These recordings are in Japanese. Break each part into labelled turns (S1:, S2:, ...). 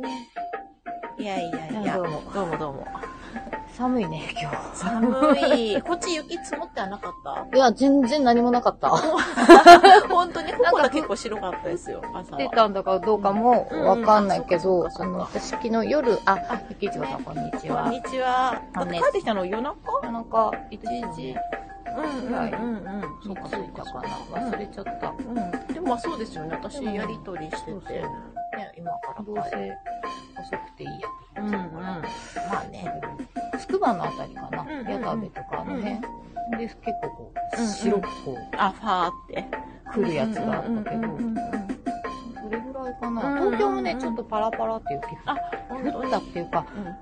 S1: ね。いやいやい
S2: ど
S1: や
S2: う。も、どうもどうも。寒いね、今日。
S1: 寒い。こっち雪積もってはなかった
S2: いや、全然何もなかった。
S1: 本当に、ここが結構白かったですよ、朝
S2: 出
S1: は。
S2: たんだかどうかもわかんないけ
S1: うんう
S2: ど、
S1: ん
S2: あの、私昨日夜、あ、ゆきいちごさんこんにち
S1: こん
S2: は。
S1: にちは。だ
S2: あの
S1: って
S2: ね
S1: 帰ってきたの夜中
S2: なんか、1
S1: ?1 時
S2: 時。
S1: うんうんうんうん。
S2: に着いたかな
S1: うん
S2: 忘れちゃった。
S1: うん。でもまあそうですよね。私
S2: うん
S1: やりとりして
S2: そうそう
S1: て。ね、今から
S2: どう
S1: 帰る。
S2: せ遅くていいや。
S1: うんうん。まあね。
S2: つくばのあたりかな。
S1: うんうん
S2: 矢田部とかあの辺。で、結構こ
S1: うん
S2: う、
S1: うん
S2: 白くこ
S1: あ、ファーって。
S2: う、来るやつがあったけど
S1: うん、うんうんうん
S2: それぐらいかな
S1: うん。
S2: 東京もね
S1: う、ん
S2: ちょっとパラパラっていう
S1: あ
S2: 雪降ったっていうか、
S1: うん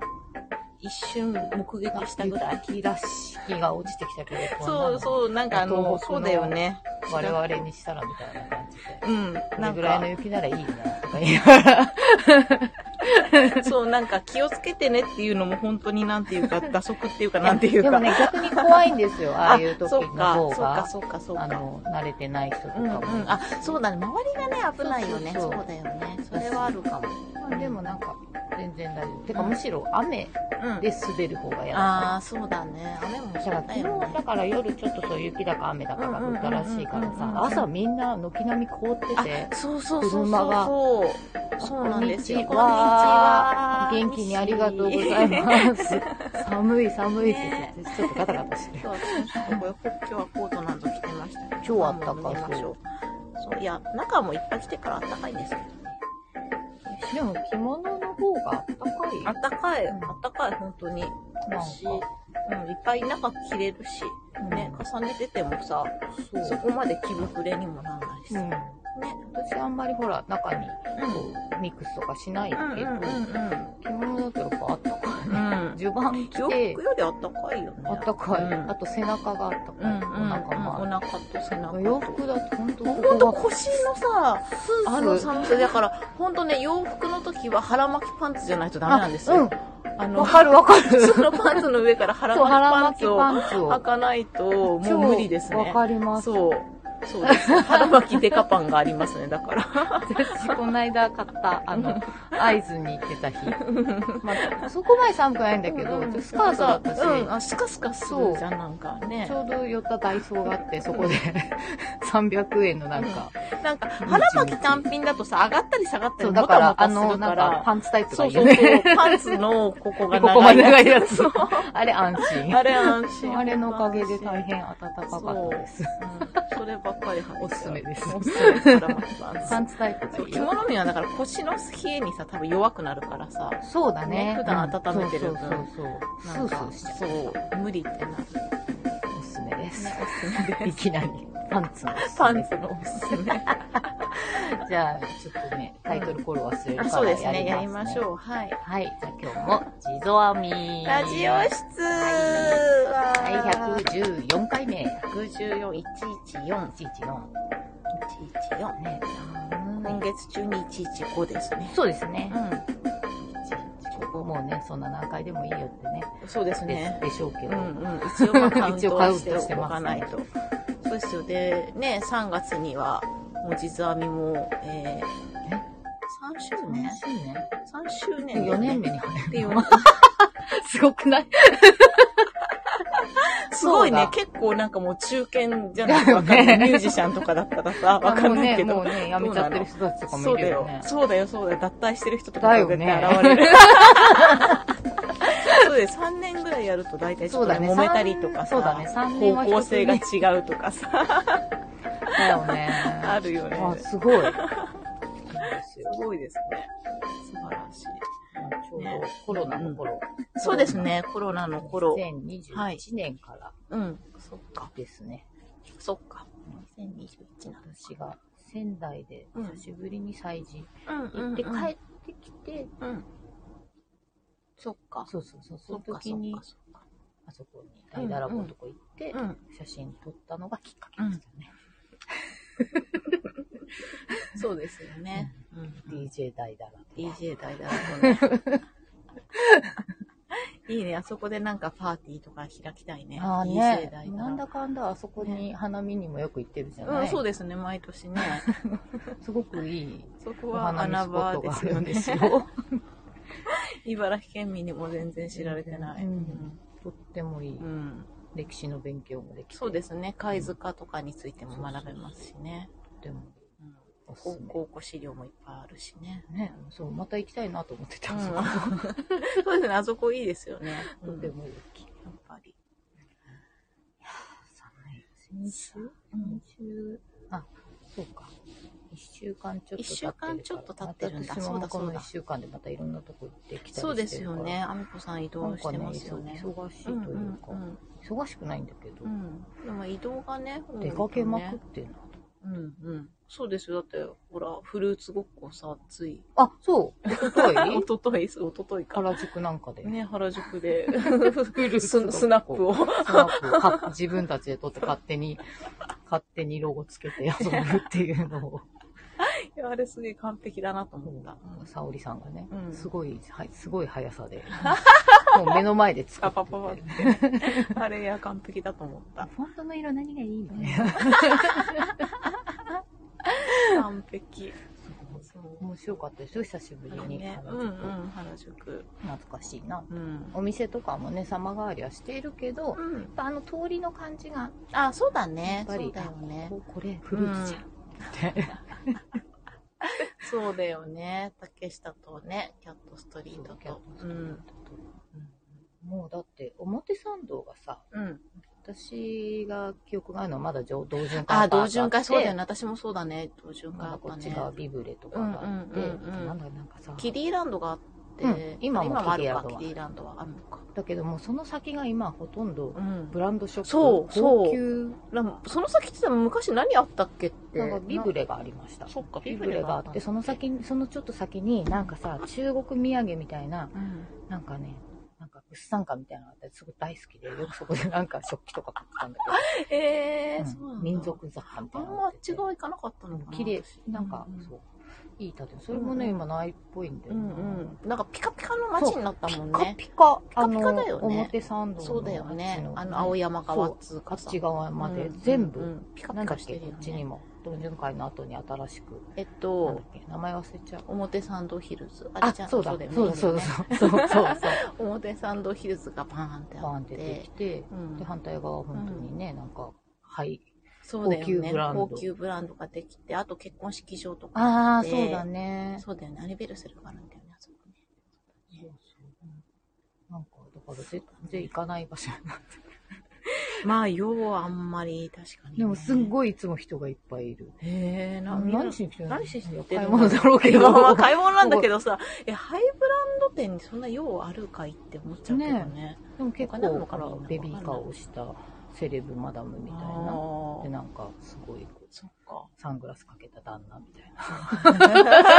S1: 一瞬目撃したぐらい。
S2: 雪らしきが落ちてきたけど、こんな
S1: そ
S2: の
S1: うそう、なんかあの、
S2: 東北の
S1: そうだよね。
S2: 我々にしたらみたいな感じで。
S1: うん。
S2: こ
S1: な
S2: れ
S1: ん
S2: ぐらいの
S1: か、
S2: 雪ならいいなとか言いながら。
S1: そう、なんか気をつけてねっていうのも本当になんていうか、打足っていうかなんていう
S2: でも
S1: か。
S2: ね、逆に怖いんですよ、ああいう時の
S1: そう
S2: 方
S1: か、
S2: が。
S1: そうか、そうか、そう
S2: あ
S1: か。
S2: の、慣れてない人とか
S1: うんう
S2: も。
S1: ん、あ、そうだね。周りがね、危ないよね。
S2: そ
S1: そう
S2: うそう
S1: だよね。それはあるかも。
S2: まあでもなんか、全然大丈夫。てか、むしろ雨
S1: うん。
S2: で滑る方が嫌だ
S1: ああ、そうだね。雨も
S2: だ
S1: そ
S2: か
S1: う
S2: ら
S1: だ
S2: 昨
S1: よ
S2: 日、
S1: ね。
S2: だから夜ちょっとそう雪だか雨だかが降ったらしいから
S1: うんうんうんうんうん
S2: さ、朝みんな軒並み凍ってて
S1: あ、、そうそうそうそう。
S2: 車が
S1: そう。そうなんですよ。
S2: こんにちは
S1: こんにちは
S2: 元気にありがとうござ います。寒い寒いって
S1: ね
S2: 言って、ちょっとガタガタしてる。
S1: そう、これ今日はコートなど着てましたけど。
S2: 超あったかい
S1: まあまあ脱ぎましょう。そう、いや、中もいっぱい着てからあったかいんですけどね。
S2: でも着物の方が暖かい。
S1: あったかい、
S2: うん
S1: あったかい、本当に。だし、
S2: なん
S1: うん、いっぱい中着れるし、ね、重ねててもさ、
S2: そう
S1: そこまで着膨れにもならないし
S2: う
S1: さ。
S2: ん
S1: ね。
S2: 私あんまりほら、中にこうミックスとかしないけど、
S1: う
S2: 着物だとやっぱあったかいね。
S1: ん。うん。
S2: 襦袢着
S1: 洋服
S2: て、
S1: よりあったかいよね。
S2: あったかい、
S1: うん
S2: あと背中があったか
S1: う
S2: い。
S1: ん、うん、
S2: お腹もあ
S1: お
S2: る。
S1: 腹と背中と。
S2: 洋服だと本当
S1: ほ
S2: こ
S1: んと
S2: こが
S1: 腰のさ、
S2: スース
S1: あ
S2: ー
S1: の寒さ、だから、ほんとね、洋服の時は腹巻きパンツじゃないとダメなんですよ。あ
S2: うん。
S1: の、
S2: わかるわかる。
S1: そのパンツの上から腹
S2: そう、腹
S1: 巻
S2: 巻
S1: き
S2: き
S1: パン
S2: パンツ
S1: ツを
S2: を。
S1: 履かないと、もう無理です
S2: わ
S1: ね。
S2: かります。
S1: そう。そう です。腹巻きデカパンがありますね、だから。
S2: 私、この間買った、あの、会津に行ってた日。 まあ、そこまで寒くないんだけど、スカートだったし、
S1: うん、あ、スカスカするじゃん、なんかね
S2: ち。ょうど寄ったダイソーがあって、そこで 300円のなんか、
S1: なんか、腹巻き単品だとさ、上がったり下がった
S2: そ
S1: り、
S2: う、
S1: も
S2: だ
S1: た
S2: か
S1: も
S2: ら、
S1: た
S2: あ
S1: す
S2: の、
S1: るか。
S2: なんからパンツタイプが
S1: そ
S2: いうい
S1: そ
S2: よ
S1: うそう
S2: ね。。
S1: パンツのここが
S2: ここが長
S1: 長い。
S2: いやつ
S1: そう。
S2: あれ安心。
S1: あれ安心。
S2: あれのおかげで大変暖かかったです。
S1: うんそればっかり履いてた
S2: おすすめです
S1: おすすめからまずは
S2: パンツタイプ
S1: そ
S2: が
S1: う
S2: いい
S1: 着
S2: よ。
S1: 物にはだから腰の冷えにさ、多分弱くなるからさ、
S2: そうだね。
S1: ね普段温めてる
S2: うんそう
S1: な
S2: そ
S1: ん
S2: うそう。ス
S1: か
S2: ースーしちゃ
S1: そ
S2: う。
S1: う、無理ってなる。ね、
S2: おすすめで
S1: おす
S2: す。
S1: すめ
S2: い
S1: です。
S2: きなり。パンツのおすすめ。
S1: パンツのおすすめ。
S2: じゃあ、ちょっとね、タイトルコール忘れるから、
S1: あそうですね、やりまし
S2: う。
S1: ょう。はい。
S2: はい、じゃあ今日も、地蔵編み。
S1: ラジオ室は
S2: はい、114回目。
S1: 114、114、
S2: 114。
S1: 114。
S2: ね。
S1: 今月中に115ですね。
S2: そうですね。
S1: う
S2: もうね、そんな何回でもいいよってね。
S1: ん。そうですね。
S2: ででしょうけ
S1: う
S2: ど。
S1: んうん、 一応まあカウン
S2: 一応
S1: ト
S2: カ
S1: を
S2: ウン
S1: して
S2: ト
S1: お
S2: してます
S1: かないと。そうですよ。で、ね、3月には、もう実編みも、えー、3周年
S2: 何周
S1: ?3 周
S2: 年
S1: 年、
S2: ?4 年
S1: 目
S2: 目に入
S1: ってい
S2: る
S1: う
S2: の。。すごくない
S1: すごい
S2: そう
S1: ね
S2: だ、
S1: 結構なんかもう中堅じゃないとわかんな
S2: だ
S1: い。
S2: よね
S1: ミュージシャンとかだったらさ、わか
S2: もうん
S1: ない
S2: ね、
S1: けど。
S2: もうね、やめちゃってる人たちとか
S1: そ
S2: も
S1: う
S2: い
S1: だ
S2: るよ
S1: よ
S2: ね。。
S1: そうだよ、そうだよ。脱退してる人とか
S2: だよ
S1: 絶
S2: ね
S1: 対現れる。 そうです。3年ぐらいやると大体ちょっとね揉めたりとか
S2: そうだ
S1: さ
S2: ね、、
S1: 方
S2: 3年は
S1: 向性が
S2: 一
S1: 違うとかさ、
S2: つだよね。
S1: あるよね。
S2: あ、す ごい。そうですよ
S1: すごいですね。素晴らしい。
S2: ちょうどコロナの頃。
S1: そうですね、コロナの頃。
S2: 2021年から
S1: うん。そっか。
S2: ですね。
S1: そっか。2021なんだ。
S2: 私が仙台で久しぶりに祭事
S1: うん
S2: 行って帰
S1: 帰
S2: ってきて、
S1: うん。そっか。
S2: そうそうそう、そ
S1: そ
S2: の
S1: っか、
S2: 時に
S1: そっか。
S2: あそこに大だらぼのとこ行って
S1: う、ん。
S2: 写真撮ったのがきっかけでしたね。
S1: そうですよね。うん。
S2: DJ 大だら。
S1: DJ 大だらぼね。 いいね。あそこでなんかパーティーとか開きたいね。
S2: ああ
S1: いい盛
S2: ね
S1: 大、な
S2: なんだかんだあそこに花見にもよく行ってるじゃない、
S1: うん、そうですね。毎年 ね。
S2: すごくいい
S1: そこ
S2: お
S1: は
S2: 花見
S1: 穴
S2: スポッ
S1: 場
S2: ト
S1: で
S2: があ
S1: す
S2: る
S1: よ
S2: ん
S1: ね
S2: です。よ。
S1: 茨城県民にも全然知られてない。
S2: うん とってもいい、
S1: うんうん
S2: 歴史の勉強もできて、。
S1: そうですすね。貝塚とかについても学べますしね。
S2: でも
S1: うん
S2: おすす
S1: 考
S2: め
S1: 考古資料もいっぱいあるしね。
S2: ね、そう、また行きたいなと思ってた、
S1: うん
S2: そこ
S1: そうですね。あそこいいですよね。
S2: と
S1: うん
S2: て
S1: やっ
S2: も大きい。
S1: ぱり。
S2: 寒い。先週
S1: うん
S2: 先週、あ、そうか。一週間ちょっと経ってるか
S1: 一
S2: ら。
S1: 週間ちょっと経ってるんだ
S2: また私
S1: そう
S2: も
S1: だ
S2: こ
S1: そう
S2: の
S1: だ
S2: 一週間でまたいろんなとこ行ってきたりしてるから
S1: そうですよね。。あみこさん移
S2: な
S1: 動
S2: ん
S1: し
S2: か
S1: て
S2: ね、
S1: ますよね。
S2: 忙しいというか、
S1: うんうん
S2: 忙しくないんだけど、
S1: うんうんでも移動がね、多いとね
S2: 出かけまくってるな。
S1: うんうん。そうですよ。だって、ほら、フルーツごっこさ、つい。
S2: あ、そう、一昨
S1: お
S2: 日
S1: ととい、おとといか。
S2: 原宿なんかで。
S1: ね、原宿で、
S2: ルス
S1: ススナップを。
S2: スナップをか自分たちで撮って勝手に、勝手にロゴつけて遊ぶっていうのを、
S1: いやあれすげえ完璧だなと思った。
S2: 沙織さんがね、
S1: うん
S2: すごい、はい、すごい速さ で、もう目の前で作
S1: パ
S2: って
S1: パ
S2: て
S1: パパって。あれや完璧だと思った。
S2: フォントの色何がい いの
S1: うん
S2: ね。
S1: 完璧。そう。
S2: 面白かったですよ、久しぶりに。
S1: ね、
S2: 原
S1: うん
S2: 宿
S1: うん、原宿。
S2: 懐かしいな。
S1: うん。
S2: お店とかもね、様変わりはしているけど、やっ
S1: うん、
S2: ぱあの通りの感じが、
S1: あ、そうだね
S2: やっ。ぱり
S1: そうだよね。
S2: ここれフルーツじゃん。って
S1: そうだよね。竹下とね、キャットストリートと。うん。
S2: もうだって表参道がさ
S1: うん。
S2: 私が記憶があるのはまだ上同潤
S1: あ、
S2: アパート
S1: 同潤会、そうだよ
S2: ね
S1: ね。私もそうだね。同潤会あった
S2: こっち
S1: ね。
S2: がビブレとかがあって、
S1: うんうんうんうん
S2: なんだなんかさ
S1: キリーランドがあって、
S2: うん今も
S1: あるか
S2: キリーランドは
S1: キリーランドはあるのか。
S2: だけどもうその先が今ほとんど
S1: うん
S2: ブランドショップ
S1: そうそう
S2: 高級
S1: でもその先って言っても昔何あったっけって。
S2: なんかビブレがありました
S1: そっか
S2: ビブレがあってその。先にそのちょっと先になんかさ中国土産みたいな
S1: うん
S2: なんかねなんか物産館みたいなのがあってすごい大好きでよくそこで なんか食器とか買ってたんだけど
S1: えー、
S2: うん
S1: そうなんだ
S2: 民族雑貨みた
S1: あ
S2: い
S1: ん
S2: なの
S1: ま
S2: が
S1: あっ
S2: 出て
S1: ち側行かなかったのかな。
S2: 綺麗
S1: 私
S2: なんか、
S1: うんうん
S2: そういい建物それもね、
S1: うんうん
S2: 今ないっぽいんだよ
S1: う
S2: な、
S1: んうん。なんかピカピカの街になったもんね。
S2: ピカピカ
S1: カピカだよね
S2: あの表参道の
S1: そうだよね。
S2: あ
S1: あ
S2: っち
S1: の、
S2: の
S1: 青山川っつう
S2: あ
S1: か
S2: っ
S1: さ
S2: ち側まで、
S1: うん
S2: 全部、
S1: うんうんピカ
S2: な
S1: ピ
S2: ん
S1: カ
S2: だっ
S1: し
S2: け、
S1: てる
S2: こ
S1: よ
S2: っちに
S1: ね。
S2: も同潤会の後に新しく、
S1: えっ
S2: なんだ
S1: と
S2: っ、け名前忘れちゃう
S1: 表参道ヒルズ。
S2: あ
S1: れじゃん
S2: そうだ
S1: よね
S2: そうだそうだそう だそうだそうだ
S1: 表参道ヒルズがバーンってあって。
S2: バーンって出てきて、
S1: うん
S2: で反対側は本当にね、なんかはい
S1: そうだよね。
S2: 高級ブランド
S1: 高級ブランドができて、あと結婚式場とか。
S2: ああ
S1: で
S2: そうだね
S1: そうだよね。アニベルセルがあるんだよね、あそこね。
S2: なんかだから全然行かない場所
S1: まあ、要はあんまり、確かに、
S2: でもすん
S1: い。
S2: ごいいつも人がいっぱいいる。
S1: へえ、な、みんな
S2: 何しに来てるの
S1: 何しに来てるの
S2: 買い物だろうけ
S1: いや
S2: ど。
S1: まあ買い物なんだけどさ、え、ハイブランド店にそんな用あるかいって思っちゃうけどね。
S2: でも結
S1: お金ある
S2: 構
S1: のかな
S2: ベビーカーをしたセレブマダムみ
S1: み
S2: たい
S1: たい
S2: な。
S1: な
S2: で、。なんかすごいこう
S1: そっか。
S2: サングラスかけた旦那みたいな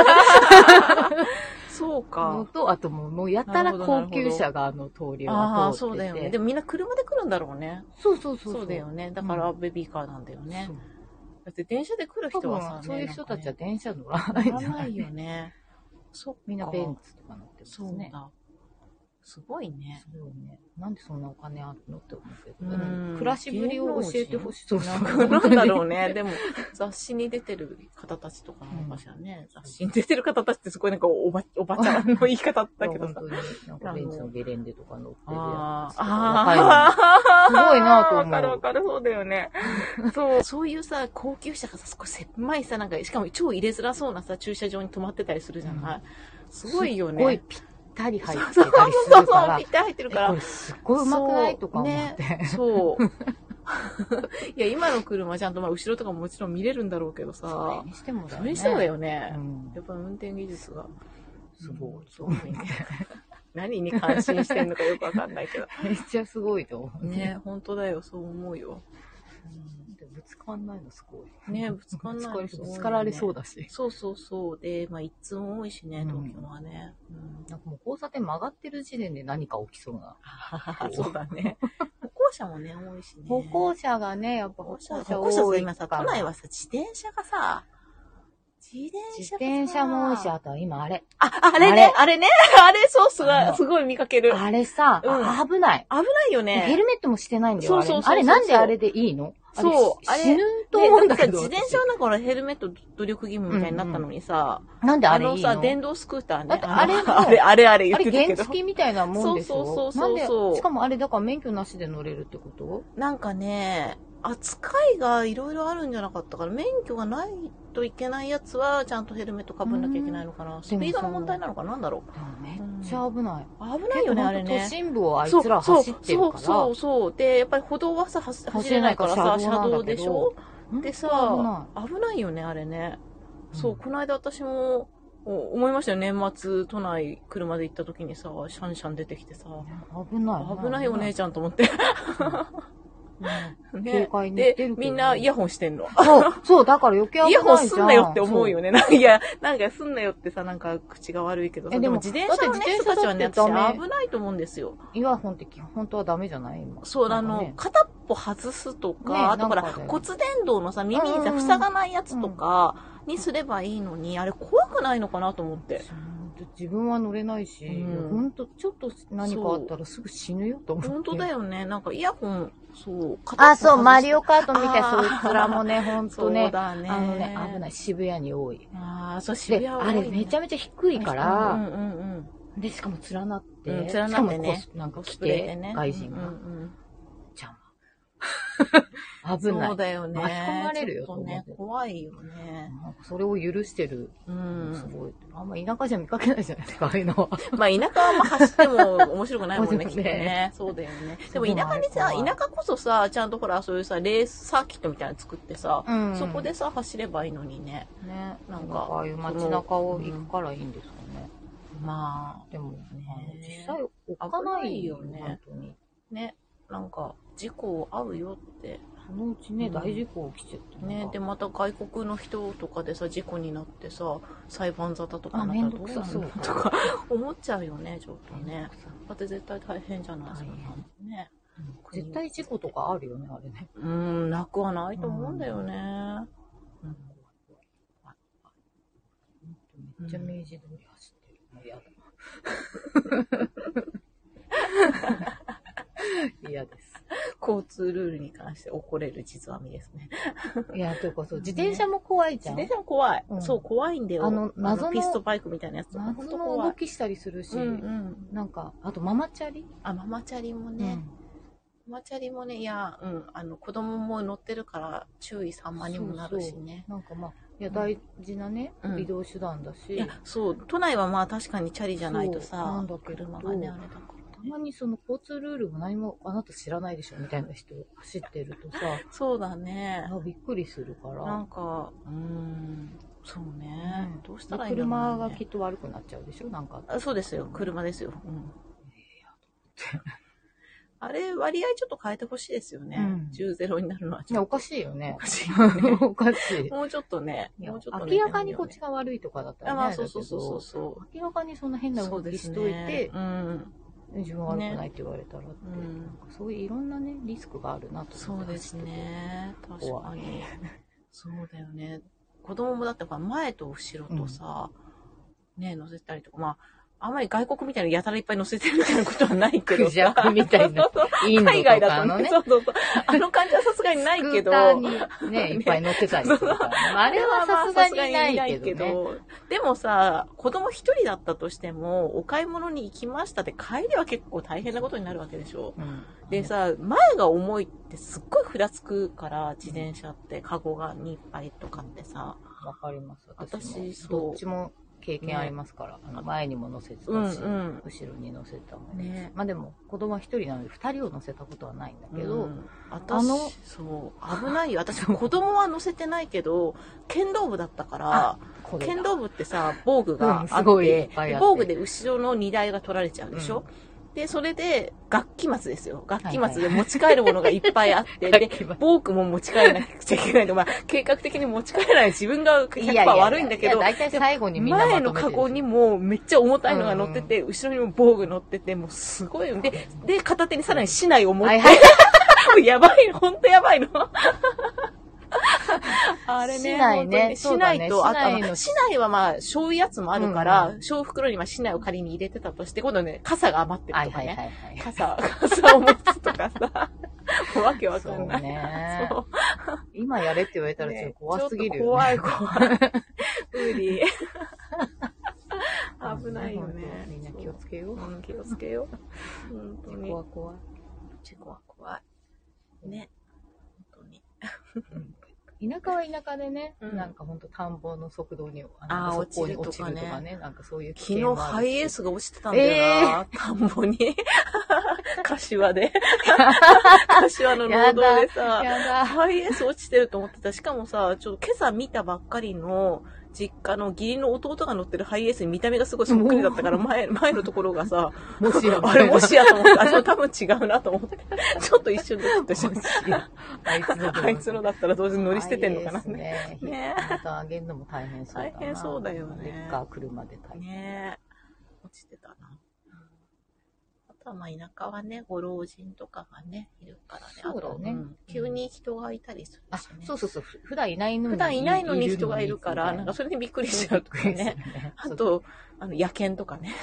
S1: そう
S2: の
S1: か。
S2: と、あともうもうやたら高級車があの通りを
S1: ああ、
S2: 通
S1: そうだ
S2: っ
S1: よ
S2: て
S1: ね。
S2: て
S1: で。もみんな車で来るんだろうね。
S2: そうそうそ
S1: そう
S2: う。
S1: だよね。だからベビーカーなんだよ
S2: そう。
S1: ね
S2: そ。う
S1: だって電車で来る
S2: 多
S1: 人はさ
S2: 分、そういう人たち
S1: は
S2: は電車乗らない
S1: 乗
S2: ん
S1: ら
S2: じゃな
S1: ないいよね。 そっか
S2: みんなベンツとか乗ってます
S1: そう
S2: ね。
S1: だ。すごいね。
S2: そうね。なんでそんなお金あるのって思うけど、
S1: う
S2: ね
S1: ん
S2: 暮らしぶりを教えてほしい。そう
S1: なんかなんだろう ね。でも、雑誌に出てる方たちとかなのかしらね。雑誌に出てる方たちってすごいなんかおば、おばちゃんの言い方だけど
S2: いや
S1: さ。
S2: 本当に、なんかベンツのゲレンデとか乗ってるや
S1: あ
S2: つ。
S1: ー
S2: あ。
S1: あー、
S2: すごいなと思う
S1: わかるわかる、そうだよね。そう。 そういうさ、高級車がさ、すごい狭いさ、なんか、しかも超入れづらそうなさ、駐車場に止まってたりするじゃない、すごいよね。
S2: すごいぴったり入ってたりす
S1: そう
S2: る
S1: そ
S2: か
S1: う、
S2: ら
S1: ぴっ、たり入ってる
S2: え
S1: か
S2: こ
S1: ら
S2: れ。すっごいうまくないとか思って。
S1: そう。 いや、今の車ちゃんと、まあ、後ろとかももちろん見れるんだろうけど
S2: それ
S1: さ。
S2: にしても
S1: そ
S2: だよ
S1: れ
S2: ね。
S1: にしてもだよ
S2: う
S1: ね。
S2: ん
S1: やっぱ運転技術が。
S2: すごい。
S1: すごいね。 何に感心してんのかよくわかんないけど。
S2: めっちゃすごいと思 う。
S1: ね本当だよ、そう思うよ。
S2: うんでぶつかんないのすごい。
S1: ねぶつかんないの
S2: ぶ
S1: す
S2: つ
S1: ごい
S2: かり
S1: ね
S2: ぶつかられそうだし。
S1: そうそうそう。で、まあ、一通も多いしね、
S2: うん
S1: 東京はね。うん
S2: なんかもう交差点曲がってる時点で何か起きそうな。
S1: そうだね。歩行者もね、多いしね。
S2: 歩行者がね、やっぱ
S1: 歩
S2: 歩
S1: 行者
S2: 行
S1: 歩行者
S2: 者多
S1: さ
S2: い
S1: 今さ、都内はさ、自転車がさ、自転
S2: 自
S1: 車
S2: 転車も多いし、
S1: あ、
S2: あとは今あれ。
S1: あれね、あれね、 あれ、そう、すご
S2: あ
S1: い、
S2: の
S1: すごい見かける。危
S2: あれさ、
S1: うん
S2: あ危ない。
S1: ないよ
S2: ヘ
S1: ね。
S2: ルメットもしてないんだよ。
S1: そう
S2: あれ
S1: そうそうそう
S2: あれなんであれでいいのあれ
S1: そう
S2: し
S1: あれ
S2: 死ぬと思うんだけ
S1: で
S2: ど。
S1: なんかさ自転車はなんかほらヘルメット努力義務みたいになったのにさ、
S2: 私なんであ
S1: あ
S2: れ
S1: の
S2: いい
S1: さ、
S2: の
S1: 電動スクーターね
S2: だっ。て
S1: の
S2: あれも
S1: あれ、あれ、あれ言っ
S2: あ
S1: て
S2: れ
S1: るけ
S2: 原
S1: ど。
S2: 付みたいなもんでしょ
S1: そうそう
S2: な
S1: そ
S2: ん
S1: う
S2: で
S1: そう、
S2: しかもあれだから免許なしで乗れるってこと
S1: なんかね、扱いがいろいろあるんじゃなかったから、免許がないといけないやつは、ちゃんとヘルメットかぶんなきゃいけないのかな。スピードの問題なのかなんだろう。
S2: でもめっちゃ危ない。
S1: 危ないよね、あれ
S2: 結構ほんと
S1: ね
S2: 都。心部をあいつら走ってるから。
S1: そうそうそうそう。で、やっぱり歩道はさ、走走れないからさ、
S2: 走れ
S1: 車
S2: ないから
S1: 道でしょ
S2: 本当
S1: でさ
S2: 危な
S1: 危ないよね、あれね。
S2: い。
S1: そう、この間私も、お思いましたよ。年末、都内、車で行った時にさ、シャンシャン出てきてさ、
S2: 危ない。
S1: 危ないよ、お 姉ちゃんと思って。ね
S2: 警戒に行っ
S1: で
S2: てるけど、
S1: みんなイヤホンしてんの。
S2: そう、そう、だから余計危な
S1: イ
S2: いじゃ
S1: ヤ
S2: ん。
S1: ホンすんなよって思うよ
S2: ね。
S1: ね。なんかいや、なんかすんなよってさ、なんか口が悪いけどさ。
S2: え
S1: でも
S2: で
S1: 自
S2: も
S1: 転車の、ね、
S2: だって
S1: 人
S2: 自
S1: た
S2: 転
S1: ち
S2: 車だ
S1: は
S2: って
S1: ね、
S2: ダメ
S1: 私危ないと思うんですよ。
S2: イヤホンって基本当はダメじゃない今。
S1: そう、あ
S2: なんか
S1: の
S2: ね、
S1: 片っぽ外すとか、
S2: ね
S1: あとほら、
S2: なんかだよね
S1: 骨伝導のさ、耳に
S2: う
S1: さ、
S2: んうん
S1: 塞がないやつとかにすればいいのに、あれ怖くないのかなと思って。
S2: そう自分は乗れないし、
S1: うん
S2: 本当ちょっと何かあったらすぐ死ぬよと思って。
S1: 本当だよね。なんかイヤホン、そう、
S2: あ、そう、マリ
S1: オ
S2: オカートみたい、
S1: あ
S2: そい
S1: ー
S2: つらもね、ほん
S1: そ
S2: と
S1: う
S2: ね、
S1: だね。
S2: あのね、危ない。。渋谷に多い。
S1: ああ、そう、渋谷
S2: で、
S1: は
S2: あ
S1: 多いね、
S2: れめちゃめちゃ低いか
S1: う
S2: ら、
S1: んうんうん。
S2: で、しかも連なって、
S1: うん
S2: しか
S1: 連
S2: も
S1: なってね
S2: コスなんか
S1: コ
S2: 来
S1: スプレで
S2: て、
S1: ね。
S2: 外人
S1: うんう
S2: が
S1: んうん
S2: 邪魔。危ない
S1: そう。だよね。
S2: 巻き込まれるよ
S1: ちょっとね
S2: と思って、
S1: 怖いよね。
S2: なんかそれを許してる、
S1: う
S2: す
S1: ん。
S2: ごい。あんま田舎じゃ見かけないじゃないですか、ああいうのは。
S1: まあ、田舎はまあ走っても面白くない もんね、
S2: 面
S1: きっと
S2: 白くね
S1: ね。そうだよね。でも
S2: そうな
S1: 田
S2: の
S1: 舎にさ、
S2: 怖い
S1: 田舎こそさ、ちゃんとほら、そういうさ、レースサーキットみたいなの作ってさ、
S2: うん
S1: そこでさ、走ればいいのにね。
S2: ね、
S1: な
S2: なんん
S1: か
S2: かああいう街中を行くからいいんですかね。
S1: ま
S2: でも、あの
S1: ね
S2: 実際置かないよ
S1: 危ないよね
S2: ね、本当に。
S1: あ、ね。なんか、事故合うよって。
S2: そのうち
S1: う
S2: ね、
S1: ん
S2: 大事故起きちゃって。
S1: ね。で、
S2: も、
S1: また外国の人とかでさ、事故になってさ、裁判沙汰とか
S2: あ、
S1: に
S2: め
S1: なんった
S2: ど
S1: ら
S2: く
S1: どう
S2: さ
S1: な
S2: そ
S1: ん
S2: う
S1: だ。とか、思っちゃうよね、ちょっとね。だって絶対大変じゃないですか
S2: 大変。
S1: ね。
S2: 絶対事故とかあるよね、あれね。
S1: うん、なくはないと思うんだよね。
S2: めっちゃ明治通り走ってる。もうやだ。 嫌です。
S1: 交通ルールに関して怒れる実はみですね。
S2: いや、というかそう、自転車も怖いじ
S1: 自
S2: ゃん
S1: 転。車も怖い、
S2: うん
S1: そう、怖いんだよ。
S2: あの謎の
S1: ピストバイクみたいなやつとか、ほん
S2: 謎
S1: と
S2: の
S1: 怖
S2: 動
S1: い。
S2: きしたりするし
S1: うん、うん。
S2: なんか、あとママチャリ
S1: あ、ママチャリもね、ママチャリもね、いや、うん、あの、子供も乗ってるから注意散漫にもなるしね。
S2: なんかまあ、いや、
S1: うん
S2: 大事なね、
S1: うん
S2: 移動手段だし、
S1: いや、そう、都内はまあ確かにチャリじゃないと
S2: そうな
S1: さ
S2: んだ、けど
S1: 車がね、あれだから。
S2: たまにその交通ルールも何もあなた知らないでしょみたいな人走ってるとさ、
S1: そうだね。
S2: あびっくりするから、
S1: なんか、うーん、そうね。
S2: うん
S1: どうした
S2: で
S1: らいいんだろう、ね、
S2: 車がきっと悪くなっちゃうでしょなんか。
S1: あそうですよ、車ですよ。うん、 あれ、割合ちょっと変えてほしいですよね。
S2: うん
S1: 10-0になるのはち
S2: いや、
S1: ょっ
S2: おかしいよ
S1: とお
S2: ね。
S1: かしいよね。
S2: おかしい。
S1: もうちょっとね、
S2: いや
S1: もうちょっと、ね、
S2: 明らかにこっち
S1: ね。
S2: が悪いとかだったら
S1: あ
S2: ね、
S1: まあ、
S2: れ
S1: そ
S2: だ
S1: う
S2: け
S1: そ
S2: ど
S1: うそうそうそう。
S2: 明らかにそんな変な
S1: そ
S2: 動
S1: うで
S2: き
S1: す
S2: し
S1: ね。
S2: といて、
S1: うん。
S2: 自分悪くないって言われたらって、
S1: うん
S2: なんかそういういろんなね、リスクがあるなと
S1: そうです。ね。確か
S2: 怖
S1: に。そうだよね。子供もだってほら前と後ろとさ、ね、乗せたりとか、まあ、あんまり外国みたいにやたらいっぱい乗せてるみたいなことはないけどさ。
S2: クジャクみたいな
S1: そうそう
S2: インド
S1: 海
S2: と
S1: 外だ
S2: か
S1: と
S2: の
S1: ね、
S2: ね、
S1: そうそうそう。あの感じはさすがにないけど。
S2: スクーターにね、いっぱい乗ってたりとか。あ
S1: あ
S2: れはさすがにないけど、ね。
S1: でもさ、子供一人だったとしても、お買い物に行きましたって帰りは結構大変なことになるわけでしょ。
S2: うん
S1: で、さ、前が重いってすっごいふらつくから、自転車って、カゴが2杯とかってさ。
S2: わかります。も
S1: 私そう
S2: どっちも経験ありますから、あの前にも乗せてたし、
S1: うんうん。
S2: 後ろに乗せたもん
S1: ね
S2: まあでも、子供は一人なので二人を乗せたことはないんだけ
S1: う
S2: ど、
S1: ん
S2: あ
S1: 私
S2: の
S1: そう危ないよ私子供は乗せてないけど剣道部だったから
S2: これが
S1: 剣道部ってさ防具があって,、
S2: うんすごいいっぱいあって
S1: 防具で後ろの荷台が取られちゃうでしょ、でそれで楽器末ですよ楽器末で持ち帰るものがいっぱいあって、
S2: 楽器
S1: で
S2: 末
S1: 防具も持ち帰らなくちゃいけないと、まあ、計画的に持ち帰らない自分が
S2: い
S1: 100%悪いんだけど
S2: 大体最後にみんな
S1: 前のカゴにもめっちゃ重たいのが乗ってて、後ろにも防具乗ってて、もうすごい。で、で、片手にさらに市内を持っ
S2: は
S1: て、
S2: いはい。
S1: やばい、ほんとやばいの。 あれね。
S2: 市内ね
S1: 本当に
S2: そ
S1: 市
S2: うだね
S1: 内と、あとあ
S2: 市内
S1: の、
S2: の
S1: 市内はまあ、小うやつもあるから、
S2: うん
S1: 小袋にまあ市内を仮に入れてたとして、今度ね、傘が余ってる
S2: はい
S1: とか
S2: はいはい
S1: ね。
S2: はい。
S1: 傘、傘を持つとかさ、 もうわけわか
S2: そうん
S1: ない。
S2: ね。
S1: そう
S2: 今やれって言われたらちょっと怖すぎるよ
S1: ねち
S2: ね。
S1: ょっと怖い怖い。無 理。危ないよね。
S2: みんな気をつけよう。
S1: うん気をつけよう。本当に。
S2: 怖い怖い。
S1: 事故は怖い。ね。本当に。
S2: 田舎は田舎でね、
S1: うん
S2: なんかほんと田んぼの側道に、
S1: あー
S2: の側溝に
S1: 落ちるとかね
S2: 落ちるとかね、なんかそういう危
S1: 昨
S2: 険
S1: 日
S2: もあ
S1: ハ
S2: るし
S1: イエースが落ちてたんだよな、田んぼに。 柏 で。柏の農道でさ、
S2: や だ。
S1: ハイエース落ちてると思ってた。しかもさ、ちょっと今朝見たばっかりの実家の義理の弟が乗ってるハイエースに見た目がすごいそっくりだったから、前、 前のところがさ、
S2: もしや、
S1: あれもしやと思って、あ、ちょっと多分違うなと思って、 ちょっと一瞬ドキッとし
S2: も
S1: て、
S2: しやあいつの
S1: あいつのだったら同時に乗り捨ててんのかな。ね
S2: ね。
S1: ね
S2: またあげるのも大変そうだな。
S1: 大変そうだよね
S2: レッカー車で大変。
S1: ねえ、落ちてたな。あとはまあ田舎はね、ご老人とかがね、いるからね。
S2: そうだね
S1: あとん急に人がいたりする
S2: あ、
S1: しね。
S2: そうそうそう。ふ普段いないのに。
S1: 普段いないのに人がいるから、なんか
S2: そ
S1: それでびっくりしちゃうとかね。。あ
S2: そう、
S1: と、あの、野犬とかね。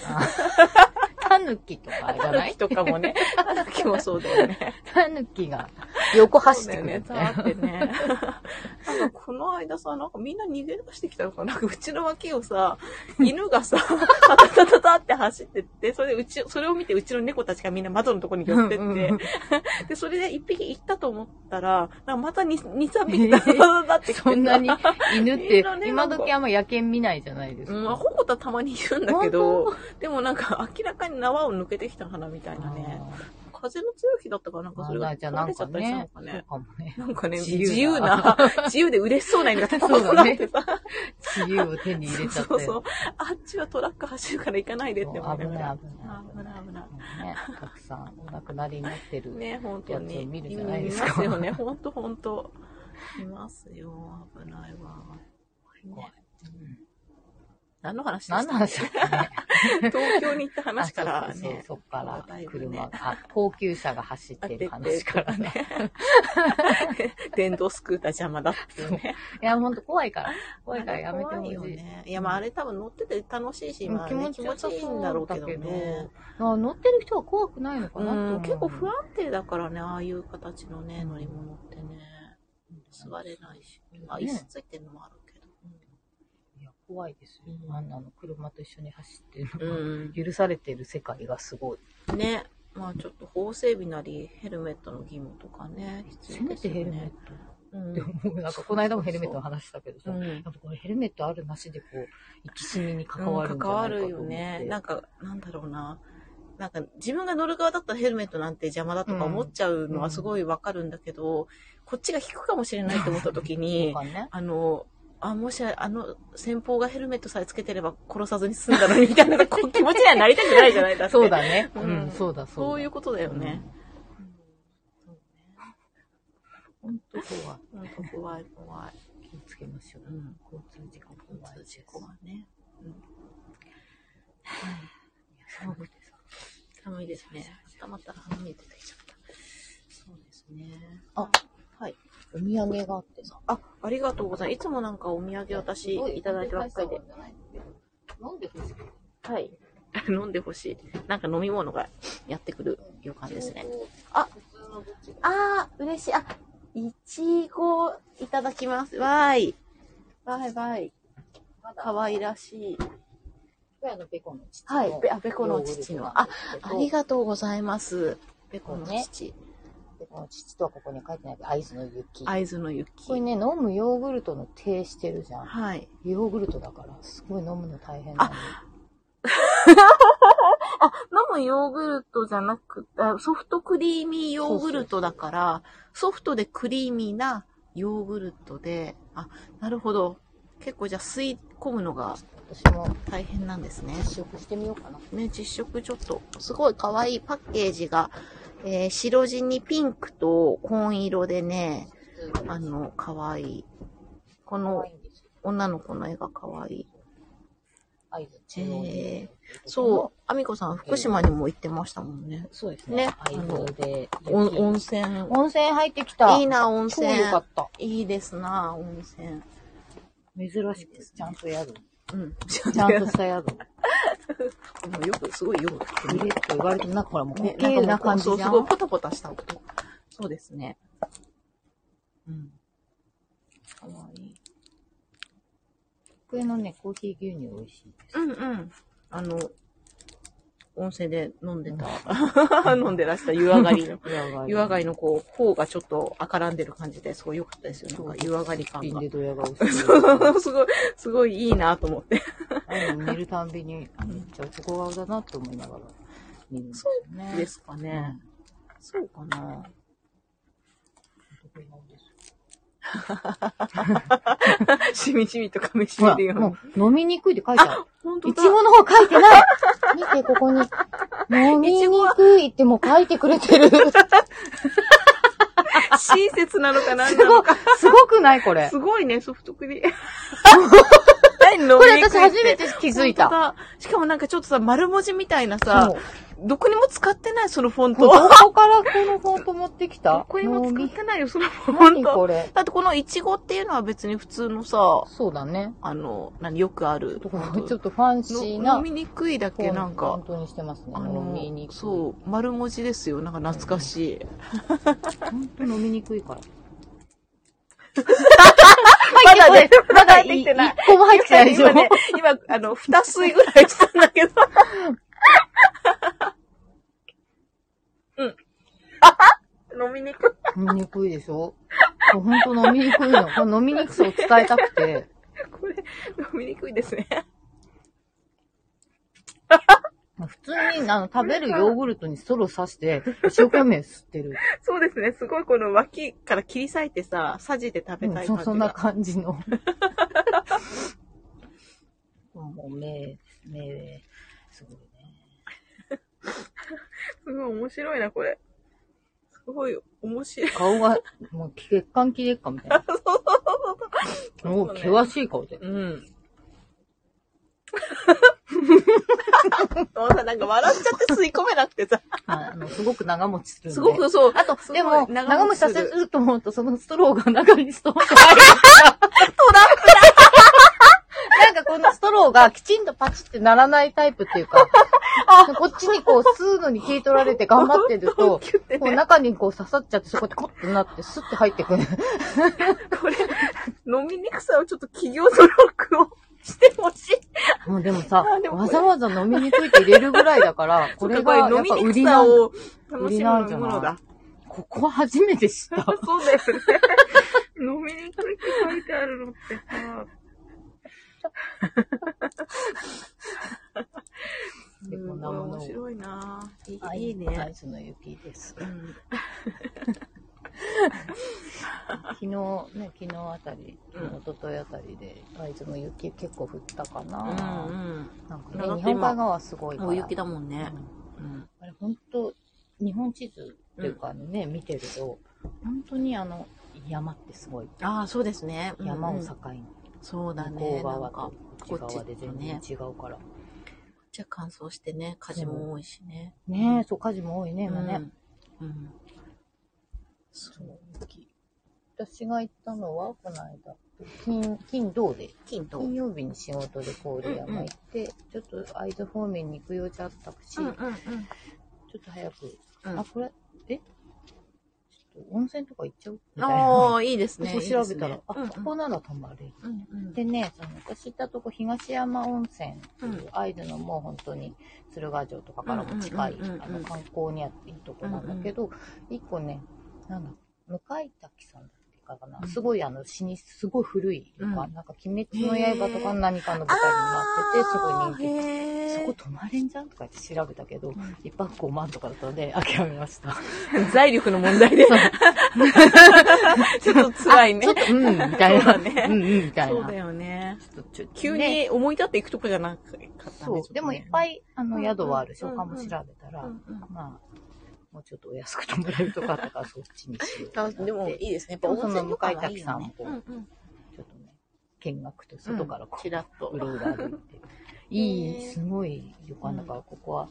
S2: タヌキとかじゃ
S1: タ
S2: な
S1: ヌ
S2: い
S1: キとかもね。タヌキもそうだよね。
S2: タヌキが横
S1: そ
S2: 走
S1: う
S2: っ
S1: だよ
S2: てくる
S1: ね。
S2: み
S1: た
S2: たい
S1: ー
S2: な。
S1: ってね。 なんかこの間さ、なんかみんな逃げ出してきたのかななんかうちの脇を さ、犬がさ、タタタタタって走ってって、それでうち、それを見てうちの猫たちがみんな窓のとこに寄ってって、
S2: うんうんうん
S1: で、それで一匹行ったと思ったら、なんかまた二、二、三匹タタタタタって来てさ
S2: そんなに犬っ
S1: みん
S2: て
S1: な、ね
S2: 今時あんま野犬見ないじゃないです
S1: うん、ア
S2: か。
S1: ホコたたまにいるんだけど、でもなんか明らかに縄を抜けてきた花みたいなね。風の強い日だったからなんかそれ
S2: あ
S1: が
S2: ーじゃあなん
S1: ちゃ
S2: か
S1: ったりしたの、
S2: ね
S1: か
S2: そう
S1: ね。
S2: かもね。
S1: なんかね、自
S2: 自
S1: 由
S2: 由
S1: な
S2: な、
S1: 自由で嬉しそうな犬がたた
S2: そうだね
S1: ってさ、
S2: 自由を手に入れちゃって。
S1: そうそう、あっちはトラック走るから行かないでって思い
S2: 危
S1: なが
S2: な
S1: ら
S2: い。危ない
S1: 危ない危ない
S2: い。ね、たくさんお亡くなりになってる。
S1: ね、本当に。
S2: やつを見るじゃないですか
S1: いますよね、本当本当いますよ、危ないわ。
S2: 怖い
S1: ね何の話で
S2: 何
S1: し
S2: の
S1: た
S2: 話だっけね。
S1: 東京に行った話か
S2: あ
S1: ら
S2: そうそうそう
S1: ね。
S2: そっから
S1: だいぶね
S2: 車が、あ、高級車が走ってる話からね。
S1: 電動スクーター邪魔だっていうね。
S2: いや、ほんと怖いから。怖いからやめてほ
S1: 怖いよ
S2: しい。
S1: ね。いや、まああれ多分乗ってて楽しいし、まあね、気持ちいいんだろうけどね。
S2: あ乗ってる人は怖くないのかなって
S1: う
S2: 思
S1: ん
S2: う。
S1: 結構不安定だからね、ああいう形のね、乗り物ってね。座れないし。あ、
S2: ね
S1: 椅子ついてるのもあるけ
S2: いや、怖いですよ。
S1: うん
S2: あんなの車と一緒に走ってる
S1: ど。
S2: のが、許されてる世界がすごい。
S1: うん。ね。まあちょっと法整備なり、ヘルメットの義務とかね、必
S2: せ
S1: 要
S2: め
S1: です
S2: て
S1: よ
S2: ヘルメッ
S1: ね。ヘ
S2: ト
S1: ルメ
S2: って思う。なんか、この間もヘルメットの
S1: は
S2: 話したけどさ、
S1: う
S2: やっ
S1: ん。
S2: ぱこれヘルメットあるなしでこう、生き死にに関わ
S1: う
S2: る
S1: んん
S2: じゃ
S1: 関
S2: な
S1: わ
S2: いかと思
S1: る
S2: って。
S1: よね。なんか、なんだろうな。なんか、自分が乗る側だったらヘルメットなんて邪魔だとか思っちゃうのはすごいわかるんだけど、こっちが引くかもしれないと思った時に、
S2: とかね。
S1: あの、あ、もしあの先方がヘルメットさえつけてれば殺さずに済んだのにみた いなこう気持ちにはなりたくないじゃないだって。
S2: そうだね。
S1: う
S2: うんん、そうだ、そうだ。
S1: そういうことだよね。
S2: うん。本当怖い。
S1: うん、本当怖い怖い。
S2: 気をつけましょう
S1: う。ん。
S2: 交通事故怖い
S1: 交
S2: で
S1: 通
S2: す。
S1: 事故はね。
S2: 寒くてさ
S1: 寒いですね。またまた鼻水出てきちゃった。そうですね。
S2: あ、
S1: はい。
S2: お土産があってさ。
S1: あ、ありがとうございます。いつもなんかお土産私いただいてばっかりで。。
S2: 飲んでほしい。
S1: はい。飲んでほしい。なんか飲み物がやってくる予感ですね。。
S2: あ、
S1: あー、嬉しい。あ、いちごいただきます。わーい。わーいわーい。かわいらしい。
S2: ペアのペコの父
S1: はい。ペあペコの父の。あ、あり
S2: が
S1: がとうございます。ペコの父。
S2: ペコの父とはここには書いてないけど、アイズの雪。
S1: 会津の雪。
S2: これね、飲むヨーグルトの手してるじゃん。
S1: はい。
S2: ヨーグルトだから、すごい飲むの大変なの。
S1: 飲むヨーグルトじゃなく、あソフトクリーミーヨーグルトだから、ソフトでクリーミーなヨーグルトで、あ、なるほど。結構じゃあ吸い込むのが
S2: 私も
S1: 大変なんですね。
S2: 試食してみようかな。
S1: ね、実食ちょっと、すごい可愛いパッケージが、えー白地にピンクと紺色でね、あの、可愛い。こ
S2: 可
S1: の
S2: 愛いんですよ
S1: 女の子の絵が可愛い。
S2: 合図。
S1: へえそう、あみこさん、福島にも行ってましたもんね。
S2: そうです
S1: ね
S2: ね。合図で。
S1: お温泉。
S2: 温泉入ってきた。
S1: いいな、温泉。
S2: 超良かった。
S1: いいですな、温泉。
S2: 珍しく、ちゃんと宿。
S1: うん。 ちゃ
S2: ちゃんとした宿。
S1: もうよく、すごいよく
S2: グレッと言われて、なんかほら、もう、
S1: ね、
S2: 綺麗な感じじゃ
S1: そ
S2: ん。
S1: う、すごいポタポタした音。そうですね。
S2: うん
S1: かわいい。
S2: 机のね、コーヒー牛乳美味しいです。
S1: うんうん。あの、温泉で飲んでた、 飲んでらした湯上がりの。 湯上がりのこう、頬がちょっと赤らんでる感じで、すごい良かったですよね。なんか湯上がり感
S2: ビン
S1: が
S2: デ。ドヤ顔して る。
S1: すごい、すごいいいなと思って。
S2: あの見るたんびに、あめっちゃ男顔だなって思いながら見るんですよね。
S1: ですすかね。そうか な。しみじみと噛みし
S2: ほ
S1: め
S2: ら、
S1: るような。
S2: もう飲みにくいって書いてある。
S1: 本当
S2: い
S1: だ。
S2: ちごの方書いて ない見て、ここに。飲みにくいってもう書いてくれてる。
S1: 親切なのか な
S2: すご、すごくないこれ。
S1: すごいね、ソフトク リーム。何飲みに
S2: これ
S1: くいって
S2: 私初めて気づいた。
S1: 本当だしかもなんかちょっとさ、丸文字みたいなさ
S2: そ、う
S1: どこにも使ってない、そのフォン
S2: ど
S1: ト。
S2: こからこのフォント持ってきた
S1: どこにも使ってないよ、そのフォン
S2: 何
S1: ト。
S2: これ。
S1: だってこのイチゴっていうのは別に普通のさ、
S2: そうだね。
S1: あの、何、よくある。
S2: ちょっとファンシー
S1: の
S2: な
S1: 飲み。にくいだけなんか
S2: 本、当にしてますね。
S1: あ
S2: 飲みに
S1: の、
S2: くい。
S1: そう、丸文字ですよ。なんか懐かしい。
S2: 本当飲みにくいから。
S1: まだね
S2: まだ
S1: 入っ
S2: 入ってて
S1: な
S2: ないい。一個も入ってないでしょ
S1: 今。ね、今、あの、二吸いぐらいしたんだ けど。うん。飲みにくい。
S2: 飲みにくいでしょ。本当飲みにくいの。この飲みにくさを伝えたくて。
S1: これ、飲みにくいです ね。
S2: 普通に、あの、食べるヨーグルトにストロー刺 して、一生懸命吸ってる。
S1: そうですね。すごいこの脇から切り裂いてさ、さじで食べたい感じ
S2: そ
S1: が。
S2: そんな感 じの。もう目、目、すごいね。
S1: すごい面白いな、これ。すごい面白い。
S2: 顔が、もう血管切れっかみたいな。
S1: そうそうそうそう
S2: もう険しい顔で。
S1: うん。もうさ、なんか笑っちゃって吸い込めなくてさ、
S2: ああの、すごく長持ちするんで。
S1: すごくそう。
S2: あと
S1: す、ごい
S2: でも、
S1: 長持ち
S2: 長持ちさせ
S1: す
S2: ると思うと、そのストローが中にストーンと入る。
S1: トランプ
S2: なんかこのストローがきちんとパチってならないタイプってい うか、こっちにこう吸うのに切り取られて頑張ってると、
S1: キュって
S2: こう
S1: ね、
S2: 中にこう刺さっちゃって、そこでコッとなって、スッて入って くる。
S1: これ、飲みにくさをちょっと企業努力をしてほしい。
S2: もうでもさ
S1: あで、もこ
S2: わ
S1: れ
S2: ざわざ飲みについて入れるぐらいだ から、これがやっ
S1: 飲
S2: ぱ
S1: みに
S2: 売
S1: く
S2: り
S1: さ
S2: なんだ
S1: を楽しむものだ。
S2: ここは初めて知った。
S1: そうだよね。飲みにくいって書いてあるのってさ。
S2: でこんなものを
S1: 面白いなぁいいいい
S2: ア
S1: ね。
S2: イスの雪です。
S1: うん
S2: 昨日、ね、昨日あたり、
S1: うん
S2: 一昨日あたりで、会津の雪結構降ったかな。
S1: うん
S2: なんか
S1: だって
S2: ね、
S1: 今
S2: 日本海側はすご
S1: う
S2: い
S1: ん。
S2: から。
S1: もう雪だもん
S2: うん
S1: ね。うん。
S2: あれ、本当日本地図っていうかね、見てると、本当にあの、山ってすごい。
S1: ああ、そうですね。うんうん
S2: 山を境に、
S1: そうだ
S2: 向こ
S1: ね。
S2: う
S1: なん
S2: 側
S1: か
S2: と、こっち側で全然違うから。
S1: じゃあ乾燥してね、火事も多いしね。
S2: ねえ、そう、火事も多いね、今ね。
S1: うん。うん。そ
S2: そう
S1: う。
S2: 私が行ったのは、この間、金、金土で、
S1: 金と。
S2: 金曜日に仕事で郡山行って、ちょっと会津方面に行く用事あったし、ちょっと早く、
S1: うん
S2: あ、これ、えちょっと温泉とか行っちゃうみたいな。
S1: ああ、いいですね。
S2: そう調べたら、
S1: いい
S2: あ、
S1: ですね
S2: ここなら泊まれる。
S1: うんうん
S2: でね、その私行ったとこ、東山温泉っていう、
S1: うん
S2: 会津のもう本当に鶴ヶ城とかからも近い、
S1: うんうんうんうん
S2: あの観光にあっていいとこなんだけど、一個ね、なんだ、向井滝さんだっけかな、
S1: うん
S2: すごいあの、死に、すごい古い旅館、
S1: う
S2: なんか鬼滅の刃とか何かの舞台になってて、すごい人気。
S1: へ
S2: そ
S1: ー
S2: こ泊まれんじゃんとか言って調べたけど、一泊5万とかだったので諦めました。
S1: 財力の問題で。 ちょっと辛いね
S2: あ。ちょっと、うん、みたい
S1: そうだ
S2: な。
S1: ね
S2: うん、うん、みたい
S1: そう
S2: な。
S1: だよね。
S2: ちょっとちょ
S1: 急
S2: ね
S1: に思い立っていくとこじゃなかったね
S2: そう。でもいっ
S1: い。
S2: ぱい、あ
S1: う
S2: の、
S1: ん
S2: 宿はあるし、
S1: うん
S2: 他も調べたら、
S1: うんうん
S2: まあ、もうちょっとお安く泊まれるとかあったから、そっちにしようと思って。
S1: でもいいですね。やっぱ温泉とかがいいよね。
S2: その向井滝さんもこ
S1: う
S2: う
S1: んうん
S2: ちょっとね、見学と外からこう、
S1: ちらっと
S2: う。ろうろ歩いて。い
S1: へ
S2: い、
S1: ー
S2: すごい旅館だから、ここは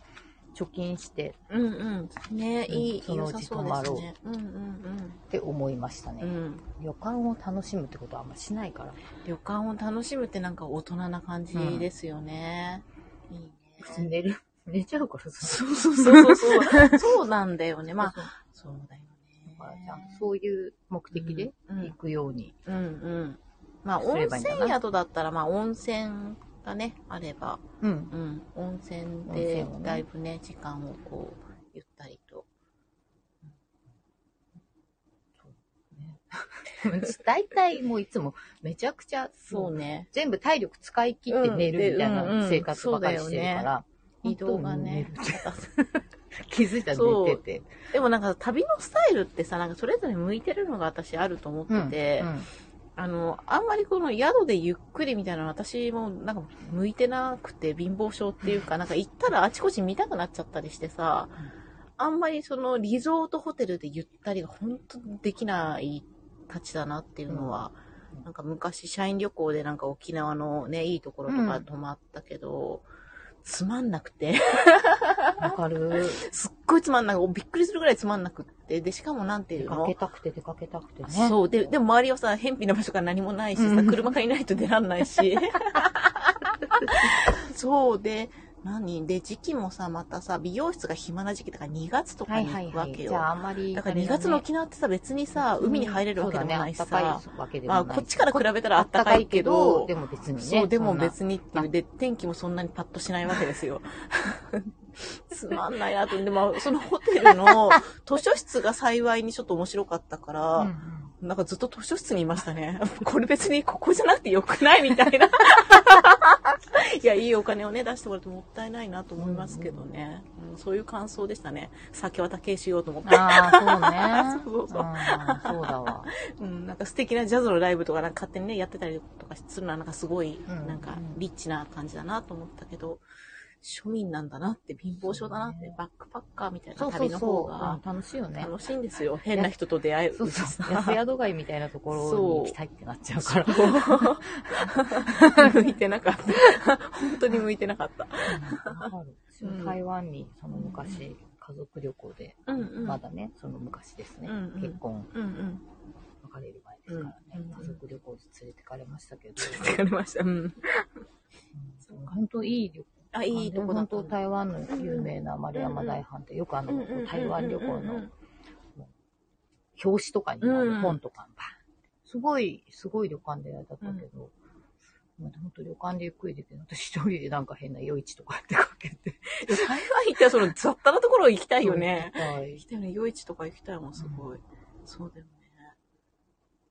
S2: 貯金して
S1: うんうん。ね、いい、
S2: うん
S1: 良さそうですね。うんうん
S2: って思いましたね。
S1: うん。うん。
S2: 旅館を楽しむってことはあんましないから。
S1: 旅館を楽しむってなんか大人な感じですよね。いいね。
S2: 普通寝る、寝ちゃうからさ。
S1: そうそうそうそう。そうなんだよね。まあ、
S2: そうそう
S1: そうだよね
S2: だからちゃんとそういう目的で
S1: うん
S2: 行くように。
S1: うんうん。まあ、
S2: す
S1: 温
S2: ればいいんだな
S1: 泉宿だったら、まあ、温泉がね、あれば、
S2: うん。
S1: うん、温泉
S2: 温
S1: で
S2: 泉をね
S1: だいぶね、時間をこう、ゆったりと。
S2: 大体もういつもめちゃくちゃ、
S1: そうね。
S2: 全部体力使い切って寝るみたいな生活ばかりしてるから、
S1: 移動がね
S2: 本当に寝る。気づいたら寝てて。
S1: でもなんか旅のスタイルってさ、なんかそれぞれ向いてるのが私あると思ってて、
S2: うん
S1: あの、あんまりこの宿でゆっくりみたいなの私もなんか向いてなくて貧乏症っていうか、なんか行ったらあちこち見たくなっちゃったりしてさ
S2: うん、
S1: あんまりそのリゾートホテルでゆったりが本当できないたちだなっていうのは、
S2: うん
S1: なんか昔社員旅行でなんか沖縄のね、いいところとか泊まったけど、つまんなくて。
S2: わかる。
S1: すっごいつまんなく、びっくりするぐらいつまんなくって、で、しかもなんてい
S2: 出
S1: う
S2: か
S1: の
S2: けたくて出かけたくてね。
S1: そう。で、でも周りはさ、返品の場所から何もないし
S2: う
S1: さ、
S2: ん
S1: 車がいないと出らんない し。そうで、何で、時期もさ、またさ、美容室が暇な時期だから2月とか
S2: はい
S1: に
S2: は
S1: 行
S2: い
S1: く
S2: は
S1: わ
S2: い。
S1: け
S2: じ
S1: よ。
S2: ゃああんまり、
S1: だから2月の沖縄ってさ、別にさ、海に入れるわけでもないし
S2: そうだ
S1: さ、
S2: ね暖かいわけでも
S1: ま
S2: な
S1: あ、
S2: い。
S1: こっちから比べたらあったかいけ
S2: あっ
S1: ど
S2: たかいけ、でも別にね。
S1: そう、でも
S2: んな
S1: 別にっていう。で、天気もそんなにパッとしないわけ ですよ。つまんないなと。でも、そのホテルの図書室が幸いにちょっと面白かったか
S2: うんう
S1: ら、
S2: ん
S1: なんかずっと図書室にいましたね。 これ別にここじゃなくてよくないみたいな。 いや、いいお金をね、出してもらってもったいないなと思いますけどね。うんそういう感想でしたね。酒は竹しようと思って。
S2: ああ、そう
S1: そ
S2: ね。
S1: うそうそうん
S2: そうだわ。
S1: うん、なんか素敵なジャズのライブとかなんか勝手にね、やってたりとかするのはなんかすごい、
S2: うん
S1: なんかリッチな感じだなと思ったけど、庶民なんだなって、貧乏症だなって、バックパッカーみたい
S2: そ
S1: な
S2: うそ
S1: 旅
S2: う
S1: の方
S2: そ
S1: が
S2: う。楽しいよね。
S1: 楽しいんですよ。変な人と出会える
S2: そうそう。 安宿街みたいなところに行きたいってなっちゃうから。
S1: そう 向いてなかった。本当に向いてなかった。
S2: わかる私も台湾にその昔、家族旅行で、
S1: うんうん
S2: まだね、その昔ですね、
S1: うんうん
S2: 結婚、
S1: うんうん。
S2: 別れる前ですからね、
S1: うんうん
S2: 家族旅行で連れてかれましたけ ど、
S1: 疲れました。うん。
S2: うん本当いい旅行。
S1: あ、いいとこだ
S2: 本
S1: った
S2: 当
S1: んだ。
S2: 台湾の有名な丸山大飯店、よくあの、台湾旅行
S1: うんうんうんうん
S2: の表紙とかにある本とか、バーンってすごい、すごい旅館でやだったけど、まあ本当旅館でゆっくりできる私一人でなんか変な夜市とかってかけて。
S1: いや台湾行ったらその雑多なところ行きたいよね。
S2: はい
S1: 行きたいよね。夜市とか行きたいもん、すごい。そうだよね。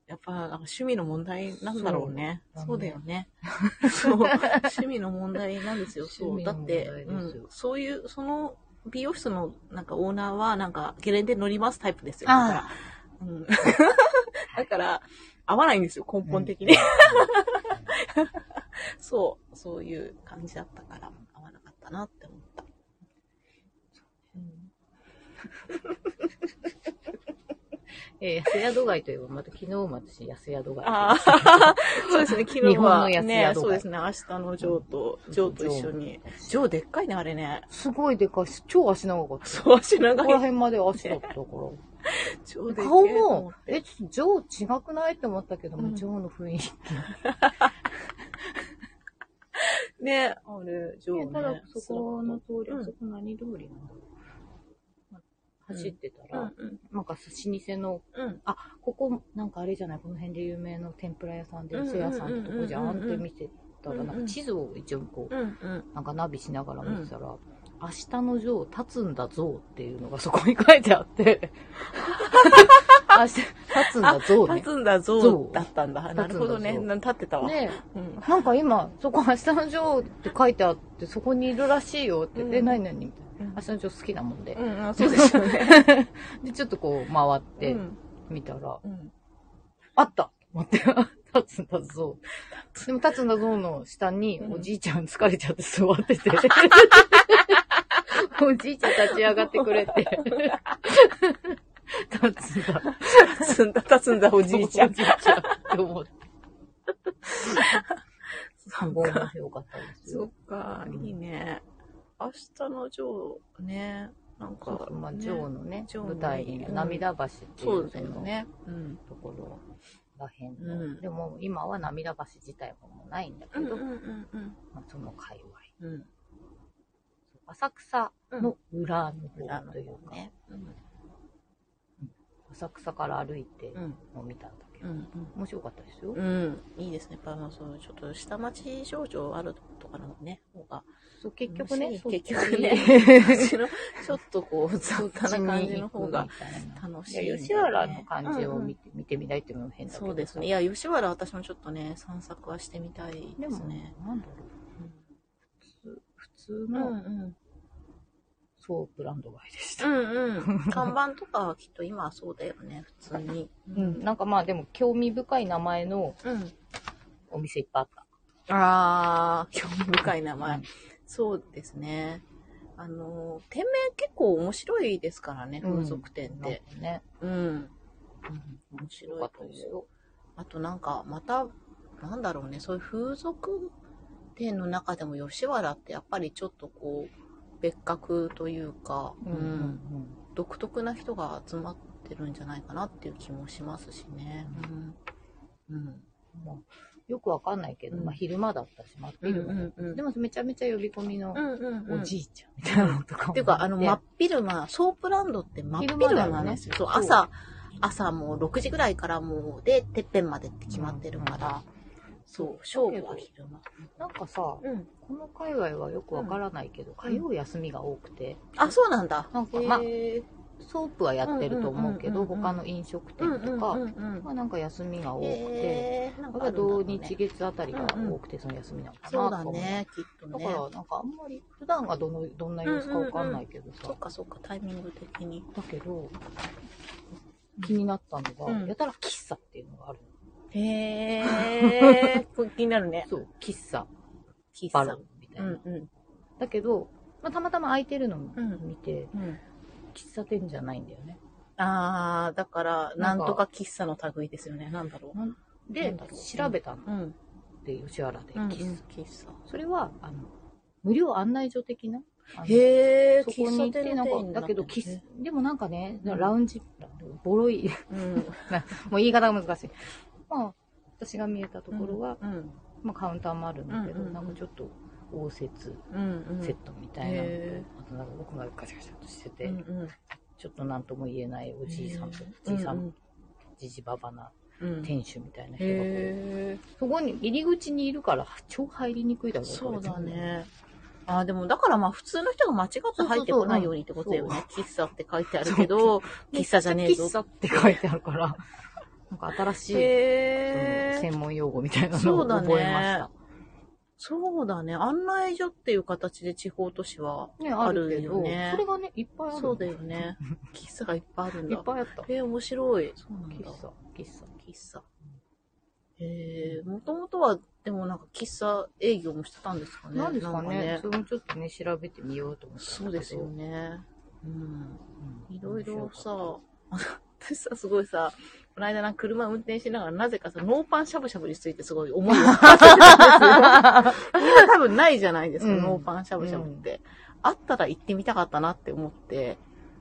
S1: やっぱ、なんか趣味の問題なんだろうね。
S2: そ
S1: そうう
S2: だ
S1: だ
S2: ね
S1: よ ね。そう。趣味の問題なんですよ。そう。
S2: 趣味の
S1: だ
S2: 問
S1: っ
S2: 題
S1: て、
S2: です
S1: う
S2: よ
S1: ん。そういう、その、美容室のなんかオーナーはなんかゲレンデ乗りますタイプですよ。だから
S2: あ
S1: うん、 だから、合わないんですよ、根本的に。 そう、そういう感じだったから、合わなかったなって思った。
S2: えー、安宿街といえば、また昨日も私、安宿街。
S1: ああ、 そうですね、昨日は、ね。
S2: 日本の安宿街
S1: そうですね、明日のジョーと、ジョーと一緒に。ジョーでっかいね、あれね。
S2: すごいでかいし、超足長かっ た。
S1: そう、足長
S2: ここら
S1: い。
S2: 辺まで足だったから。
S1: ジョーでっけえと
S2: 顔
S1: 思
S2: も
S1: っ、て。
S2: え、ちょっとジョー違くないって思ったけども、
S1: うん
S2: ジョーの雰囲気。
S1: ね、あれ、ジョー、ね。
S2: ただ、そこの通り、
S1: うん
S2: そこ何通りなんだろう。まあ走ってた
S1: う
S2: ら、
S1: んうん
S2: なんか老舗の、
S1: うん。
S2: あ、ここ、なんかあれじゃない、この辺で有名の天ぷら屋さんで、
S1: うんうん
S2: せやさんってとこじゃん
S1: うん
S2: っ
S1: うんうんうん
S2: て見てたら、なんか地図を一応こう、
S1: うんうん。
S2: なんかナビしながら見てたら、明日のジョー立つんだぞっていうのがそこに書いてあ って、 明日立つんだぞね
S1: 立。つんだ
S2: ゾ
S1: ぞ
S2: ウ
S1: だったんだ。なるほどね。
S2: 立つんだゾウ
S1: な立ってたわ。
S2: で、
S1: うん。
S2: なんか今、そこ明日のジョーって書いてあって、そこにいるらしいよって、
S1: うん
S2: で、何々みたいな。明
S1: う
S2: 日のジョー好きなもんで。
S1: ん、うん、そうですよ ね。
S2: で、ちょっとこう回って
S1: うん
S2: みたら、
S1: うん
S2: あったと思って、立つんだぞ。でも立つんだぞの下に、
S1: うん
S2: おじいちゃん疲れちゃって座って て。おじいちゃん立ち上がってくれ て。立つんだ。
S1: 立つんだ、立つんだ、お
S2: お
S1: じいちゃん。
S2: じいちゃ んって思って。
S1: そ
S2: 面白かったです
S1: そ
S2: よ
S1: っ。か。下の女王ね、なん
S2: そう
S1: か
S2: そう、、まあ、
S1: ね
S2: 女王のね、
S1: 女王の
S2: 舞台に、
S1: うん
S2: 涙橋ってい
S1: そううだよね。うん。
S2: そのところらへんの、
S1: うん
S2: でも今は涙橋自体はもうないんだけ
S1: うん
S2: ど、
S1: うんうんうん。
S2: まあ、その界隈。
S1: うん。
S2: 浅草
S1: うん
S2: の裏の
S1: 裏
S2: 方
S1: の
S2: という
S1: 方
S2: か、
S1: ね。うん。
S2: 浅草から歩いて
S1: うん。
S2: もう見たんだけ
S1: う
S2: ど、
S1: ん。
S2: 面白かったですよ。
S1: うん。いいですね。やっぱあの、その、ちょっと下町症状あるとかのね、方が。
S2: そう結局ね、
S1: うん結局 ね
S2: そっ
S1: 私
S2: ち
S1: の、ちょっとこう、雑多な感じの方が。楽
S2: 楽
S1: し
S2: し
S1: いんだ
S2: い
S1: よね
S2: や。吉原の感じを見て,、見てみたいっていうのも変だけど。
S1: そうですね。い。や、吉原私もちょっとね、散策はしてみたい
S2: で
S1: で
S2: も
S1: すね。、
S2: なんだろう。普通
S1: うんう
S2: の
S1: ん。
S2: ソープランド街でし
S1: う
S2: た。
S1: んうん。看板とかはきっと今はそうだよね、普通に。
S2: うん、なんかまあでも興味深い名前の
S1: うん。
S2: お店いっぱいあった。
S1: あー、興味深い名前。そうですね。あの、店名結構面白いですからね、
S2: うん
S1: 風俗店っ
S2: なん
S1: て。
S2: かね。
S1: うん。
S2: うん
S1: 面
S2: よ
S1: 白
S2: かっ
S1: いと
S2: た
S1: 思
S2: です
S1: う。
S2: よ。
S1: あとなんか、また、なんだろうね、そういう風俗店の中でも吉原ってやっぱりちょっとこう、別格というか、
S2: う
S1: うん、
S2: うんん
S1: 独特な人が集まってるんじゃないかなっていう気もしますしね。うん。うん。
S2: うんまあよくわかんないけど、
S1: うん
S2: まあ昼間だったし、真っ昼間だったし、
S1: うんうんうん
S2: でもめちゃめちゃ呼び込みの
S1: うんうん、うん。
S2: おじいちゃんみたいなのとかも、
S1: っていうか、あの、
S2: ね
S1: 真っ昼間、ソープランドって真っ昼間なんですよ。
S2: 昼
S1: そう、
S2: 間だよね
S1: 朝、朝もう6時ぐらいからもう、で、てっぺんまでって決まってるから、そう、勝負は昼間。
S2: なんかさ、
S1: うん。
S2: この界隈はよくわからないけど、火曜休みが多くて、
S1: あ、そうなんだ。
S2: なんか
S1: へー
S2: まあソープはやってると思うけど、
S1: うんうんうんうん
S2: 他の飲食
S1: うん
S2: 店
S1: うん
S2: と
S1: う
S2: か、
S1: んうん
S2: まあなんか休みが多くて、
S1: へーなん
S2: だ
S1: か
S2: か
S1: あ
S2: ら
S1: るんだろ
S2: 土
S1: うね
S2: 日月あたりが多くてその休みなのかなと
S1: そう
S2: 思
S1: だね、きっと
S2: だ
S1: ね。
S2: からなんかあんまり普段がどのどんな様子かわかんないけどさ、
S1: そっかそっか、タイミング的に。
S2: だけど気になったのが、
S1: うん
S2: やたら喫茶っていうのがあるの
S1: へえ。こ れ気になるね。
S2: そう喫茶
S1: 喫
S2: バ
S1: 茶。
S2: ルみた
S1: う
S2: いな、
S1: んうん。
S2: だけど、まあ、たまたま空いてるのを
S1: うん
S2: 見て、
S1: うん、
S2: 喫茶店じゃないんだよね
S1: あー、だから、な
S2: な
S1: んん
S2: か
S1: とか喫茶の類ですよね。なんだろ
S2: で
S1: なんだろう
S2: 調べたのっ
S1: う。うん。
S2: て吉原で喫茶、
S1: 喫茶。
S2: それはあの無料案内所的なあの
S1: へえ、
S2: そこに行
S1: 喫
S2: っ
S1: 茶
S2: て
S1: 店
S2: な
S1: の店
S2: ん
S1: 員
S2: かだけど
S1: になってる
S2: 喫
S1: ね
S2: でもなんかね
S1: うん
S2: ラウンジボロい
S1: うん。
S2: もう言い方が難しいまあ私が見えたと
S1: と
S2: ころは、
S1: うん。
S2: まあ、カウンターもあるんだけど、
S1: うんうんうん
S2: なんかちょっと応接
S1: うんうん。
S2: セットみたいなのと、
S1: へ
S2: あとなんか僕がガチャガチャっとしてて、
S1: うんうん。
S2: ちょっと何とも言えないおじいさんと
S1: へー
S2: じいさ
S1: うんん
S2: じじばばな
S1: うん。
S2: 店主みたいな人がこう
S1: へえ。
S2: そこに入り口にいるから超入りにくいだろ
S1: そうだ
S2: これ
S1: ね。あーでもだからまあ普通の人が間違って入ってこないようにってことだよね。喫茶って書いてあるけど、喫茶じゃねえぞ。
S2: 喫茶って書いてあるから なんか新しい、
S1: へ
S2: その
S1: え。
S2: 専門用語みたいなのを
S1: そうだね
S2: 覚えました
S1: そうだね。案内所っていう形で地方都市は
S2: ね
S1: あ
S2: あるけ
S1: る
S2: ど
S1: よね
S2: それ。がねいっぱいある
S1: そうだよ ね。喫茶がいっぱいあるん
S2: い
S1: だ。
S2: っぱいあった
S1: えー、面白い。そうなん
S2: 喫
S1: だ。
S2: 茶喫茶
S1: 喫茶。えー、もともとは、でもなんか喫茶営業もしてたんですかね。
S2: なんですかね
S1: なん
S2: それもちょっとね調べてみようと思ったんだけ
S1: そ
S2: ど
S1: うですよね。うん。
S2: うん
S1: いろいろ さ、私さ、すごいさ、この間なんか車運転しながら、なぜかさ、ノーパンしゃぶしゃぶについてすごい思いを 馳せてたんですよ。今多分ないじゃないですか、
S2: うん
S1: ノーパンしゃぶしゃぶって。あったら行ってみたかったなって思って、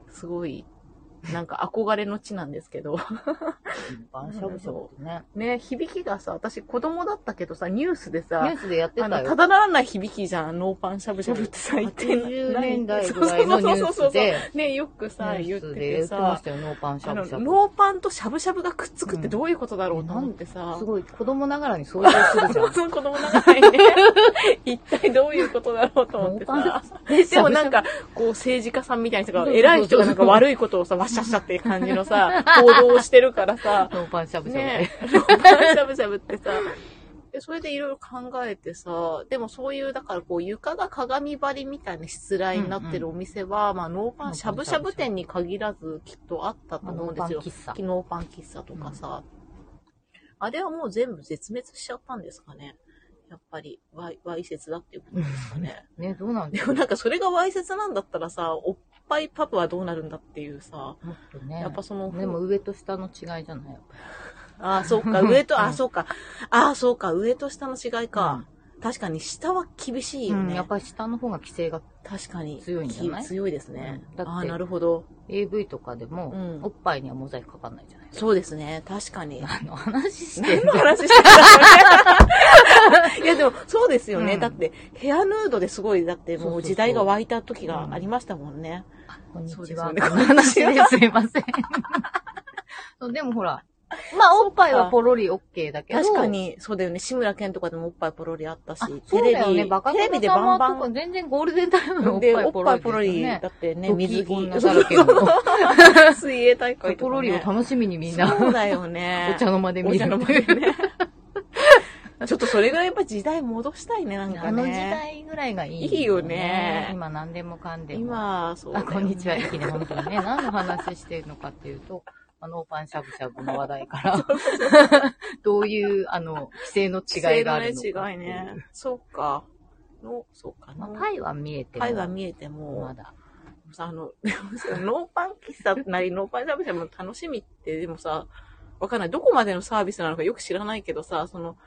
S1: すごい、なんか憧れの地なんですけ ど。
S2: 晩しゃぶしゃぶってね
S1: ね、響きがさ、私子供だったけどさ、ニュースで
S2: ニュ
S1: さ
S2: ー、スでやって
S1: あ
S2: た
S1: の、
S2: よ
S1: ただならない響きじゃん、ノーパンしゃぶしゃぶってさ、言ってんの
S2: 80年代ぐらい のニュースで、
S1: ね、よくさ、
S2: ニ
S1: 言
S2: ュ
S1: って
S2: ースで言
S1: て
S2: ってまし
S1: さ、
S2: たよ、ノーパンし
S1: あ
S2: ゃ
S1: の、
S2: ぶしゃぶ。
S1: ノーパンとしゃぶしゃぶがくっつくってどういうことだろうと思ってさ、
S2: すごい、子供ながらに想像するじゃ ん。
S1: その子供ながらに ね、一体どういうことだろうと思ってさ、でもなんか、こう政治家さんみたいな人が、偉い人がなんか悪いことをさ、わっしゃっしゃっていう感じのさ、行動をしてるからさ、
S2: ノーパンしゃぶしゃぶ
S1: ね
S2: ね。
S1: え、ローマン しゃぶしゃぶってさ。でそれでいろいろ考えてさ、でもそういう、だからこう床が鏡張りみたいなしつらいになってるお店は、まあノーパンしゃぶしゃぶ店に限らずきっとあったと思う
S2: ノ
S1: ん
S2: ー
S1: で
S2: パン
S1: すよ。
S2: 喫茶。
S1: ノーパン喫茶とかさ。あれはもう全部絶滅しちゃったんですかね。やっぱり、わい、わいせつだっていうことですかね。
S2: ね、どうなんだ
S1: で
S2: ろ
S1: も
S2: う。
S1: なんかそれがわいせつなんだったらさ、おっぱいパブはどうなるんだっていうさ、
S2: もっとね。
S1: やっぱその、
S2: でも上と下の違いじゃないやっぱり
S1: ああ、そうか、上と、
S2: うん
S1: あ、そうか。ああ、そうか、上と下の違いか。確かに下は厳しいよ
S2: うん
S1: ね。
S2: やっぱり下の方が規制が、
S1: 確かに。
S2: 強いんじゃない
S1: き強いですね。
S2: うんだって
S1: ああ、なるほど。
S2: AV とかでも、
S1: うん
S2: おっぱいにはモザイクかかんないじゃないですか。
S1: そうですね。確かに。
S2: あの、話して
S1: 何
S2: る
S1: の 話してたのいや、でも、そうですよね。
S2: うん
S1: だって、ヘアヌードですごい、だって
S2: そうそう
S1: も
S2: そう
S1: う時代が湧いた時がありましたもんね。
S2: こんに
S1: そう
S2: ち
S1: です
S2: は。
S1: よね
S2: この話ですいません。そうでもほら、まあ、おっぱいはポロリオッケーだけど、
S1: 確かに、そうだよね。志村けんとかでもおっぱいポロリあったし
S2: あ、、そ
S1: テ
S2: う
S1: レ
S2: だよ
S1: ビ、
S2: ね、バカ
S1: テレビでバンバン、
S2: 全然ゴールデンタイムのおっ
S1: で、
S2: ぱい
S1: お
S2: ポ
S1: っぱいポ
S2: ロ
S1: ロ
S2: リ
S1: リ、
S2: ですよね。
S1: だってね、
S2: ドキ
S1: 水着、
S2: 女だらけの
S1: 水泳大会と
S2: ポ
S1: か、
S2: ロ
S1: ね。
S2: リを楽しみにみんな、
S1: そうだよね。
S2: お茶の間で
S1: お
S2: 見
S1: 茶
S2: る。
S1: の間でね。 ちょっとそれぐらいやっぱ時代戻したいね、なん
S2: あ
S1: かね。
S2: の時代ぐらいがいい、
S1: いいよね
S2: 今何でもかんでも。
S1: 今、そうだ
S2: あ、
S1: よね
S2: こんにちは。駅で本当にね、何の話してるのかっていうと、あの、パンしゃぶしゃぶの話題 から、どういう、あの、規制の違いがあるのかってい
S1: 規制
S2: う。
S1: のね違いね。そうか。の、そうか
S2: ま
S1: な。
S2: あ、パイは見えても
S1: パイは見えても
S2: ま、だ。
S1: さ、あの、 でもさノーパン喫茶なり、ノーパンしゃぶしゃぶの楽しみって、でもさ、わかんない。どこまでのサービスなのかよく知らないけどさ、その、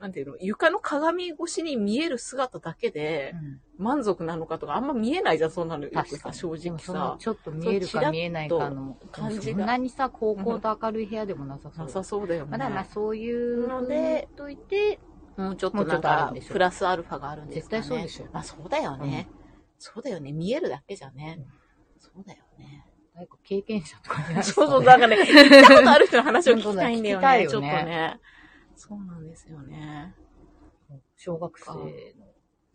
S1: なんていうの、床の鏡越しに見える姿だけで
S2: うん
S1: 満足なのかとか、あんま見えないじゃん、そんなの。よく
S2: 確か
S1: さ、
S2: に。
S1: 正
S2: で
S1: 直
S2: もその
S1: さ。
S2: ちょっと見え
S1: そ
S2: る
S1: うちらっ
S2: か
S1: と
S2: 見えないかの
S1: 感じ
S2: で
S1: が
S2: もそんなにさ、高校と明るい部屋でもなさそう。
S1: なさそうだよ
S2: まあ、
S1: ね。
S2: だからまあそういうの
S1: の
S2: で
S1: で、
S2: といて、
S1: もうちょっ
S2: も
S1: と
S2: うち
S1: な
S2: ょっ
S1: ん
S2: とある
S1: か
S2: んでしょ、
S1: プラスアルファがあるんです
S2: 絶
S1: かね。
S2: 対そうでしょ。
S1: まあそうだよね。そうだよね。見えるだけじゃね。そうだよね。
S2: なんか経験者とかになる
S1: そうそう、
S2: だ
S1: なんか ね、聞い たことある人の話を聞きたいんだよ
S2: 本当だ
S1: ね。
S2: 聞きたい
S1: ちょ
S2: よ
S1: っと
S2: ね
S1: ね。そうなんですよね。
S2: 小学生の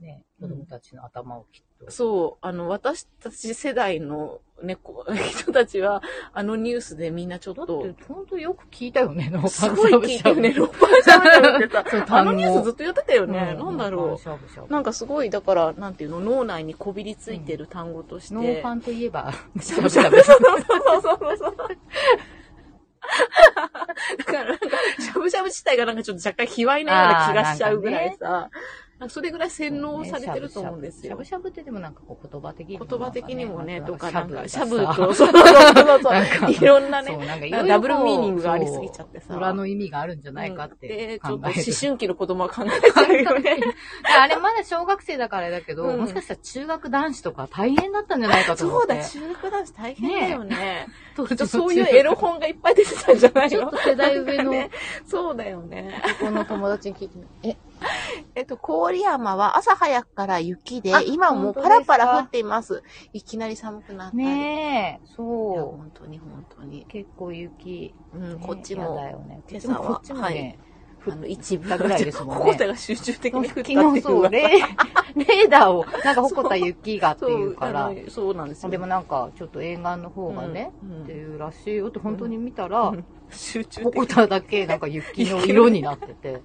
S2: ね、子供たちの頭をきっと。
S1: そう、あの、私たち世代の猫、 人たちは、あのニュースでみんなちょっ
S2: だっ
S1: と、
S2: て、ほんとよく聞いたよ ね、ノ
S1: すごい聞いてる ね、ロッパーしゃぶしゃぶってさ、あのニュースずっとやってたよね。なんだろ
S2: う。ノーパンしゃぶしゃぶ
S1: う。なんかすごい、だから、なんていうの、脳内にこびりついてる単語として。
S2: ノ ーパンといえば、しゃ
S1: そ
S2: ぶ
S1: う
S2: し
S1: そ
S2: ゃ
S1: う
S2: ぶ。
S1: そうそうそう。だからなんか、しゃぶしゃぶ自体がなんかちょっと若干卑猥なような気がしちゃうぐらいさ、なんかそれぐらい洗脳されてると思うんです
S2: しゃ
S1: よ
S2: ぶ。しゃぶってでもなんかこう言葉的にもなんか
S1: 言葉的にもね、とか、なんか、しゃ
S2: シ
S1: ぶ
S2: ャブ
S1: と、そうそうそうそ
S2: なんか
S1: う、いろんな
S2: そう、
S1: ね、
S2: なんかい
S1: な
S2: ろ
S1: んか
S2: いろ
S1: ダブルミーニングがありすぎちゃ
S2: っ
S1: って
S2: て
S1: さ。
S2: 裏の意味があるんじゃないかっ
S1: うんで
S2: て
S1: ちょ
S2: 考
S1: っと思
S2: える。
S1: 春期の子供は考えちゃうよ ね。
S2: あれまだ小学生だからだけど、
S1: うん
S2: もしかしたら中学男子とか大変だったんじゃないかと思
S1: そ
S2: っ
S1: うだ、
S2: て。
S1: 中学男子大変だよね。
S2: そう
S1: きっとそういうエロ本がいっぱい出てたんじゃない
S2: ちょっ
S1: の
S2: と世代上の、
S1: ねそうだよね。
S2: この友達に聞いてみえ、
S1: えっと、郡山は朝早くから雪で
S2: あ、
S1: 今もう
S2: 本当
S1: パラパ
S2: ですか
S1: ラ降っています。いきなり寒くなったり。
S2: ねえ、
S1: いや
S2: そ
S1: 本当に本当に
S2: う。。結構雪、
S1: うん、
S2: ね
S1: こっち
S2: 嫌だ
S1: も、
S2: よね。
S1: 今朝は
S2: こっちもね、
S1: あの、一部
S2: 降ったぐらいですもんね
S1: ほこたが集中的 に降ったっていう
S2: 昨日そう、 レーレーダーを、なんかほこた雪がって
S1: そう
S2: いうから
S1: あ、のそうなんですよ。
S2: でもなんかちょっと沿岸の方がね、
S1: うん、うん
S2: っていうらしいよって本当に見たら、
S1: うん集中
S2: ポ
S1: 的
S2: コ
S1: に。
S2: タだけなんか雪の色にな ってて。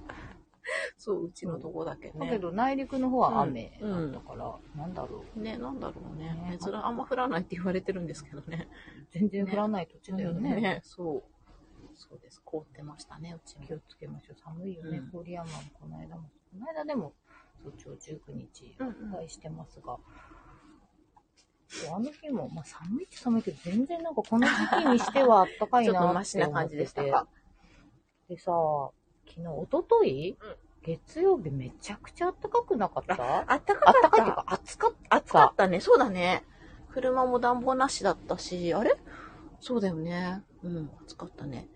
S1: そう、うちのとこだけ
S2: だけ
S1: ね。
S2: ど内陸の方は雨だったから、なんだろ
S1: ね、なんだろう
S2: ね
S1: ね。珍、あんま降らないって言われてるんですけどね。
S2: う。全然降らない土地だよね。
S1: そう。そうです。凍ってましたね、うちも
S2: 気。をつけましょう。寒いよね
S1: う、ん
S2: 郡、山もこの間も。この間でも、早朝19日、
S1: うんうん
S2: お会いしてますが、そうあの日も、まあ寒いって寒いけど、全然なんかこの時期にしてはあったか い
S1: ちょっと
S2: な
S1: マ
S2: って
S1: シ
S2: 思ってて。
S1: な感じでしたか。
S2: でさ、昨日、一昨日、
S1: うん
S2: 月曜日めちゃくちゃ暖かくなか った
S1: あったかか
S2: あっ
S1: ったた
S2: かいっていうか暑かった。
S1: 暑かったね。そうだね。車も暖房なしだったし、あれそうだよね。うん、暑かったね。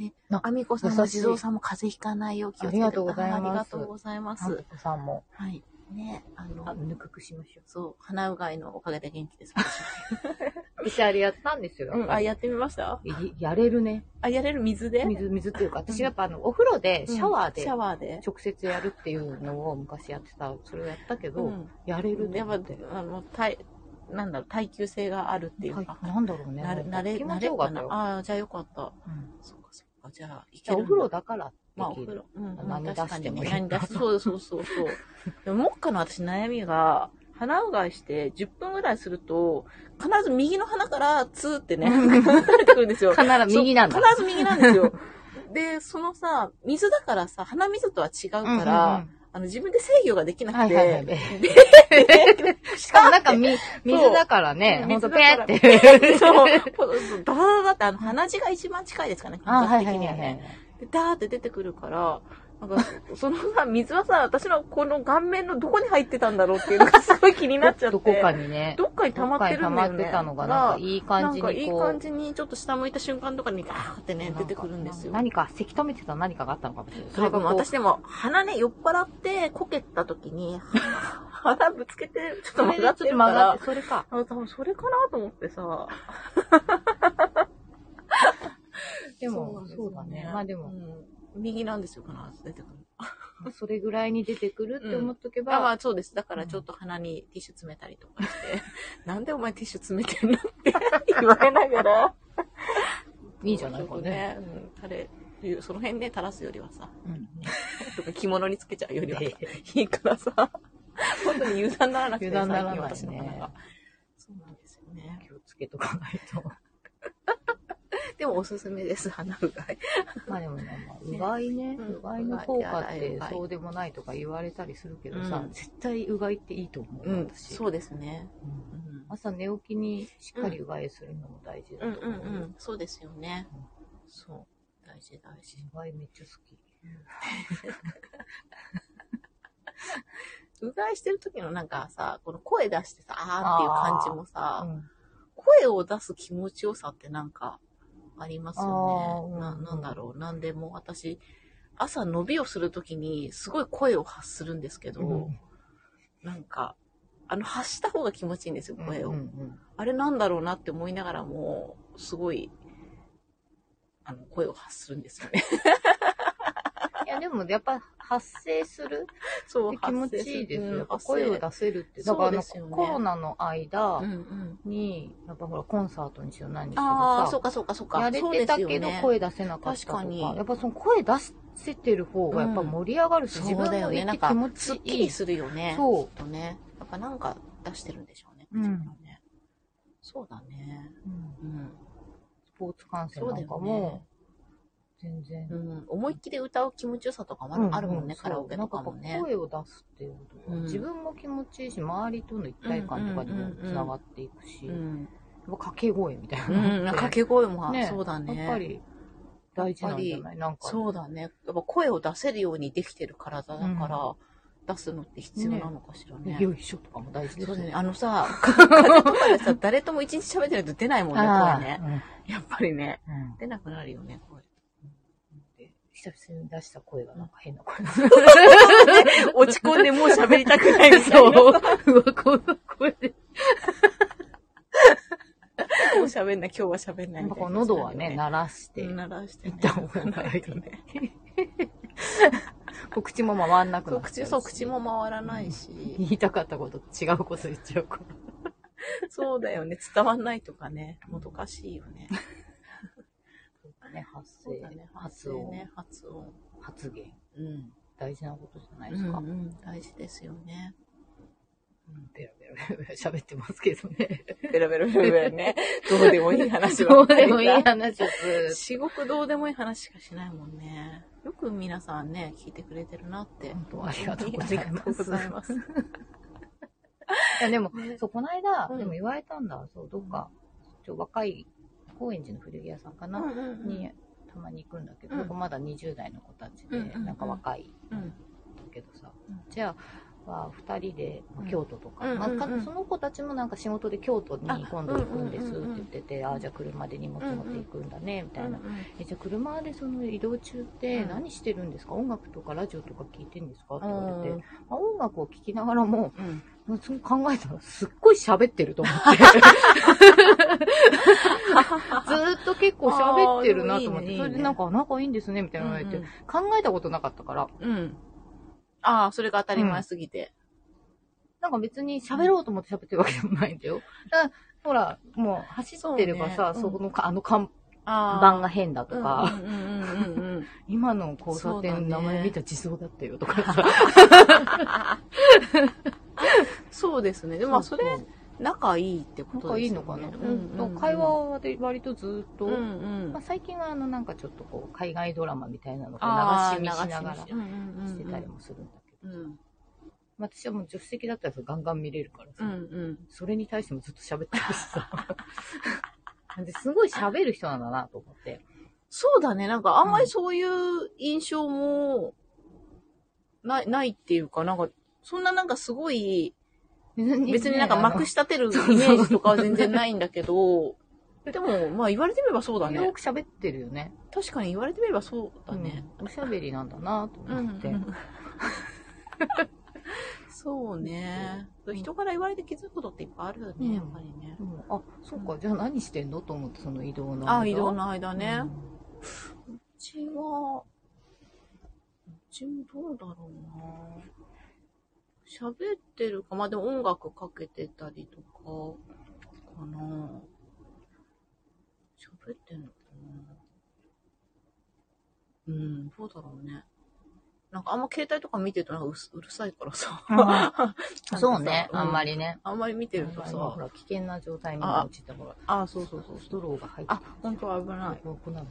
S1: え
S2: な、
S1: あみこさん
S2: 優
S1: も
S2: しい
S1: 地蔵さんも風邪ひかないよう気をつけて
S2: ありがとうございます
S1: あありがとうございま
S2: 韓
S1: す。
S2: 国さんも、
S1: はい。ね、あの、
S2: あ、ぬくくしましょ
S1: そう、鼻うがいのおかげで元気です。
S2: う。私あれやったんですよ。
S1: うん、あ、やってみました
S2: いやれるね。
S1: あ、やれる水で
S2: 水、水っていうか、私やっぱあの、お風呂で、シャワー
S1: うん
S2: で
S1: シャ、ワーで。
S2: 直接やるっていうのを昔やってた、それをやったけど、
S1: うん
S2: やれる
S1: やっぱ
S2: っ、て。
S1: あの、耐え、なんだろう、耐久性があるっていうか
S2: は。いなんだろうね。
S1: なれ、
S2: な
S1: なれ、
S2: 気持
S1: 慣
S2: ち
S1: れ
S2: よ
S1: っか
S2: かった
S1: な。
S2: よ。
S1: ああー、じゃあよかった。
S2: うん
S1: そうかそうか。じゃあ、い
S2: じゃ
S1: けるん
S2: あお
S1: だ
S2: 風呂だから
S1: まあ、お
S2: でき
S1: 風
S2: る。
S1: 呂。うんうん、
S2: 何出してもい
S1: 確
S2: い
S1: かにね何出すそうそうそうそう。でも、目下の私悩みが、鼻うがいして10分ぐらいすると、必ず右の鼻からツーってね、垂れてくるんです よ。
S2: 必ず右なん
S1: そ
S2: だ。
S1: う必ず右なんですよ。で、そのさ、水だからさ、鼻水とは違うから、あの、自分で制御ができな
S2: は
S1: く
S2: い
S1: て、
S2: はいはい。
S1: し
S2: しかもなんか、み、水だからね、
S1: うん
S2: ほんと
S1: 水
S2: ペ
S1: だ
S2: ー
S1: か
S2: っ
S1: ら
S2: て。
S1: そう、ダダダダって、あの、鼻血が一番近いですかね、
S2: あ、
S1: 感
S2: はい
S1: 覚的
S2: はいは
S1: に
S2: い
S1: は
S2: は
S1: ね。
S2: い。
S1: で、ダーって出てくるから、なんか、その さ、水はさ、私のこの顔面のどこに入ってたんだろうっていうの がすごい気になっちゃって。
S2: どこかにね。
S1: どっかに溜まってるんだよ
S2: どっかに溜ま
S1: ね。
S2: ってたのが、なんかいい
S1: な
S2: 感
S1: ん
S2: じに
S1: か
S2: こう。
S1: いい感じに、ちょっと下向いた瞬間とかにガーってね
S2: な、か
S1: 出てくるんですよ。
S2: 何か、せき止めてた何かがあったのかもしれない。
S1: それかもう
S2: こう
S1: 私でも、鼻ね、酔っ払ってこけた時に、 鼻ぶつけて、ちょっと
S2: そ
S1: 曲
S2: れでち
S1: が
S2: ょっ
S1: って
S2: と
S1: るか
S2: 曲がっ
S1: ら
S2: て、、それか。
S1: あ多分それかなと思ってさ。
S2: で
S1: な
S2: も
S1: ん、ですよ
S2: そうだね。まあでも、
S1: うん右なんですよ、必ず出てくる。
S2: それぐらいに出てくるって思っとけ
S1: あま
S2: ば、
S1: あそうです。だからちょっと鼻にティッシュ詰めたりとかして、 なんでお前ティッシュ詰めてんのって 言われながら。
S2: いいじゃない
S1: ちょ
S2: か
S1: っと
S2: ね。。
S1: うん、垂れ、その辺ね、垂らすよりはさ、
S2: うん。
S1: とか着物につけちゃうよりはさ、いいからさ、本当に油断ならなくて、
S2: 油断ならないね
S1: 最近私の鼻が。そうなんですよね。
S2: 気をつけとかないと。
S1: でもおすすめです、鼻うがい。
S2: まあでもね、まあうがいね、
S1: うん
S2: うがいの効果っ
S1: う
S2: て
S1: がい
S2: そうでもないとか言われたりするけどさ、
S1: うん
S2: 絶対うがいっていいと思う
S1: う
S2: よ、
S1: ん、
S2: 私、
S1: そうですね。
S2: うん
S1: うん
S2: 朝寝起きにしっかりうがいするのも大事だ
S1: うん
S2: と
S1: う
S2: 思うよ、
S1: んうん、そうですよね。そう。大事大事。
S2: うがいめっちゃ好き。
S1: うがいしてる時のなんかさ、この声出してさ、あーっていう感じもさ、
S2: うん
S1: 声を出す気持ちよさってなんかありますよね。
S2: あー
S1: な
S2: うん
S1: なんだろう。なんでも私、朝伸びをするときにすごい声を発するんですけど、
S2: うん
S1: なんか、あの発した方が気持ちいいんですよ、声を。
S2: うんうん
S1: あれなんだろうなって思いながらも、すごい、あの、声を発するんです よね。
S2: いやでもやっぱ発生する
S1: そ
S2: って気持ちいいですよ。やっぱ
S1: 発声
S2: 声を出せるって。だからあの、
S1: そうですよね
S2: コロナの間
S1: うんうん。
S2: に、やっぱほらコンサートにしろ何にしろ
S1: ああ、
S2: さ
S1: そう、かそうかそうか。
S2: やれ
S1: そうで
S2: て
S1: す
S2: た
S1: よ
S2: けど
S1: ね
S2: 声出せなかったとか
S1: 確かに
S2: やっぱその声出せてる方がやっぱ盛り上がるし、
S1: そう
S2: 自分
S1: だよ
S2: も
S1: ね。
S2: い
S1: な
S2: て
S1: んか
S2: 気持、ち
S1: すっき
S2: い
S1: り
S2: い。
S1: するよね。
S2: そ
S1: とね。やっぱなんか出してるんでしょうね。
S2: うん
S1: 口からねそうだね。
S2: う、うん
S1: うん。
S2: スポーツ観戦
S1: そう
S2: な
S1: だ
S2: んか
S1: よ
S2: も
S1: ね。
S2: 全然、
S1: うん。思いっきり歌う気持ちよさとかまだあるもんね、
S2: そう
S1: カラオケとかも
S2: な
S1: ね
S2: ん。かやっぱ声を出すっていうことは、
S1: うん
S2: 自分も気持ちいいし周りとの一体感とかにもつながっていくし、
S1: う
S2: やっ
S1: ん。
S2: ぱ掛け声みたいな
S1: うん。
S2: のって
S1: 掛け声も、
S2: ね
S1: そうだね。
S2: やっぱり大事なんじゃ
S1: やっぱ
S2: ないなんか
S1: そうだね。やっぱ声を出せるようにできてる体だから、出すのって必要なのかしらね。
S2: よいしょとかも大事です
S1: そう
S2: よ
S1: だね。あのさ、風邪とかでさ、誰とも一日喋ってないと出ないもんね、
S2: あ
S1: 声
S2: ー
S1: ね。やっぱりね。
S2: うんうん
S1: 出なくなるよね、声。
S2: で久々に出した声がなんか変な声
S1: 落ち込んでもう喋りたくないみ たいな。
S2: そう。
S1: も
S2: うわ、こんな声で。
S1: う喋んない、今日は喋んな
S2: ないん
S1: み
S2: か
S1: たいな。
S2: こう喉はね、鳴らして、
S1: 鳴らして、
S2: 一旦覚えないとね。こう口も回んなく
S1: そ
S2: な
S1: う、
S2: っち
S1: 口、
S2: ゃうし
S1: そう、口も回らないし。
S2: 言いたかったこと違うこと言っちゃうから。
S1: そうだよね、伝わんないとかね、もどかしいよね。
S2: ね、発
S1: そう
S2: 声、
S1: だね、発
S2: 発
S1: 音
S2: 音、
S1: ね、発音。
S2: 発言。
S1: うん。
S2: 大事なことじゃないで
S1: う
S2: す
S1: ん
S2: か。
S1: うん、大事ですよね。
S2: うんペラペラペラペラ喋ってますけどね。
S1: ベラベラベラベラ ね。どうでもいい話
S2: ど
S1: ばっ
S2: う
S1: か
S2: で
S1: りさ
S2: もいい話をずー っ
S1: 至極どうでもいい話しかしないもんね。よく皆さんね、聞いてくれてるなって
S2: と。。本当ありがとうござ い
S1: ありが
S2: ま
S1: とうご
S2: す。
S1: ざいます。
S2: いや、でも、そう、この間、
S1: うん
S2: でも言われたんだ、そう、どっか、ちょ若い、高円寺の古着屋さんかな、に、たまに行くんだけど、
S1: うん
S2: そこまだ20代の子たちで、
S1: うんうんうん
S2: なんか若い、
S1: うん
S2: だけどさ、
S1: うん
S2: じゃあ、まあ、2人で、まあ
S1: うん
S2: 京都とか、
S1: うん
S2: まあ
S1: うんうん
S2: かその子たちもなんか仕事で京都に
S1: あ
S2: 今度行くんですっ
S1: うん
S2: て
S1: うんうんうん
S2: 言ってて、ああ、じゃあ車で荷物持っていくんだね、みたいな。え、じゃあ車でその移動中って
S1: うん
S2: 何してるんですか、音楽とかラジオとか聞いてんですかって言われ
S1: う
S2: て
S1: ん、
S2: まあ、音楽を聴きながらも、
S1: うん。
S2: もうその考えたらすっごい喋ってると 思って。ずーっと結構喋ってるなと思
S1: あーでも
S2: っ
S1: いいねいい
S2: て、
S1: ね
S2: それでなんか仲いいんですね、みたいなの言われて、考えたことなかったから、
S1: うん。ああ、それが当たり前すぎて。
S2: なんか別に喋ろうと思って喋ってるわけでもないんだよ。だからほら、もう走ってればさ、
S1: そうねう
S2: そ
S1: ん
S2: このか、あの看
S1: あ
S2: 板が変だと
S1: と
S2: か、
S1: うんうんうんうんうん。
S2: 今の交差
S1: そうだね
S2: 点名前見た地蔵だったよとかさ。
S1: そうですね。でもまあそれ、仲いいってこ
S2: なんか
S1: と
S2: い
S1: で
S2: い
S1: すよ
S2: の
S1: ね。
S2: かな、
S1: うんうんうん
S2: 会話は割とずーっと、
S1: うんう
S2: まあ、
S1: ん。
S2: 最近はあのなんかちょっとこう海外ドラマみたいなのをこ
S1: あ
S2: う
S1: ー
S2: 流し見しながら
S1: 流
S2: し
S1: し見うんうんうん
S2: てたりもするんだけど、
S1: うん
S2: まあ私はもう助手席だったらガンガン見れるからさ、
S1: うんうん。
S2: それに対してもずっと喋ってるしさ ですごい喋る人なんだなと思って
S1: そうだね。なんかあんまりそういう印象もない、ないっていうか、なんか、そんななんかすごい、 別
S2: 別
S1: になんかまく
S2: し
S1: し立 てるイメージとかは全然ないんだけど、 でも、まあ言われてみればそうだ
S2: よ
S1: ね。
S2: く喋ってるよね。
S1: 確かに言われてみればそうだね。
S2: うんおしゃべりなんだなと
S1: うん
S2: 思って。
S1: そうね。人から言われて気づくことっていっぱいあるよね、
S2: うん
S1: やっぱりね。
S2: うんあ、そうか、じゃあ何してんのと思って、その移動の間。
S1: あ、移動の間
S2: う
S1: ね。うんちは、うちもどうだろうな。喋ってるか、まあでも音楽かけてたりとか、かな。喋ってんのかな。うん、どうだろうね。なんかあんま携帯とか見てるとなんかうすうるさいからさ。
S2: あーそうね、あんま
S1: り。
S2: りね。
S1: あんまり見てると
S2: 今ほ
S1: さ。
S2: ら、危険な状態に陥ったほら、
S1: ああ、そうそうそう
S2: ス
S1: そう。
S2: トローが入って
S1: あ、本当は危ない。
S2: こうこうなる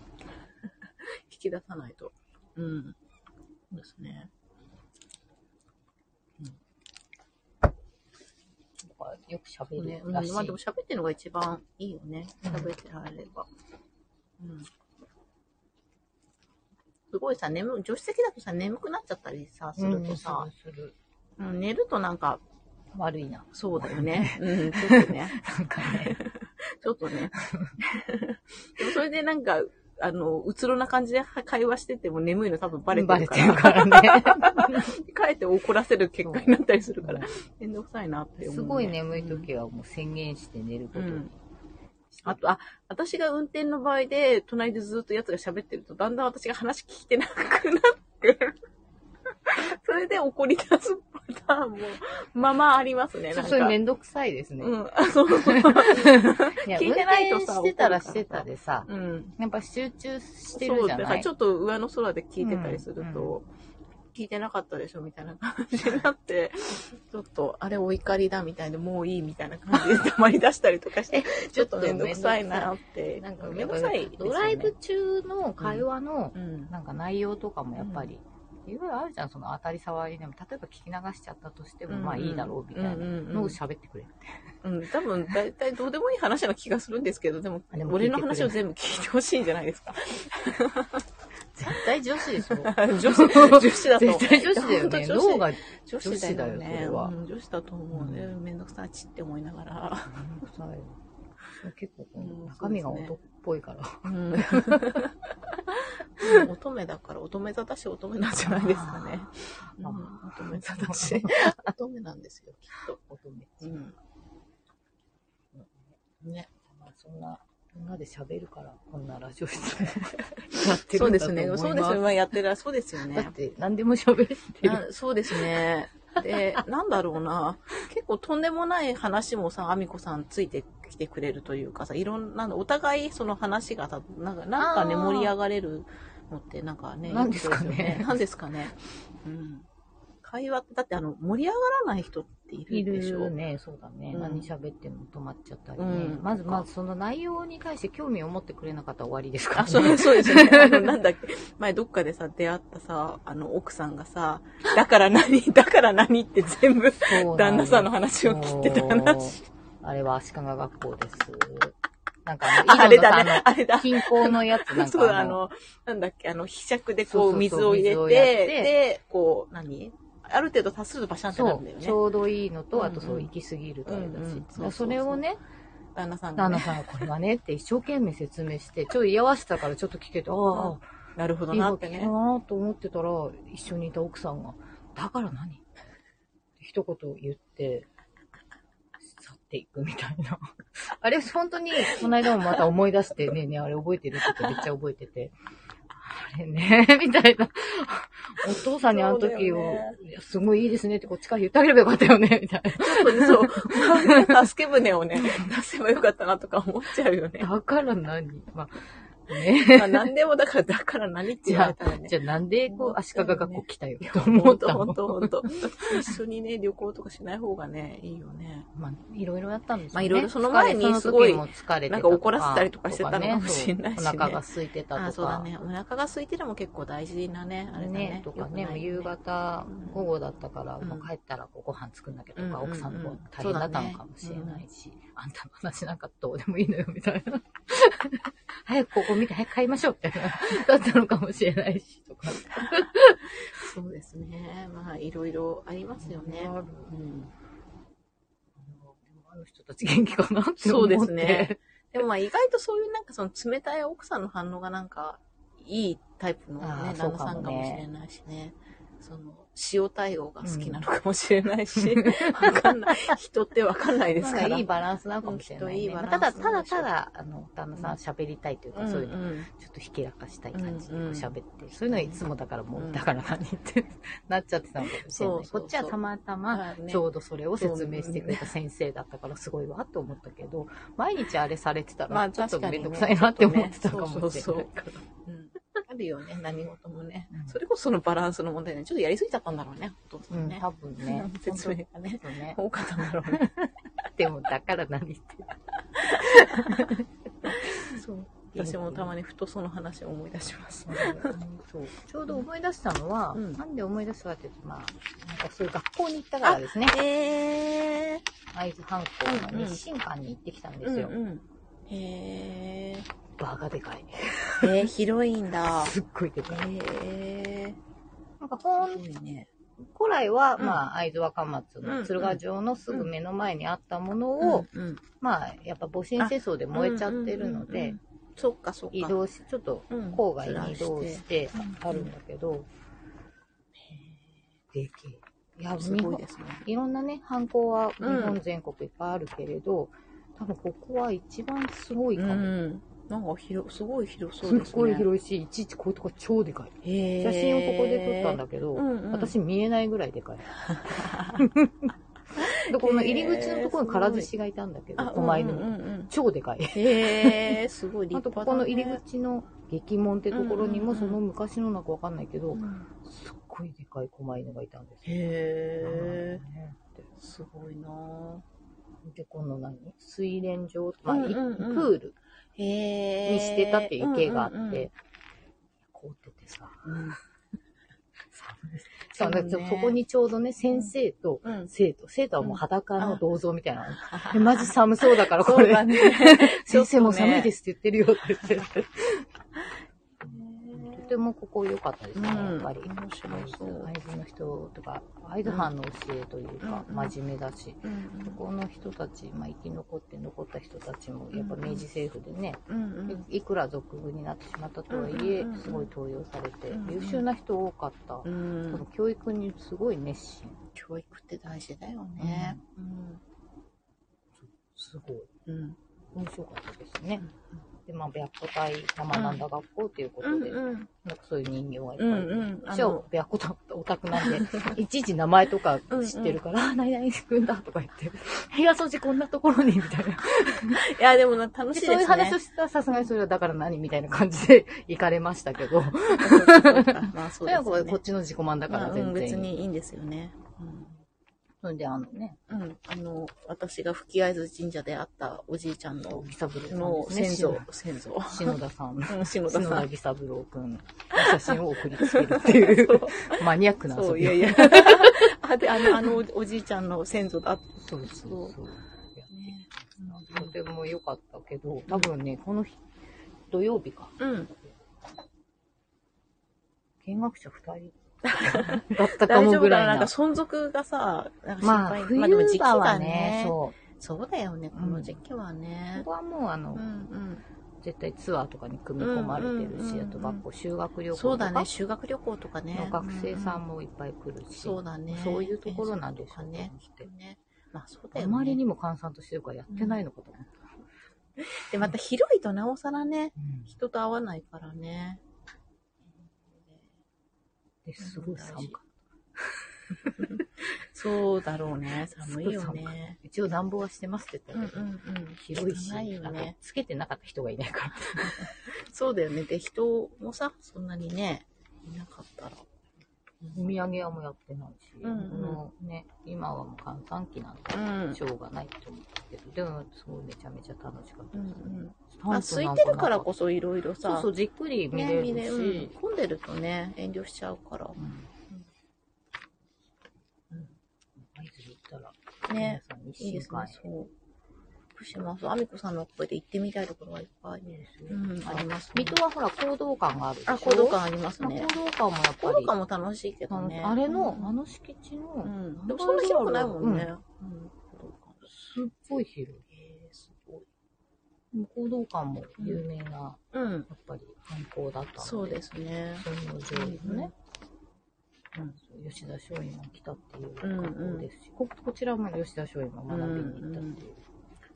S1: 引き出さないと。うん。そうですね。
S2: とか、よく喋
S1: ね、う
S2: る
S1: ん、
S2: らしい。
S1: まあでも喋ってるのが一番いいよね。
S2: うん
S1: 喋ってられれば。うん。すごいさ、眠、助手席だとさ、眠くなっちゃったりさ、するとさ、
S2: するする
S1: うん寝るとなんか、
S2: 悪いな。
S1: そうだよ ね。うん、ちょっとね。
S2: なんか ね。
S1: ちょっとね。でもそれでなんか、あの、うつろな感じで会話してても眠いの多分バレてるから。
S2: からね。
S1: かえって怒らせる結果になったりするから、めんどくさいなって思う、
S2: すごい眠い時はもう宣言して寝ることに。
S1: うんあと、あ、私が運転の場合で、隣でずっと奴が喋ってると、だんだん私が話聞いてなくなって、 それで怒り出すパターンも、まあまあありますね、
S2: ち
S1: な
S2: ょ
S1: ん
S2: っと
S1: か。
S2: それめんどくさいですね。
S1: うん、あ、そうそう。
S2: いや
S1: 聞いてないと
S2: 運
S1: さ
S2: 転して
S1: 怒るか
S2: たら
S1: らさ
S2: してたでさ、
S1: うん。
S2: やっぱ集中して
S1: そ
S2: る
S1: う
S2: じゃ
S1: だか
S2: な
S1: ら
S2: い
S1: ちょっと上の空で聞いてたりすると、
S2: うん
S1: 聞いてなかったでしょみたいな感じにな って、ちょっと、あれお怒りだみたいで、もういいみたいな感じで黙り出したりとかして、ちょっとめんどくさいなって。
S2: なんか
S1: めんどくさい、
S2: ドライブ、中の会話の、
S1: うん、
S2: なんか内容とかもやっぱり、いろいろあるじゃん、その当たり障りでも、例えば聞き流しちゃったとしても、まあいいだろうみたいなのを喋ってくれる。
S1: うん、多分大体どうでもいい話な気がするんですけど、でも
S2: あで、も聞い
S1: 俺
S2: てくれる
S1: の話を全部聞いてほしいんじゃないですか。
S2: 絶対女子でしょ
S1: 女子、女子だと。
S2: 絶対女子だよ
S1: 本
S2: ね。
S1: 当
S2: 脳が、
S1: 女子だよ
S2: 女子だよそ
S1: ね。
S2: れは
S1: うん女子だと思うね。
S2: う
S1: めんどくさいちって思いながら。
S2: 結構こ
S1: うん
S2: の中身が
S1: そうです
S2: 男
S1: ね
S2: っぽいから。
S1: うん、乙女だから、乙女座だし、乙女なんじゃないですかね。うん
S2: あ
S1: 乙女座だ し。乙女なんですよ、きっと。
S2: 乙女
S1: うん。ね。
S2: まあそんな、みんなで喋るから、こんなラジオ室やって
S1: そ
S2: る
S1: うんです
S2: だと思い
S1: ね。
S2: ます。
S1: そうですね。まあ、やってる、そうですよ
S2: だっ
S1: ね。
S2: て、何でも喋ってる。
S1: なそうですね。で、なんだろうな。結構とんでもない話もさ、あみこさんついてきてくれるというかさ、いろんな、お互いその話がさ、なんかなんかね、
S2: あー
S1: 盛り上がれるのって、なんかね、
S2: なんですかね
S1: いいことでなんですかね。うん。会話って、だってあの、盛り上がらない人ってい
S2: い
S1: るでしょ。
S2: るね、そうだね。
S1: うん
S2: 何喋っても止まっちゃったりね。
S1: うん
S2: まず、まずその内容に対して興味を持ってくれなかったら終わりですから、
S1: あ、
S2: ね。
S1: そう、そうですね。あの、なんだっけ。前どっかでさ、出会ったさ、あの、奥さんがさ、だから何、だから何って全部、
S2: そうな
S1: 旦那さんの話を切ってた話。
S2: そうあれは足利学校です。なんかあ の、
S1: あれだ
S2: 井戸の
S1: ね
S2: さ、
S1: あれだ
S2: あの。近郊のやつなんか
S1: そうだ、あ の、なんだっけ、あの、ひしゃくでこ
S2: そう
S1: う、
S2: そうそう
S1: 水を入れ
S2: 水をやっ
S1: て、
S2: て
S1: で、こう、何ある程度足するとバシャンってな
S2: そ
S1: るんだよ
S2: う、
S1: ね
S2: ち。ょうどいいのと、あと
S1: うん
S2: そうう、
S1: ん
S2: 行き過ぎるとあれだし。
S1: うんうん
S2: だ
S1: そうそう
S2: からそれをね、
S1: 旦那さんが
S2: 旦那
S1: ね。
S2: さんがこれはねって一生懸命説明して、ちょっと居合わせたからちょっと聞けて、ああ、
S1: なるほど
S2: いい
S1: なっ
S2: わ
S1: て
S2: け
S1: ね
S2: だ。なと思ってたら、一緒にいた奥さんが、だから何って一言言って、去っていくみたいな。あれ、本当に、この間もまた思い出して、ねえねえ、あれ覚えてるって言ってめっちゃ覚えてて、あれね、 みたいな。お父さんにあの時を、
S1: そうだよ
S2: いやすごいいいですねってこっちから言ってあげればよかったよね、みたい
S1: そう。 周りの助け舟をね、出せばよかったなとか思っちゃう よね。
S2: な。だから何まあ、ねえ。
S1: まあ、何でもだから、だから何って
S2: じ
S1: 言わ
S2: ゃ
S1: れ
S2: あ
S1: たら、ね
S2: じ。ゃあなんでこう、足利学校来たよと思
S1: 本
S2: った
S1: 当
S2: の
S1: 本当本当。一緒にね、旅行とかしない方がね、いいよね。
S2: まあ、いろいろやったんですよね
S1: まあいろいろその前に
S2: 疲れ
S1: すごい
S2: その時も疲れてた
S1: なんか怒らせたりとかしてたのかもしれないしね
S2: そうお腹が空いてたとか。
S1: あ、そうだね。お腹が空いてるのも結構大事なね、あれだね。
S2: ね、とか
S1: 良く
S2: ね、
S1: ない
S2: も
S1: よ
S2: う夕方
S1: うん、
S2: 午後だったから、
S1: うん
S2: もう帰ったらこうご飯作んなきゃと
S1: うんうん
S2: か、
S1: うん
S2: 奥さんの方が大変だったのかもしれないし、あんたの話なんかどうでもいいのよ、み たいな。早くここ見て、早く買いましょう、みたいな。だったのかもしれないし、とか。
S1: そうですね。まあ、いろいろありますよね。
S2: ある
S1: うん。
S2: あの人たち元気かなって思って。
S1: そうですね。でもまあ、意外とそういうなんかその冷たい奥さんの反応がなんか、いいタイプの
S2: あ
S1: ね、
S2: ー
S1: 旦那さ
S2: そ
S1: んか
S2: うかも
S1: もし
S2: ね
S1: れないしね。その、塩対応が好きなのかもしれないし、わかんない。人ってわかんないですから。
S2: まあいいバランスなのかもしれな
S1: うんき
S2: い、ね。
S1: っといいバ
S2: まあ
S1: ランス
S2: た
S1: なん
S2: だ、
S1: でしょ
S2: た
S1: う
S2: だ、ただ、あの、旦那さん喋りたいというか、
S1: うん
S2: そういう
S1: う
S2: の、
S1: ん
S2: ちょっとひけらかしたい感じでこ
S1: う
S2: うん
S1: うん
S2: 喋って、そういうのはいつもだからもう、
S1: うん
S2: だから何ってなっちゃってたのかもしれな
S1: そ
S2: い。
S1: うそうそう
S2: こっちはたまたま、
S1: まあね
S2: ちょうどそれを説明してくれた先生だったからすごいわって思ったけど、毎日あれされてた
S1: ま
S2: ら
S1: あ
S2: ちょっと
S1: 確かに
S2: め
S1: ね
S2: んどくさいなって思ってたかもしれない
S1: ちょっとね
S2: から。
S1: うんあるよね、何事もね
S2: う。ん
S1: それこそそのバランスの問題ね。ちょっとやりすぎちゃったんだろうね、お父さ
S2: うんん、
S1: ね。。
S2: 多分ね
S1: 説明がね、
S2: 本 当ね。
S1: 多かったんだろうね。
S2: でも、だから何って。
S1: そう。私もたまにふとその話を思い出します。
S2: そう ちょうど思い出したのは、
S1: うん
S2: なんで思い出すかっていうと、まあ、なんかそういう学校に行ったからですね。
S1: え
S2: 会津観光の日清館に行ってきたんですよ。
S1: うんうんへ
S2: バカでかい。
S1: ー。えー、広いんだ。
S2: すっごいでかい。
S1: え
S2: なんか本
S1: ー。広いね。
S2: 古来は、
S1: うん
S2: まあ、会津若松
S1: うんう
S2: の
S1: ん
S2: 鶴ヶ城のすぐ目の前にあったものを、
S1: を、うん
S2: まあ、やっぱ戊辰戦争で燃えちゃってるので、。
S1: うんうんうんそっかそっか。
S2: 移動し、ちょっと
S1: うん、
S2: 郊外に移動し
S1: ず
S2: て
S1: らして
S2: あるんだけど、でけえ。いや、
S1: らして。す
S2: 日
S1: ごい
S2: 本
S1: ですね。
S2: いろんなね、犯行は日
S1: うん
S2: 本全国いっぱいあるけれど、多分ここは一番すごいかも。
S1: ん。なんか広、すごい広そう
S2: す
S1: ですね。
S2: っごい広いし、いちいちこういうとこ超でかい。
S1: へー
S2: 写真をここで撮ったんだけど、
S1: うんうん
S2: 私見えないぐらいで かい。でこの入り口のところに唐寿司がいたんだけど、
S1: あ
S2: 狛犬
S1: うん
S2: の。
S1: うんうん
S2: 超でかい。
S1: へえ、すごい立
S2: あと
S1: 派だ、ね。
S2: ここの入り口の激門ってところにも、
S1: うんうん
S2: そ
S1: うん
S2: の昔のなんかわかんないけど、
S1: うん
S2: すっごいでかい狛犬がいたんですよ。
S1: へえ、
S2: ね
S1: すごいなぁ
S2: で、この何水蓮場、まあ、
S1: うん
S2: い
S1: うんうん
S2: プール
S1: へえ。
S2: にしてたっていう池があって、
S1: うんうんうん
S2: 凍っててさ、
S1: うん
S2: そう
S1: そう
S2: だ
S1: ね
S2: からそこにちょうどね、先生と
S1: うん
S2: 生徒、生徒はもう裸の銅像みたいなの、でマジ寒そうだからこ
S1: そう
S2: れ、
S1: だね。。
S2: 先生も寒いですすって言ってるよって言って、とてもここ良かったですね、やっぱり。
S1: うん面白そう
S2: 会津の人とか、会津藩の教えというか、
S1: うん
S2: 真面目だし、そこの人たち、まあ、生き残って残った人たちも、やっぱ明治政府でね、
S1: うんうん
S2: いいくら俗軍になってしまったとはいえ、
S1: うんうんうんうん
S2: すごい登用されて、
S1: うんうん
S2: 優秀な人多かった。
S1: う
S2: 多分
S1: ん、
S2: 教育にすごい熱心。
S1: 教育って大事だよね。うん。
S2: すごい。
S1: うん。
S2: 面白かったですね
S1: うん。
S2: で、まあ、白虎隊が学んだ学校というこ
S1: う
S2: と
S1: ん
S2: で、
S1: うん。
S2: なんかそういう人形がいっぱ
S1: う
S2: い。
S1: んうん。
S2: 私は白虎隊オタクなん で、いちいち名前とか知ってるから、あ、何々くんだとか言って、部屋掃除こんなところにみたいな。
S1: いや、でもな楽しい
S2: で
S1: ですね。
S2: そういう話をしたらさすがにそれはだから何みたいな感じで行かれましたけど、
S1: まあそ
S2: そうれ
S1: で
S2: は
S1: すよね。
S2: こっちの自己満だか
S1: ま
S2: ら
S1: あうん
S2: 全然いい。
S1: 別にいいんですよね。うん
S2: それであのね、
S1: うん、あの、私が吹合津神社で会ったおじいちゃんの、
S2: ギサブロ
S1: の
S2: ーさん
S1: 先
S2: です
S1: 祖
S2: ね。、
S1: 先祖。
S2: 篠田さん。
S1: うん、篠田
S2: 篠
S1: さ
S2: 田
S1: ん。
S2: ギサブロー君の写真を送りつけるっていうマニアックな
S1: そ
S2: 遊
S1: う、いや
S2: び
S1: いや。 あ、で、あの、あのおじいちゃんの先祖だっ
S2: そうそうそう
S1: そね。
S2: とても良かったけど、多分ね、この日、土曜日か、
S1: うん。
S2: 見学者2人だったか
S1: 大
S2: も
S1: 丈夫
S2: ぐ
S1: からな
S2: い
S1: なんか
S2: な。
S1: 存続がさ、なんか心
S2: まあ、
S1: 配。
S2: 冬場はね、
S1: そう。
S2: そう。
S1: そうだよね、この時期は
S2: こ
S1: ね
S2: こ。はもう、あの、
S1: うん
S2: 絶対ツアーとかに組み込まれてる
S1: うんうんうん
S2: し、
S1: うん
S2: あと学校修学
S1: う
S2: 旅
S1: ん。そ
S2: 行と
S1: うだ
S2: かの
S1: ね、修学旅行とかね。
S2: 学生さん
S1: も。
S2: もいっぱい来るし、
S1: そうだね。
S2: そういうところなんでしょうね
S1: ね。。ねまあそうだ
S2: あ
S1: よね。
S2: まりにも閑散としてるからやってないのかと思った。
S1: で、また広いとなおさらね、
S2: うん
S1: 人と会わないからね。
S2: ですごい寒かっ
S1: そうだろうね。
S2: た。
S1: 寒いよ
S2: すご寒かっ
S1: ね。
S2: た一応暖房はしてますって言
S1: うんう
S2: っ
S1: ん
S2: たけど、
S1: うん。
S2: 広いし、
S1: ないよ
S2: あ
S1: ね
S2: と。つけてなかった人がいないから。
S1: そうだよね。で、人もさ、そんなにね、いなかったら。
S2: お土産屋もやってないし、
S1: うんうん
S2: このね、今はもう閑散期なん
S1: う
S2: で、
S1: ん
S2: しょうがないと思ったけど、でもすごいめちゃめちゃ楽しかった
S1: う
S2: で
S1: ん
S2: すね。
S1: うん。あ、空いてるからこそいろいろ
S2: そ、そう
S1: さ
S2: そ、う、じっくり見れるし、
S1: ねうん混んでるとね、遠慮しちゃうから。
S2: うん。会津に行ったら、
S1: ね
S2: 皆さん日
S1: いいで
S2: 清
S1: すね
S2: 館。へ
S1: そう。ップします。アミコさんのおかげで行ってみたいところがいっぱい。
S2: いいですね。
S1: うん、あります、
S2: 水戸はほら、行動感があるでしょ
S1: あ、行動感あります
S2: まあ
S1: ね。
S2: 行動感もやっぱ
S1: 行
S2: り。
S1: 動感も楽しいけど
S2: 楽し
S1: ね。
S2: あれの、
S1: うん
S2: あの敷地の、
S1: うん。でもそんな広くないもんね。
S2: うんすっごい広い。えすごい。でも行動感も有名な、
S1: うん。
S2: やっぱり観光だったので。。
S1: そうですすね。
S2: そういうの上手ね。うん、吉田松陰が来たっていう学校ですし、ここちらも吉田松陰が学びに行ったっていう。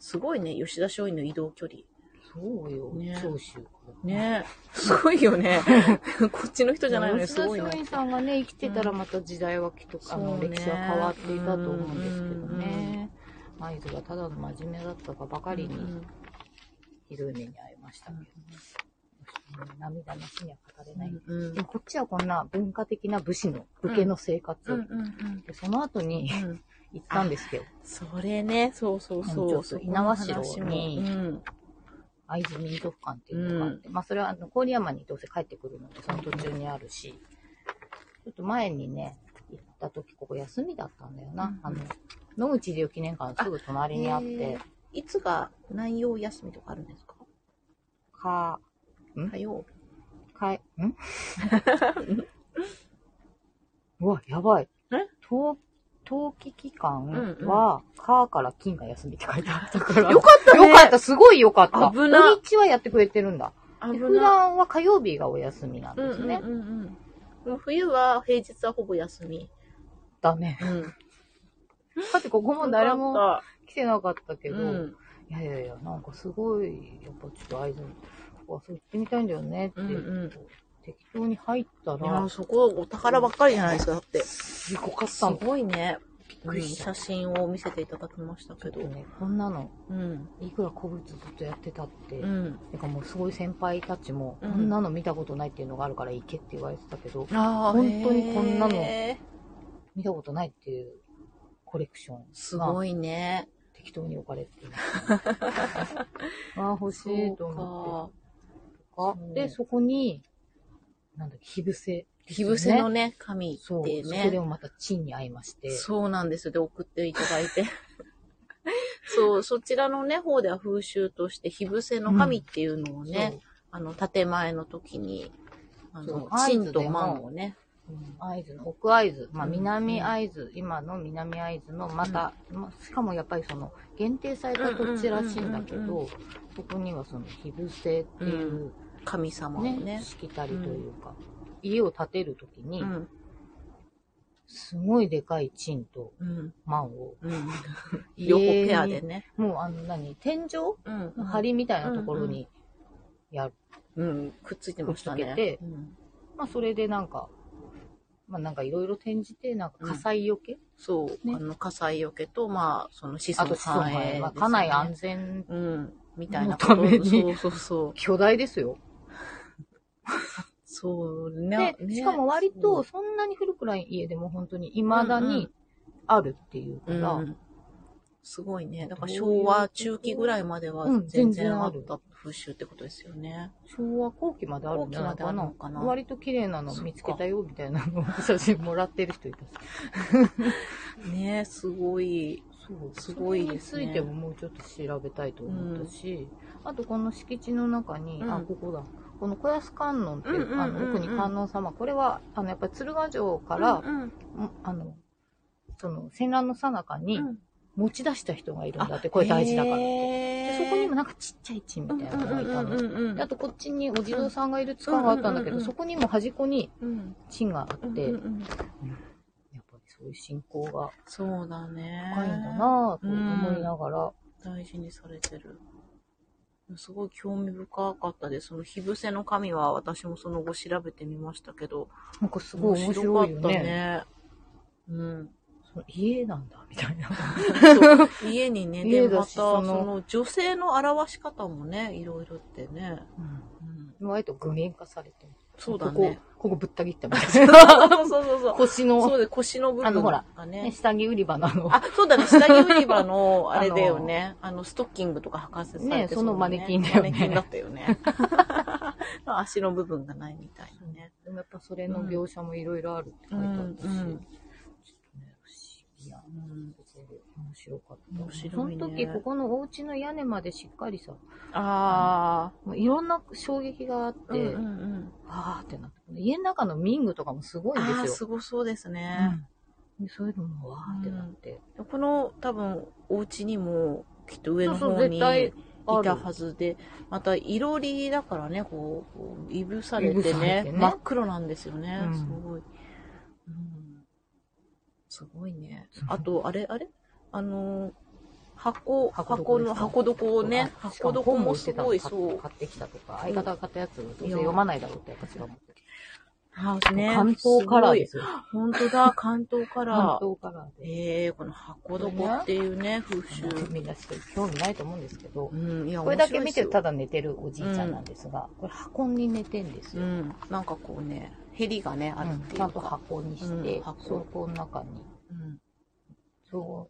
S1: すごいね、吉田松陰の移動距離。
S2: そうよ、
S1: ね
S2: 長州から。
S1: ねすごいよ ね。こっちの人じゃないのにすごいな
S2: 吉田松。陰さんがね、生きてたらまた時代はきっと、あ
S1: そ
S2: の、
S1: うね
S2: 歴史は変わっていたと思うんですけど
S1: うん
S2: ね。会津がただの真面目だったかばかりに、
S1: うん
S2: ひどい目に遭いましたけど、うん涙なしには語れない。
S1: うんうん
S2: でもこっちはこんな文化的な武士の、武家の生活。
S1: うんうん
S2: でその後に
S1: うん。
S2: 行ったんですけど、
S1: それね、そうそう
S2: ちょ
S1: そ
S2: っ
S1: う。
S2: と猪苗代に
S1: うん
S2: 会津民族館っていうのがあって、まあそれはあの郡山にどうせ帰ってくるので、その途中にあるし、ちょっと前にね、行った時ここ休みだったんだよな。
S1: うんうん
S2: あの、野口竜記念館のすぐ隣にあ
S1: へ
S2: って
S1: ー、いつが何曜休みとかあるんですか
S2: か、ん
S1: 火曜
S2: かい、んうわ、やばい。
S1: え
S2: 冬冬季期間
S1: んうん
S2: は、カーから金が休みって書いてあったから。
S1: よかったね
S2: よかった、すごいよかった。
S1: 危な
S2: 土日はやってくれてるんだ。で普段は火曜日がお休みなん
S1: うん
S2: ですね。
S1: うんうんうんでも冬は平日はほぼ休み。
S2: だね。
S1: うん。
S2: だってここも誰
S1: よ
S2: も
S1: かっ
S2: 来てなかったけ
S1: た
S2: ど、
S1: うん
S2: いやいやいや、なんかすごい、やっぱちょっと会津に、ここはそう行ってみたいんだよねって、
S1: うんうん
S2: 適当に入った
S1: いや、
S2: ら、
S1: そこお宝ばっかりじゃないですか、だって。
S2: すごかっ
S1: す
S2: たの。
S1: ごいね。
S2: くりした
S1: 写真を見せていただきましたけど。
S2: ね、こんなの
S1: うん。
S2: いくら古物ずっとやってたって、
S1: うん。
S2: てかもうすごい先輩たちも、
S1: うん
S2: こんなの見たことないっていうのがあるから行けって言われてたけど、
S1: ああ、
S2: 本当にこんなの
S1: へー
S2: 見たことないっていうコレクショ
S1: す
S2: ンが
S1: ごいね。
S2: 適当に置か れています。ああ、欲しいと思
S1: そうかそう
S2: ってとかで、そこに、なんだっけ、火伏せです
S1: 火
S2: よね、
S1: 伏せのね、神って
S2: そう、
S1: ね。
S2: そこでもまたチンに会いまして、
S1: そうなんですよ。で、送っていただいて。 そう、そちらのね、方では風習として、火伏せの神っていうのをね、あの、建前の時に、あ
S2: そう
S1: の、
S2: 会
S1: 陳
S2: 津でも
S1: と万をね、
S2: そう、会津の奥会津、まあ
S1: うん
S2: 南会津、今の南会津のまた、まあしかもやっぱりその限定された土地らしいんだけ
S1: うんうんうんうんう
S2: ど、そこにはその火伏せっていう
S1: 神様を
S2: ね、
S1: ね。
S2: しきたりというか、家を建てるときに、
S1: うん。
S2: すごいでかいチンと
S1: うん。
S2: マンを、
S1: うん。横ペアで
S2: 家に
S1: ね。
S2: もうあの何、天井
S1: うん
S2: の梁みたいなところにやる。
S1: うん、くっついてましたね。
S2: くっつけて
S1: うん
S2: まあそれでなんか、まあなんかいろいろ展示て、なんか火災よけ、
S1: そう、
S2: ね
S1: あの、火災よけと、まあ、その子
S2: あ
S1: 孫
S2: と子孫
S1: 繁栄、
S2: 繁栄、まあ、家内安全、
S1: うん、みたいな
S2: のために
S1: そうそうそう。
S2: 巨大ですよ。
S1: そうね
S2: で。、しかも割とそんなに古くない家でも本当に未だにあるっていうか
S1: そう、
S2: ら、
S1: うん、すごいね。だから昭和中期ぐらいまでは
S2: うん
S1: 全
S2: 全
S1: 然
S2: 然
S1: あ
S2: あ
S1: っ
S2: る
S1: た風習ってことですよね。
S2: 昭和後期まであるんじゃない
S1: 後期ま
S2: かな。
S1: であるのかな
S2: 割と綺麗なの見つけたよみたいなのを写真もらってる人いたし。
S1: ねすごい。
S2: そう
S1: すごいですね
S2: それについてももうちょっと調べたいと思ったし、あとこの敷地の中に、
S1: うん
S2: あ、ここだ。この小安観音っていう、
S1: うんうんうんうん
S2: あの奥に観音様、これは、あの、やっぱり鶴ヶ城から、
S1: うんうん
S2: うんあの、その戦乱の最中に
S1: うん
S2: 持ち出した人がいるんだって、これ大事だからって。
S1: へ
S2: で
S1: ー
S2: そこにもなんかちっちゃいチンみたいなのがいたの。
S1: うんうんうんうんうん
S2: であとこっちにお地蔵さんがいる塚があったんだ
S1: うんう
S2: け
S1: んうんう
S2: ど、
S1: ん
S2: そこにも端っこに
S1: うん
S2: チンがあって、
S1: うん
S2: や
S1: う
S2: っぱ
S1: んうん
S2: りそういう信仰が
S1: そうだね。
S2: 深いんだなぁと思いながら、
S1: 大事にされてる。すごい興味深かったです。その火伏せの神は私もその後調べてみましたけど、
S2: なんかすごい面白いよね。
S1: ね。うん。
S2: その家なんだ、みたいな。
S1: 家にね、で、
S2: 家
S1: ま
S2: だ
S1: た、
S2: し
S1: そ
S2: その
S1: の、女性の表し方もね、いろいろってね。うん。
S2: うん。割と具現化されてる
S1: そうだね。
S2: ここ、ここぶった切ったみたいな。
S1: そう そうそうそう。
S2: 腰の、
S1: そうで、腰の部
S2: あの
S1: 分
S2: ほら
S1: が
S2: ね、
S1: ね。
S2: 下着売り場なの。
S1: あ、そうだね、下着売り場 の、あれだよね。あの、ストッキングとか履かせて
S2: ねそのマネキンだよ
S1: マ
S2: ね
S1: ネキンだったよ ね。足の部分がないみたいなね。
S2: でもやっぱそれの描写もいろいろあるって書いてあったし、
S1: うんうん
S2: ちょっとね、不思議やな
S1: うん
S2: ところ。面白かった。
S1: 面白いね
S2: その時、ここのお家の屋根までしっかりさ、
S1: あ
S2: もういろんな衝撃があっ
S1: あ。
S2: て、
S1: うんうんうん。
S2: あーってなって、家の中の民具とかもすごいん
S1: ああ、
S2: です
S1: す
S2: よ。
S1: ごそうですね。
S2: うん、でそういうのもわーってなって。
S1: この多分お家にもきっと上の
S2: そうそう
S1: 方に
S2: 絶対
S1: い
S2: ある
S1: たはずで、またいろりだからね、こう、こういぶされ
S2: いぶ
S1: て
S2: され
S1: ね
S2: てね
S1: 真っ黒なんですよね、
S2: うん
S1: すごい。うん、すごいね。あと、あれ、あれあの、箱、
S2: 箱
S1: 箱の、箱床をね、
S2: あ
S1: 箱
S2: しかも
S1: 床
S2: 本
S1: も
S2: 置
S1: す
S2: てたの
S1: ごい、
S2: 買っ
S1: そう。
S2: 買ってきたとか、相方が買ったやつ、どうせ読まないだろうって私が思って。
S1: あね、
S2: 関東カラーですすよ。
S1: ごい。本当 だ、関東カ
S2: 関
S1: ラー。
S2: 東カラーで。
S1: ええー、この箱床っていうね、風習。
S2: みんなちょっと興味ないと思うんですけど
S1: う、ん、いや、
S2: これだけ
S1: 面白い
S2: 見
S1: です
S2: て
S1: よ
S2: ただ寝てるおじいちゃんなんですが、これ箱に寝てんです
S1: う
S2: よ。
S1: ん、なんかこうね、ヘリがね、あるっ
S2: うん
S1: ていう
S2: ち
S1: か、
S2: ゃんと箱にして、
S1: うん箱
S2: そこの中に、
S1: うん
S2: そ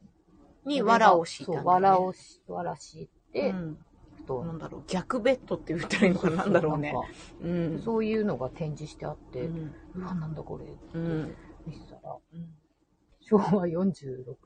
S2: う。
S1: に藁を敷いたんだ
S2: そ
S1: よ
S2: う、
S1: ね、
S2: 藁をし、藁敷いて、
S1: うん
S2: 布
S1: な
S2: 団
S1: んだろう、逆ベッドって言ったらいいのかな、なんだろうね。。うん。
S2: そういうのが展示してあって、
S1: う
S2: うんわ、なんだこれ、
S1: うん。
S2: 見てたら、昭和46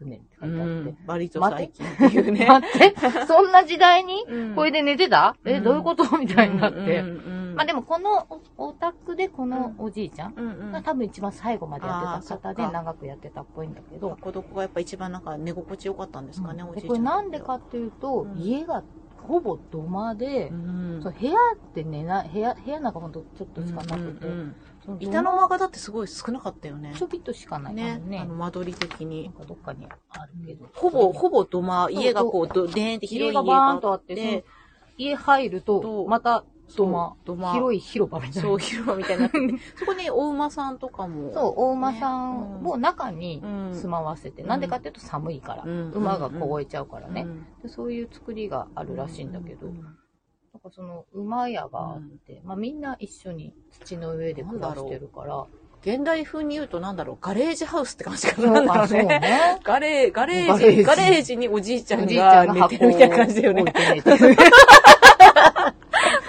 S2: 年って
S1: う
S2: 書いてあっ
S1: ん
S2: て。。
S1: 割と最近っていうね。
S2: 待って、そんな時代に、これ
S1: で、
S2: で寝てた、
S1: う
S2: え、
S1: ん
S2: どういうことみたいになって。
S1: うんうんうん、
S2: まあでもこのおお宅でこのおじいちゃん
S1: うんうん
S2: が多分一番最後までやってた
S1: あー
S2: 方
S1: そっ
S2: で
S1: か
S2: 長くやってたっぽいんだけど、
S1: 子供がやっぱ一番なんか寝心地良かったんですかね、
S2: うん
S1: お
S2: で
S1: じいちゃん。
S2: これなんでか、っていうと、
S1: うん
S2: 家がほぼ土間で、
S1: うん、
S2: そう部屋って寝ない、部屋、部屋なんかほんとちょっとしかなくて、
S1: うんうんうん
S2: その土間
S1: 板の間がだってすごい少なかったよね
S2: ち。ょびっとしかない
S1: ね
S2: あのね
S1: あの間取り的
S2: なん
S1: に。
S2: かどっかにあるけど。
S1: ほぼ、ほぼ土間、
S2: そう
S1: 家がこう、どでーんって広い
S2: 家
S1: 家があ
S2: が
S1: って。
S2: バーンとあって、その家入る
S1: ど
S2: と
S1: う、
S2: また土間、
S1: 土間。
S2: 広い広場みたいな。
S1: そう、広場みたいになって て。そこにお馬さんとかも。
S2: そう、お馬さんを中に
S1: うん
S2: 住まわせて、
S1: うん
S2: なんでかっていうと寒いから、
S1: うん
S2: 馬が凍えちゃうから
S1: う
S2: ね、
S1: ん
S2: でそういう作りがあるらしいんだけど、
S1: う
S2: なんかその馬屋があって、まあみんな一緒に土の上で暮らしてるから、
S1: 現代風に言うとなんだろう、ガレージハウスって感じか
S2: そ
S1: な。
S2: う
S1: なんだろ
S2: か、
S1: う
S2: そう
S1: ね。
S2: ね。
S1: ガレー、ガレー
S2: ガレー
S1: ジ、
S2: ジ
S1: ガレージにおじいちゃん
S2: おじいちゃ
S1: が
S2: んの
S1: 寝て
S2: 箱
S1: る
S2: を
S1: みたいな感じだよ
S2: 置
S1: ね
S2: い。て寝て る。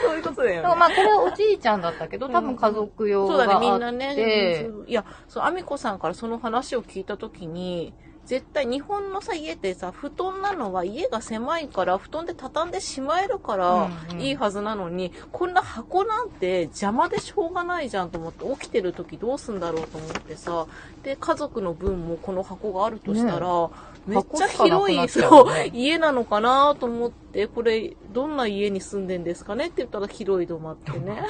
S1: そういうことだ
S2: で
S1: よ
S2: も
S1: ね。
S2: まあこれはおじいちゃんだったけど、多分家族用
S1: そう
S2: があ
S1: だ
S2: っ
S1: ね、
S2: て、
S1: みんなね。いや、そう、アミコさんからその話を聞いたときに、絶対日本のさ、家ってさ、布団なのは家が狭いから、布団で畳んでしまえるから、
S2: うんうん
S1: いいはずなのに、こんな箱なんて邪魔でしょうがないじゃんと思って、起きてる時どうすんだろうと思ってさ、で、家族の分もこの箱があるとしたら、めっちゃ広い、
S2: 箱しかなくなっ
S1: そ
S2: ちゃう
S1: う
S2: よね、
S1: 家なのかなと思って、これ、どんな家に住んでんですかねって言ったら、広い土間って ね、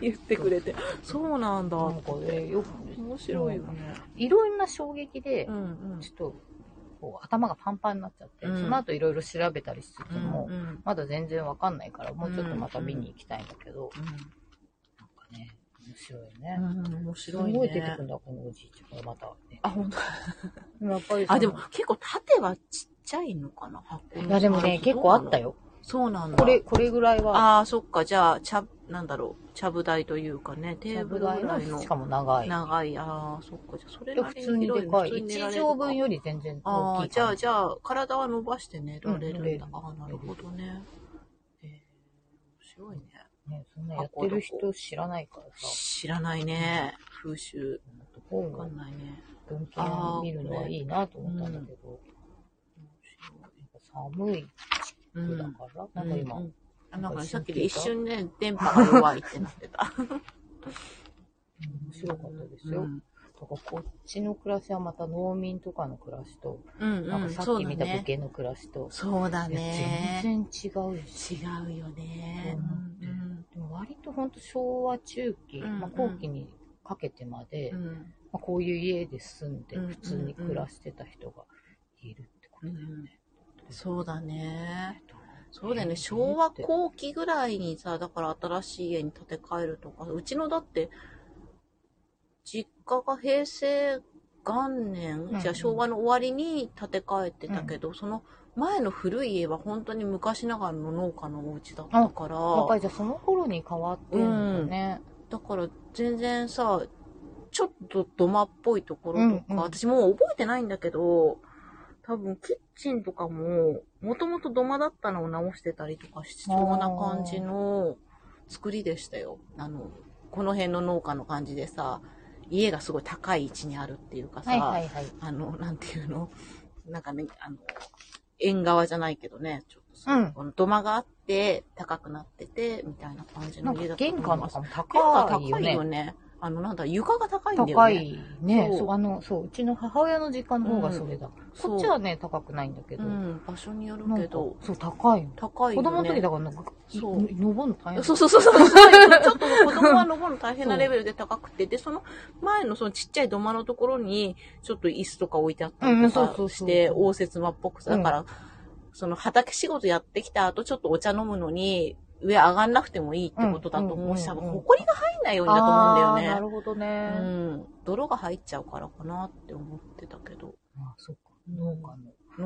S1: 言ってくれて、そうなんだ。
S2: なんかね、よく、
S1: 面白いよね。
S2: いろんな衝撃で、
S1: うんうん。
S2: ちょっと、こう、頭がパンパンになっちゃって、
S1: うん
S2: その後いろいろ調べたりしつつも、
S1: うんうん
S2: まだ全然わかんないから、もうちょっとまた見に行きたいんだけど、なんかね、面白いね。
S1: うん、面白い
S2: すごい出て
S1: ね
S2: く。んだ、このおじいちゃんがまた、ね。
S1: あ、本当。
S2: でもやっぱりその
S1: あ、でも、結構縦はちっちゃいのかな箱の
S2: いやでもね、結構あった。よ。
S1: そうなんだ。
S2: これ、これぐらいは、
S1: ああ、そっか。じゃあ、ちゃ、なんだろう。ちゃぶ台というかね、テーブルぐらいの
S2: しかも長い。
S1: 長い。ああ、そっか。じゃあ、それ
S2: で
S1: な
S2: 普
S1: り
S2: 通に
S1: 広
S2: でかい。
S1: 普通に寝ら
S2: 1
S1: れるか
S2: 畳分より全然
S1: あ
S2: 大き
S1: あ、
S2: い
S1: じ
S2: か
S1: ゃ
S2: ら。
S1: あ、じゃあ、体は伸ばして寝られる
S2: うん
S1: だ。
S2: ん寝れる
S1: ああ、なるほどね。えー、面白いね。
S2: ね、そんなやってる人知らないからさ、
S1: 知らないね。風習。
S2: 本
S1: わか
S2: を
S1: んないね。
S2: 文献を見るのはいいなと思ったんだけど、寒
S1: 面白
S2: い
S1: い。
S2: 服
S1: う
S2: だ
S1: ん。
S2: から、なんか今、
S1: うあなんかねさっき
S2: 聞
S1: で
S2: い
S1: 一
S2: た
S1: 瞬ね、電波が弱いってなってた。
S2: 面白かったですよ。
S1: う
S2: だ
S1: ん
S2: からこっちの暮らしはまた農民とかの暮らしと、
S1: うん
S2: な
S1: うんん。
S2: かさっ
S1: そう
S2: き
S1: だ
S2: 見た
S1: ね
S2: 武。家の暮らしと、
S1: そうだ
S2: いや
S1: ね。
S2: 全然違うし。
S1: 違うよね。
S2: でも割と本当昭和中期、
S1: うん
S2: まあ、後期にかけてまで、
S1: うん
S2: ま
S1: うん
S2: あ、こういう家で住んで
S1: うん
S2: 普通に暮らしてた人がいるってことだよね。
S1: そうだね。
S2: えっと
S1: そうだよ
S2: え
S1: ね。
S2: ー
S1: 昭和後期ぐらいにさ、だから新しい家に建て替えるとか、うちのだって、実家が平成元年、
S2: うん
S1: じゃあ昭和の終わりに建て替えてたけど、その前の古い家は本当に昔ながらの農家のお家だったから、
S2: やっぱりじゃあその頃に変わってんだね。
S1: だから全然さ、ちょっと土間っぽいところとか、
S2: うんうん
S1: 私もう覚えてないんだけど、多分キッチンとかも、もともと土間だったのを直してたりとかしそうな感じの作りでしたよ。あの、この辺の農家の感じでさ、家がすごい高い位置にあるっていうかさ、
S2: はいはいはい。
S1: あの、なんていうのなんかね、あの、縁側じゃないけどね、ちょっと
S2: うん
S1: この土間があって、高くなってて、みたいな感じ
S2: な
S1: の
S2: ん
S1: 家だ
S2: か
S1: と思
S2: 玄
S1: いま
S2: 関と
S1: す。
S2: かも
S1: 玄関高
S2: 高い
S1: い
S2: よ
S1: よね。
S2: ね。
S1: あの、なんだ、床が高いんだよね。
S2: 高いね
S1: そう
S2: そうあの、そう、うちの母親の実家の方がそれだ。
S1: そう
S2: こっちはね、高くないんだけ
S1: う
S2: ど。
S1: ん、場所による
S2: なんか
S1: けど、
S2: そう、高いの。
S1: 高いよ
S2: 子
S1: ね。
S2: 供の時だからなんか、
S1: そう
S2: の登るの大変だ
S1: そうそうそうそう。ちょっと子供は登るの大変なレベルで高くて、で、その前のそのちっちゃい土間のところに、ちょっと椅子とか置いてあったりと
S2: うんそうそう
S1: か
S2: そ
S1: し
S2: う
S1: て、応接間っぽくさ、
S2: うん
S1: だから、その畑仕事やってきた後、ちょっとお茶飲むのに、上上がんなくてもいいってことだと思うし、
S2: うん
S1: 多
S2: うんうん
S1: 分、埃が入んないようにだと思うんだ
S2: あーな
S1: よね。
S2: るほどね。
S1: うん。泥が入っちゃうからかなって思ってたけど、
S2: あ、そっか。農家の。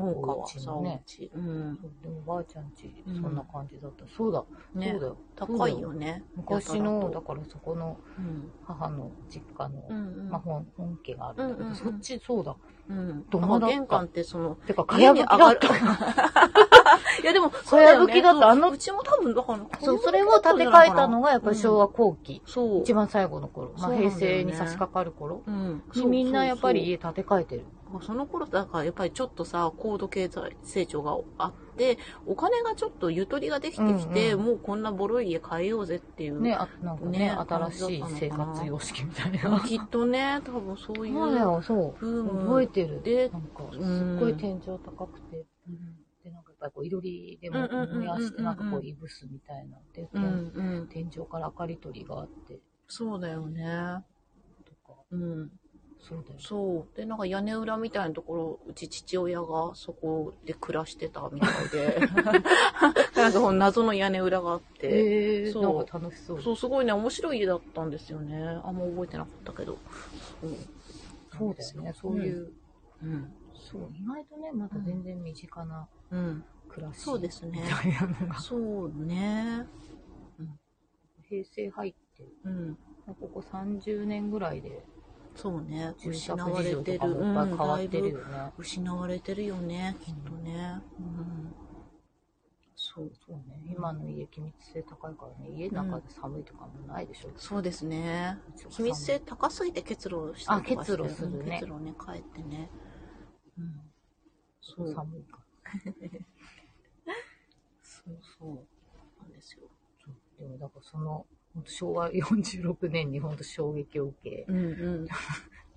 S1: 農家
S2: お
S1: は
S2: 家
S1: さ、
S2: のね
S1: うち。うん。
S2: そうでもばあちゃんち、そ
S1: うん
S2: んな感じだった。そうだ、
S1: ね
S2: そうだよ。
S1: 高いよね。
S2: 昔
S1: やた
S2: の、
S1: ら
S2: だ
S1: と
S2: からそこの
S1: うん。
S2: 母の実家の、
S1: うんうん
S2: まあ本本家があるんだけど、
S1: うんうんうん
S2: そっちそうだ。
S1: うん。
S2: 土間だった
S1: あ玄関ってその、
S2: てか、か
S1: 家
S2: や
S1: に
S2: ぶ
S1: 上
S2: きだ
S1: が
S2: っ
S1: る
S2: た。。
S1: いやでも、
S2: かやぶきだった。あの
S1: う、ちも多分、だから、
S2: そう、それを建て替えたのがやっぱり昭
S1: 和。
S2: 和後期。
S1: そう。
S2: 一番最後の頃。まあ
S1: そうなんだよ
S2: 平
S1: ね
S2: 成に差し掛かる頃。
S1: うん。
S2: にみんなやっぱり家建て替えてる。
S1: そうそうそう。その頃、だからやっぱりちょっとさ、高度経済成長があって、お金がちょっとゆとりができてきて、
S2: うんうん
S1: もうこんなボロい家変えようぜっていう。
S2: ね、あなんかね、
S1: ね
S2: 新しい生活様式みたい
S1: うん
S2: な。
S1: きっとね、多分そうい
S2: そうだ
S1: う。
S2: よ、そう。
S1: ブーム
S2: 覚えてる。
S1: で
S2: なんか、す
S1: う
S2: っ
S1: ん
S2: ごい天井高くて、で、なんかやっぱりこう、いろりでも
S1: うんうんうんうんうん
S2: 燃やして、なんかこう、いぶすみたいなので、
S1: うん、うん。
S2: 天井から明かり取りがあって、
S1: そうだよね。
S2: とか、
S1: うん。
S2: そうだよ。
S1: そう。で、なんか屋根裏みたいなところ、うち父親がそこで暮らしてたみたい で。なんかこの謎の屋根裏があって。
S2: へえ
S1: そう
S2: なんか楽しそう。
S1: そう、すごいね、面白い家だったんですよね。あんま覚えてなかったけど。そう
S2: そうだよね、そういう、
S1: うん。
S2: そう、意外とね、まだ全然身近な
S1: うん。
S2: 暮らし。
S1: そうですね
S2: みたいなのが。
S1: そうね。
S2: 平成入って、
S1: うん。
S2: ここ30年ぐらいで、
S1: そうね。
S2: 住
S1: 失
S2: 宅
S1: わ
S2: 事
S1: れ
S2: 情
S1: て
S2: とか
S1: る。
S2: もいっぱい変わっ
S1: うんだ
S2: てる
S1: いぶ
S2: よね。
S1: 失われてるよね、きっとね。うん。そう。
S2: そうね、今の家、気密性高いからね、家の中で寒いとかもないでしょ。
S1: そうですね。
S2: うちは寒
S1: 秘
S2: い
S1: 密性高すぎて結露したりとかして
S2: あ結露するね
S1: 結露ね、帰ってね。うん。そ
S2: そう
S1: う。
S2: 寒いから。
S1: そうそう。なんですよ。
S2: そうでもだからその、本当昭和46年に本当衝撃を受け、
S1: うんうん。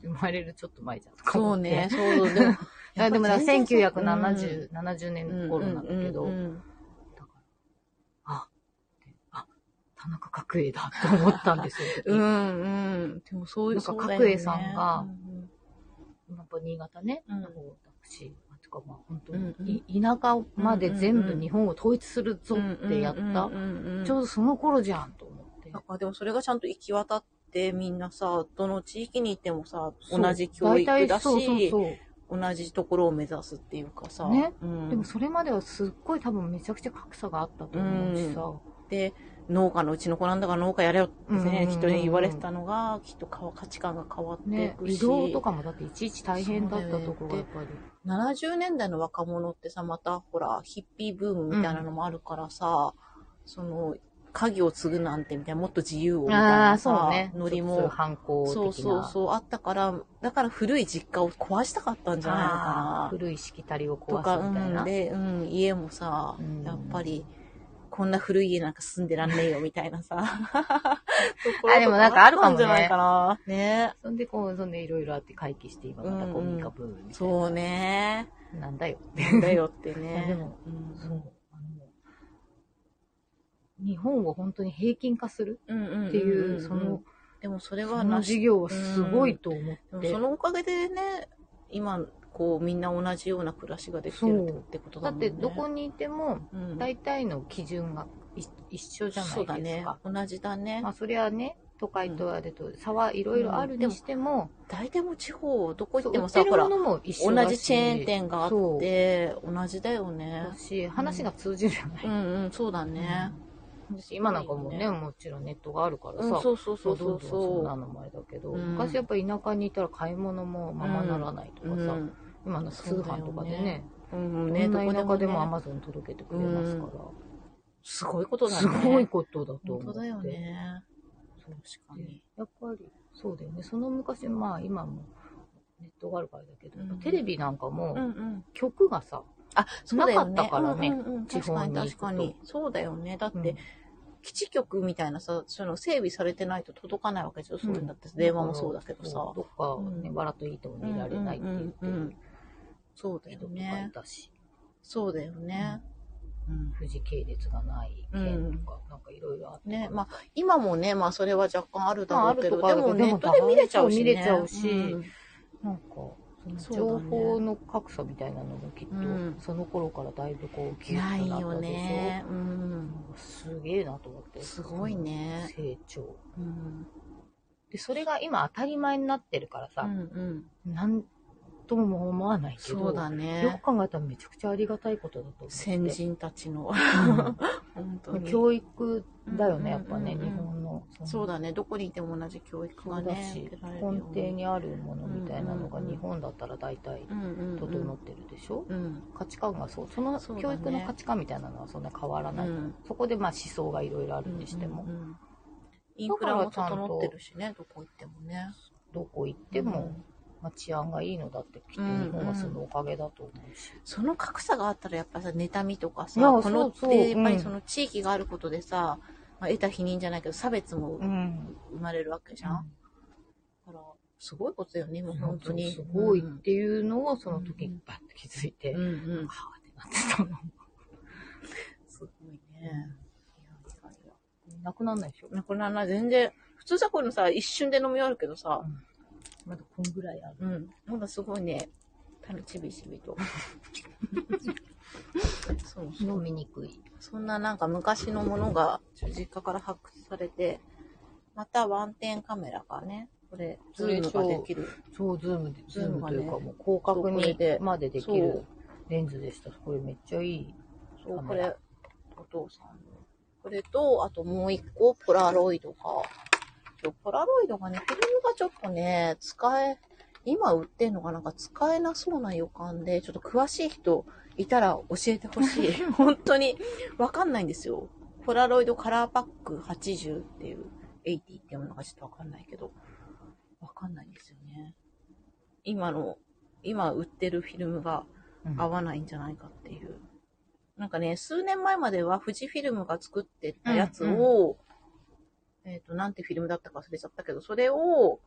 S2: 生まれるちょっと前じゃんと か
S1: そ
S2: 思
S1: う
S2: って。
S1: ね。そう。でも
S2: いや。でもだから
S1: うん
S2: 1970、70年の頃なんだけど、
S1: うんうんうん
S2: あ、あ、田中角栄だと思ったんですよ。
S1: う
S2: うん
S1: んうん。でもそういう
S2: なんか
S1: そうだよ
S2: 角栄さんが
S1: うん
S2: やっぱ新潟ね、
S1: うん
S2: なんか私、とかまあ本当
S1: うんうん
S2: に、い田舎まで全部日本を統一するぞってやった。
S1: うんうんうんうん
S2: ちょうどその頃じゃんと思って。
S1: なんかでもそれがちゃんと行き渡って、みんなさ、どの地域にいてもさ、同じ
S2: そう
S1: 教育
S2: 大
S1: だ
S2: 体
S1: し、
S2: そうそうそう。
S1: 同じところを目指すっていうかさ、
S2: ね
S1: うん、
S2: でもそれまではすっごい多分めちゃくちゃ格差があったと思うしさ、
S1: で、農家のうちの子なんだから農家やれよって
S2: うんうんうんう
S1: ね、
S2: ん
S1: きっと言われてたのが、きっとか価値観が変わってい
S2: ね、
S1: くし、
S2: 移動とかもだっていちいち大変だったところがやっぱり。
S1: 70年代の若者ってさ、またほら、ヒッピーブームみたいなのもあるからさ、その、家業を継ぐなんてみたいな、もっと自由をみたいなさ、ノリ
S2: ちょっとそういう
S1: も、
S2: 反抗的な。
S1: そうそうそう、あったから、だから古い実家を壊したかったんじゃないの
S2: あー
S1: かな。
S2: 古いしきたりを
S1: とか、
S2: 壊す
S1: う
S2: みたいな。
S1: ん、で、うん、家もさ、
S2: うん
S1: やっぱり、こんな古い家なんか住んでらんねえよみたいな さ、
S2: あでもなんかある
S1: ところとった
S2: かもね
S1: んじゃないかな。ね。
S2: そんでこう、そんでいろいろあって回帰して今またこう、
S1: うんうん
S2: ミカブーみたいな。
S1: そうね。
S2: なんだよって。
S1: なんだよって
S2: い やで
S1: ね。
S2: も
S1: うん
S2: そう。あの、日本を本当に平均化する
S1: うんうんうんうん
S2: っていう、その、
S1: でもそれ
S2: そ
S1: は
S2: の
S1: なし
S2: 事業はすごいと思って。
S1: でもそのおかげでね、今、こう、みんな同じような暮らしができてるってことだ
S2: だっ
S1: もんね。
S2: てどこにいても、
S1: うん、
S2: 大体の基準がい一緒じゃないですか。
S1: そうだね。同じだね
S2: ま。あそりゃね、都会とあれと差はいろいろあるにしても、
S1: 大体もう地方、どこ行
S2: そ
S1: っ
S2: う
S1: て
S2: 売
S1: も
S2: って
S1: さ、
S2: る
S1: ほ
S2: も
S1: ら、
S2: のも一緒だし
S1: 同じチェーン店があって、同じだよね
S2: そう。だし、話が通じるじゃな
S1: う
S2: い。
S1: んうん、そうだね。
S2: うん私今なんかもうね、もちろんネットがあるから
S1: うん、
S2: さ、
S1: そうそうそうそ
S2: どん
S1: う
S2: どんそんな
S1: そ
S2: のもあれだけど、
S1: うん
S2: 昔やっぱ田舎にいたら買い物もままならないと
S1: う。う
S2: かさ、
S1: ん、
S2: 今の通販とかでね、
S1: うん、ね、
S2: ねど
S1: ど
S2: ん
S1: こ
S2: な
S1: で
S2: 田舎
S1: も、
S2: でもア
S1: ね、
S2: マゾン届けてくれますから、
S1: すごいことだ
S2: す
S1: ね。
S2: ごいことだと思って。
S1: 本当だよね。
S2: そう
S1: 確かに。
S2: やっぱり、そうだよね。その昔、まあ今も、ネットがあるからだけど、
S1: うん
S2: テレビなんかも、
S1: うんうん。
S2: 曲がさ、
S1: あ、そうだよね。
S2: なかったからね
S1: うんうんうん、
S2: 地
S1: 確か
S2: 方
S1: に
S2: に行くと
S1: 確かに。そうだよね。だって、
S2: うん
S1: 基地局みたいなさ、そういうの整備されてないと届かないわけでしょ。そういうんだって、電話もそうだけどさ
S2: そ。うどっか、ね
S1: うん
S2: 笑といいとこにいられないって言って
S1: うんうんうんう
S2: る
S1: んそうだよ
S2: 人とかい
S1: ね。
S2: たし、
S1: そうだよね。うん
S2: 富士系列がない県とか、なんかいろいろあって。
S1: ね、まあ、今もね、まあ、それは若干あるだろ
S2: まああ
S1: う
S2: る
S1: けど、
S2: とかあ
S1: で
S2: るけ
S1: も
S2: ど
S1: ネットで見れちゃうし、ね。
S2: でも多分見れちゃうし
S1: うん
S2: なんか、そ
S1: そう
S2: の情
S1: だね
S2: 報の格差みたいなのもきっと、
S1: うん
S2: その頃からだいぶこう、き
S1: ない
S2: なっ
S1: よ
S2: たでしょ。
S1: ね。うん。
S2: すげえなと思って。
S1: すごいね
S2: 成長。
S1: うん。
S2: で、それが今当たり前になってるから
S1: う
S2: さ、
S1: んうん。
S2: なんとも思わないけど、
S1: そうだ
S2: よく
S1: ね。
S2: 考えたらめちゃくちゃありがたいことだと思って。
S1: 先人たちの。本当
S2: う ん
S1: に。
S2: 教育だよね、やっぱね、
S1: うんうん
S2: 日
S1: うん
S2: 本の。の
S1: そうだね。どこにいても同じ教育
S2: そ
S1: が
S2: うだ
S1: ね。
S2: し、
S1: 受けられる
S2: 根
S1: よう
S2: 底。にあるものみたいなのが
S1: うんうんうん
S2: 日本だったら大体
S1: うんうんうん。
S2: 整ってるでしょ、
S1: うん。
S2: 価値観がそう。その
S1: そうだね
S2: 教育の価値観みたいなのはそんな変わらない。
S1: うん
S2: そこでまあ思想がいろいろあるにしても、
S1: うんうんうんインフラも整ってるしね、どこ行ってもね。
S2: どこ行っても、まあ、治安がいいのだってきっと日本はそのおかげだと思うし、
S1: その格差があったらやっぱさ妬みとかさ
S2: いや
S1: この
S2: そうそう
S1: でやっぱ
S2: う
S1: り
S2: ん
S1: その地域があることでさ、まあ、得た否認じゃないけど差別も
S2: うん
S1: 生まれるわけじゃん、だからすごいことだよねもう
S2: 本
S1: 本
S2: 当
S1: 当
S2: に
S1: に
S2: すごい
S1: うん
S2: っていうのをその時にバッと気づいて、
S1: うんうん
S2: はあってなってたの、
S1: すごいね
S2: なくなんないでしょ
S1: なくならない全然普通さこのさ一瞬で飲み終わるけどさ
S2: まだこんぐらいある
S1: うんまだすごいねたるちびちび とそうそう
S2: 飲みにくい
S1: そんななんか昔のものが実家から発掘されて、またワンテンカメラがね、これ、ズームができる。
S2: そうズームで
S1: ズ
S2: ズ
S1: ー
S2: ー
S1: ム
S2: ム
S1: が
S2: と
S1: ね
S2: いうかもう広角
S1: そうこれ
S2: に
S1: で
S2: までできるレンズでしたこれめっちゃいい
S1: そう、
S2: カ
S1: こ
S2: メラ
S1: れ、お父さんの。これと、あともう一個、ポラロイドが。今日ポラロイドがね、子供がちょっとね、使え、今売ってんのがなんか使えなそうな予感で、ちょっと詳しい人いたら教えてほし い。本当に、わかんないんですよ。ポラロイドカラーパック80っていう、80っていうものがちょっとわかんないけど、わかんないんですよね。今の、今売ってるフィルムが
S2: うん
S1: 合わないんじゃないかっていう。なんかね、数年前までは富士フィルムが作ってたやつを、えっ、と、なんてフィルムだったか忘れちゃったけど、それを、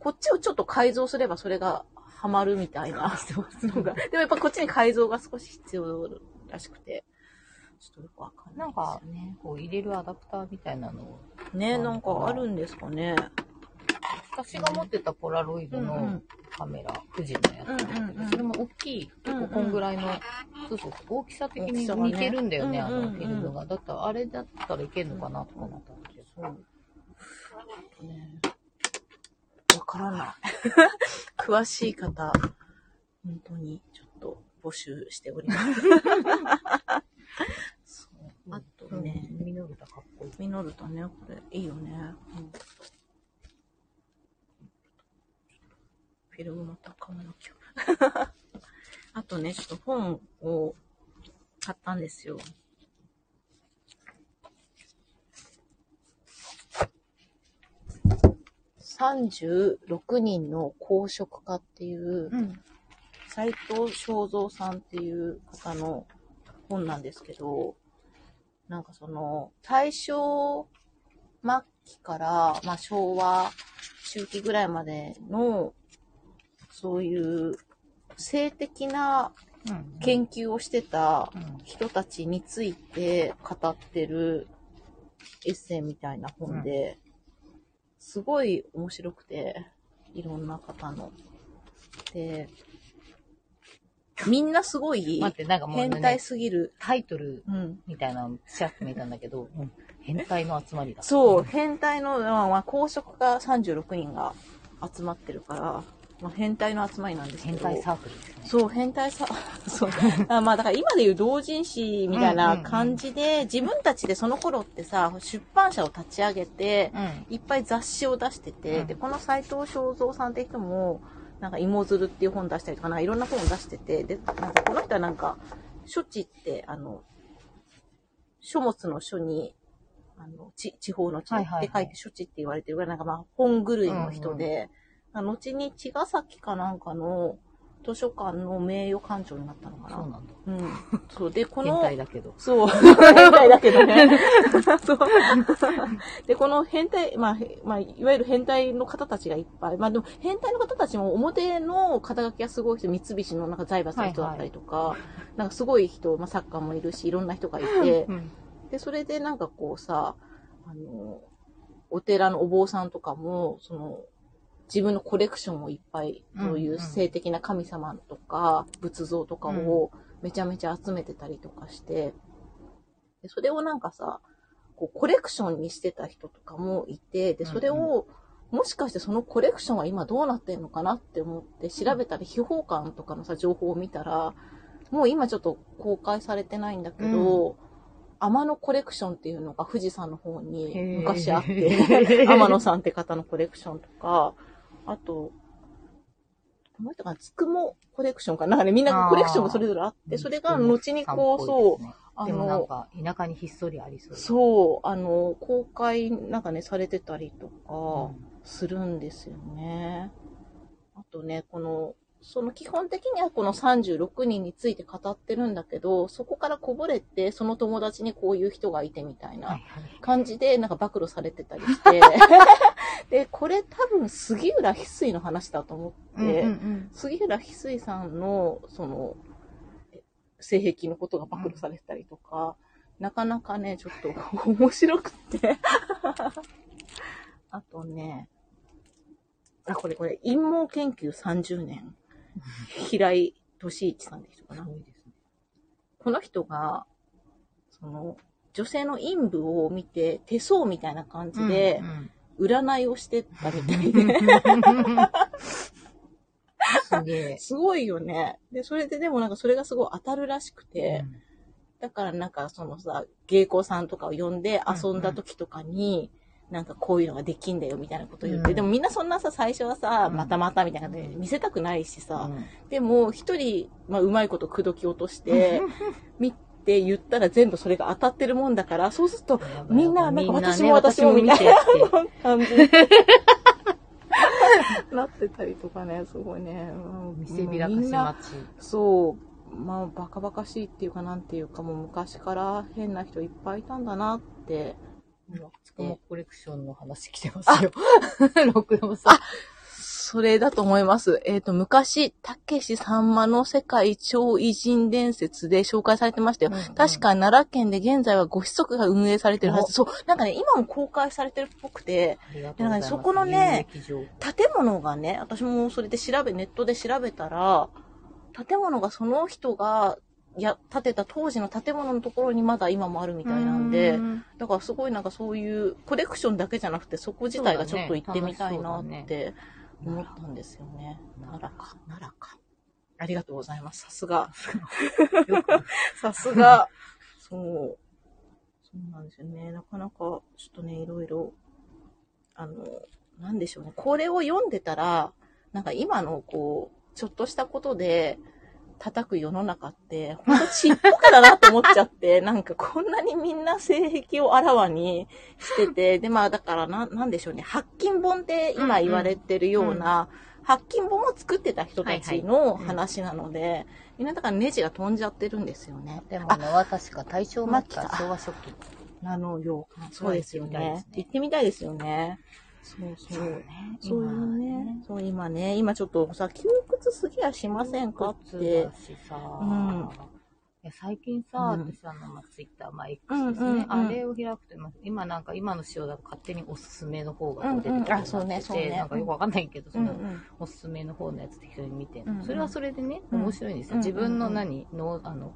S1: こっちをちょっと改造すればそれがハマるみたい なのが。でもやっぱこっちに改造が少し必要らしくて、ちょっとよくわかんないですよね。
S2: こう入れるアダプターみたいなのを
S1: ね、なんかあるんですかね。
S2: 私が持ってたポラロイド
S1: うんう
S2: の
S1: ん
S2: カメラ、富士のやつなんだけど、
S1: うんうんうん
S2: それも大きい、
S1: うんうん
S2: 結構こんぐらいの、そうそう、大きさ的に似てるんだよね、
S1: 大きさ
S2: あ
S1: がね
S2: のフィルムが。だったら、あれだったらいけるのかなとか思ったんだけど。
S1: そう。ねわからない。 詳しい方、本当にちょっと募集しております。あとね
S2: うん、ミノルタかっこいい。
S1: ミノルタね、これ、いいよね。うんフィルムまた買わなきゃ。 あとね、ちょっと本を買ったんですよ。36人の公職家っていう、
S2: うん。
S1: 斎藤正蔵さんっていう方の本なんですけど、なんかその、大正末期から、まあ、昭和中期ぐらいまでの、そういう性的な
S2: うん。
S1: 研究をしてた
S2: うん
S1: 人たちについて語ってるエッセイみたいな本で、すごい面白くて、いろんな方の。で、みんなすごい
S2: 待って、なんかもう、
S1: 変
S2: ね
S1: 態、すぎる。
S2: タイトル
S1: うん。
S2: みたいなのシャッと見たんだけど、うん変態の集まりだ。
S1: そう、変態の、まあまあ、公職が36人が集まってるから、まあ、変態の集まりなんですけ
S2: 変
S1: ど。
S2: 態サークルですね。
S1: そう、変態さ、 そう。あまあだから今で言う同人誌みたいな感じで、自分たちでその頃ってさ、出版社を立ち上げて、
S2: うん。
S1: いっぱい雑誌を出してて、
S2: うん
S1: で、この斎藤正蔵さんって人も、なんか、芋づるっていう本出したりとか、なんかいろんな本を出してて、で、なんかこの人はなんか、書地って、あの、書物の書に、あの、ち地方の地
S2: はいは
S1: っ
S2: いはい
S1: て書いて書地って言われてるぐらい、なんかまあ、本狂いの人で、あ後に茅ヶ崎かなんかの図書館の名誉館長になったのか
S2: そう
S1: な。
S2: なんだ。
S1: うん。そう。で、こ
S2: 変
S1: の、
S2: 態だけど。
S1: そう。変態だけどね。 そう。で、この変態、まあ、へまあ、いわゆる変態の方たちがいっぱい。まあでも、変態の方たちも表の肩書きがすごい人、三菱のなんか財閥の人だったりとか、なんかすごい人、まあサッカーもいるし、いろんな人がいて、
S2: うん。
S1: で、それでなんかこうさ、あの、お寺のお坊さんとかも、その、自分のコレクションをいっぱい、
S2: うん
S1: そういう性的な神様とか、仏像とかをめちゃめちゃ集めてたりとかして、でそれをなんかさ、こうコレクションにしてた人とかもいて、で、それを、もしかしてそのコレクションは今どうなってんのかなって思って調べたり、秘宝館とかのさ、情報を見たら、もう今ちょっと公開されてないんだけど、天野コレクションっていうのが富士山の方に昔あっ
S2: へ
S1: て、
S2: ー
S1: 天野さんって方のコレクションとか、あと、この人がつくもコレクションかなあれみんなコレクションがそれぞれあって、それが後にこう、そう、
S2: う。
S1: あ
S2: でもなん
S1: の、
S2: か、田舎にひっそりありそう。
S1: そう、あの、公開なんかね、されてたりと
S2: う
S1: か
S2: ん。
S1: するんですよね。あとね、この、その基本的にはこの36人について語ってるんだけど、そこからこぼれて、その友達にこういう人がいてみたいな。
S2: はいはい。
S1: 感じで、なんか暴露されてたり して。で、これ多分杉浦翡翠の話だと思って、
S2: うんうん
S1: 杉浦翡翠さんの、その、え性癖のことが暴露されてたりとか、なかなかね、ちょっと 面白くって。 あとね、あ、これこれ、陰謀研究30年、平井俊一さんでしょうかな
S2: うん。す。ごいですね。
S1: この人が、その、女性の陰部を見て、手相みたいな感じで
S2: う、ん
S1: 占いをしてたみたいで、
S2: うん、 すげえ。
S1: すごいよね。で、それででもなんかそれがすごい当たるらしくて、だからなんかそのさ、芸妓さんとかを呼んで遊んだ時とかに、なんかこういうのができんだよみたいなこと言って、
S2: うん
S1: でもみんなそんなさ、最初はさ、
S2: うん
S1: またまたみたいな感じで見せたくないし
S2: う
S1: さ、
S2: ん
S1: でも一人、まあうまいこと口説き落として、見て言ったら全部それが当たってるもんだから、そうする と、みんななんか私も私もみたいな
S2: なね。私も見てって
S1: 感 じ。なってたりとかね、すごいね。うん
S2: 見せびらか
S1: もうみ
S2: し
S1: んな
S2: 待ち。
S1: そう、まあ、バカバカしいっていうか、なんていうか、もう昔から変な人いっぱいいたんだなって思っ
S2: つくも
S1: て。
S2: コレクションの話来てますよ。六郎さん。
S1: それだと思います。えっ、と、昔、たけしさんまの世界超偉人伝説で紹介されてましたよ。
S2: うんうん
S1: 確か奈良県で現在はご子息が運営されてるは
S2: お
S1: ず。そう。なんかね、今も公開されてるっぽくて、
S2: ありがとうございます。
S1: そこのね
S2: 有益情報、
S1: 建物がね、私もそれで調べ、ネットで調べたら、建物がその人が、や、建てた当時の建物のところにまだ今もあるみたいなんで、
S2: うん
S1: だからすごいなんかそういうコレクションだけじゃなくて、そこ自体がちょっと行ってみたいなって思ったんですよね。
S2: な
S1: 奈
S2: る
S1: 良か、奈良か。ありがとうございます。さすが。
S2: よく
S1: さすが。そう。そうなんですよね。なかなか、ちょっとね、いろいろ、あの、なんでしょうね。これを読んでたら、なんか今の、こう、ちょっとしたことで、叩く世の中って、ほんとちっぽかだなと思っちゃって、 なんかこんなにみんな性癖をあらわにしてて、で、まあだからな、なんでしょうね、発禁本って今言われてるような、発禁本を作ってた人たちの話なので、みんなだからネジが飛んじゃってるんですよね。
S2: でも
S1: あ、
S2: ね、私が大正
S1: 末
S2: 末期
S1: 期
S2: か
S1: か
S2: 昭和初期。
S1: なのよ。そうですよね。
S2: 行
S1: 行ってみたいですよね。そうそ
S2: そう
S1: う。
S2: ね。
S1: そういうね。そう、今ね、今ちょっとさ、窮屈すぎやしませんかっ
S2: 靴
S1: て
S2: だ。しさ、
S1: うん
S2: いや最近さ、
S1: うん
S2: 私あの、まあ、ツイッター、まあ、X
S1: うん
S2: ですね、
S1: うんうん
S2: あれを開くと、まあ今なんか、今の仕様だと勝手におすすめの方がこう出てくるよう
S1: うんう
S2: に
S1: ん
S2: な
S1: あそうね
S2: ってて
S1: そうね
S2: なんかよくわかんないけど、そ
S1: うんう
S2: の、
S1: ん。
S2: おすすめの方のやつ適当に見てん
S1: うんう
S2: の、
S1: ん
S2: それはそれでね、
S1: うん
S2: 面白いんですよ。
S1: うん
S2: 自分
S1: う
S2: の
S1: んうん
S2: 何、の、あの、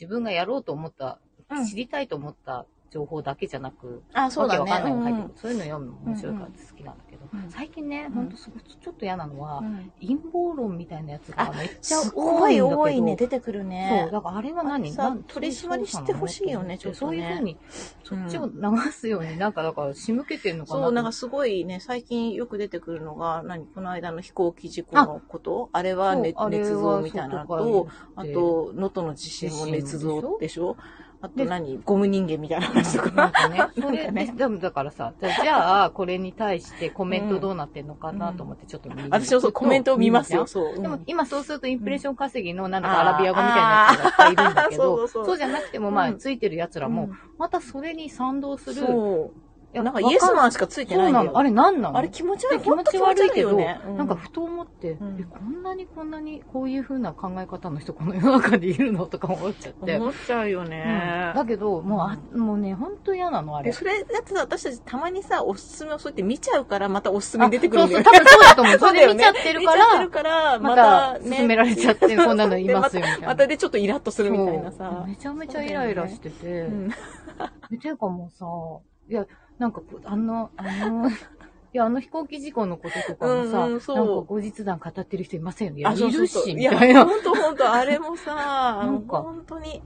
S2: 自分がやろうと思った、
S1: うん
S2: 知りたいと思った情報だけじゃなく、
S1: あ、そうだね。
S2: わけわかんないのが入って
S1: う
S2: く
S1: ん
S2: る。そういうの読むの面白いからって好きなんだけど、
S1: うんうん
S2: 最近ね、
S1: ん
S2: ほんとすごい、ちょっと嫌なのは、
S1: うん
S2: 陰謀論みたいなやつがめっちゃ
S1: す
S2: 多
S1: ご
S2: いん
S1: い
S2: だけど。
S1: 多いね。出てくる
S2: そう、
S1: ね。
S2: だからあれは
S1: あ
S2: 何
S1: れさ
S2: なん
S1: 取り締まりしてほしいよね
S2: そう
S1: ちょっとね
S2: そういうふうに、
S1: そ
S2: こっちを流すように、なんか、だから、仕向けてんのかな
S1: そう、なんか
S2: と
S1: すごいね、最近よく出てくるのが、何この間の飛行機事故のことあれは
S2: 思って
S1: ね
S2: そうあれは
S1: 捏造みたいなのと、あ
S2: そう
S1: と、能登の地震も捏造でしょあと何ゴム人間みたいな話と
S2: なん
S1: か。
S2: かね、そ
S1: な
S2: れ
S1: んかね
S2: ね、でもだからさ、じゃあじゃあ、これに対してコメントどうなってんのかなと思って、ちょっと見る
S1: 私もそう、コメントを見ますよ、。そう。
S2: で
S1: う
S2: も
S1: ん
S2: 今そうするとインプレッション稼ぎのなん
S1: あ
S2: か
S1: ー
S2: アラビア語みたいなやつがいっぱいいるんだ け
S1: そう
S2: ど、
S1: そうそう
S2: そうじゃなくてもま
S1: う
S2: あ
S1: ん
S2: ついてる奴らも、またそれに賛同する。
S1: そ。
S2: いうや
S1: なんかイエス
S2: わ
S1: マンしかつい
S2: か
S1: て
S2: ん
S1: ない
S2: そうん
S1: だ
S2: な
S1: よ
S2: のあれ何なの
S1: あれ気持ち悪い。
S2: 気持ち悪いけど
S1: 本当気持ち悪よねう
S2: なんかふと思って、
S1: うん
S2: えこんなにこんなにこういう風な考え方の人この世の中にいるのとか思っちゃって、
S1: 思っちゃうよ
S2: うん
S1: ね。
S2: だけどもうあ、もうね本当嫌なのあ
S1: で
S2: れ
S1: それだってさ私たちたまにさおすすめをそうやって見ちゃうからまたおすすめ出てくるんだよ
S2: あそうそう多分そうだと思う
S1: そ
S2: そう
S1: だよ
S2: れ
S1: ね
S2: で見ちゃってる
S1: 見ち
S2: か
S1: ゃって
S2: ら
S1: るから
S2: ま
S1: ま
S2: た
S1: た
S2: 勧め
S1: ね
S2: られちゃって、こんなのいますよみたい な。
S1: またでちょっとイラッとするみたいな
S2: そ
S1: さ
S2: うめちゃめちゃイライラしてて。
S1: うん
S2: ていうかもうさ、いや、なんかこう、あの、あ の、いや、あの飛行機事故のこととかもさ、
S1: うんうんそう
S2: なんか後日談語ってる人いませんよね。いや
S1: あそう
S2: い
S1: そ
S2: る
S1: うそう
S2: し、みたいな。
S1: 本当本当あれもさ、
S2: なんか
S1: 本当に。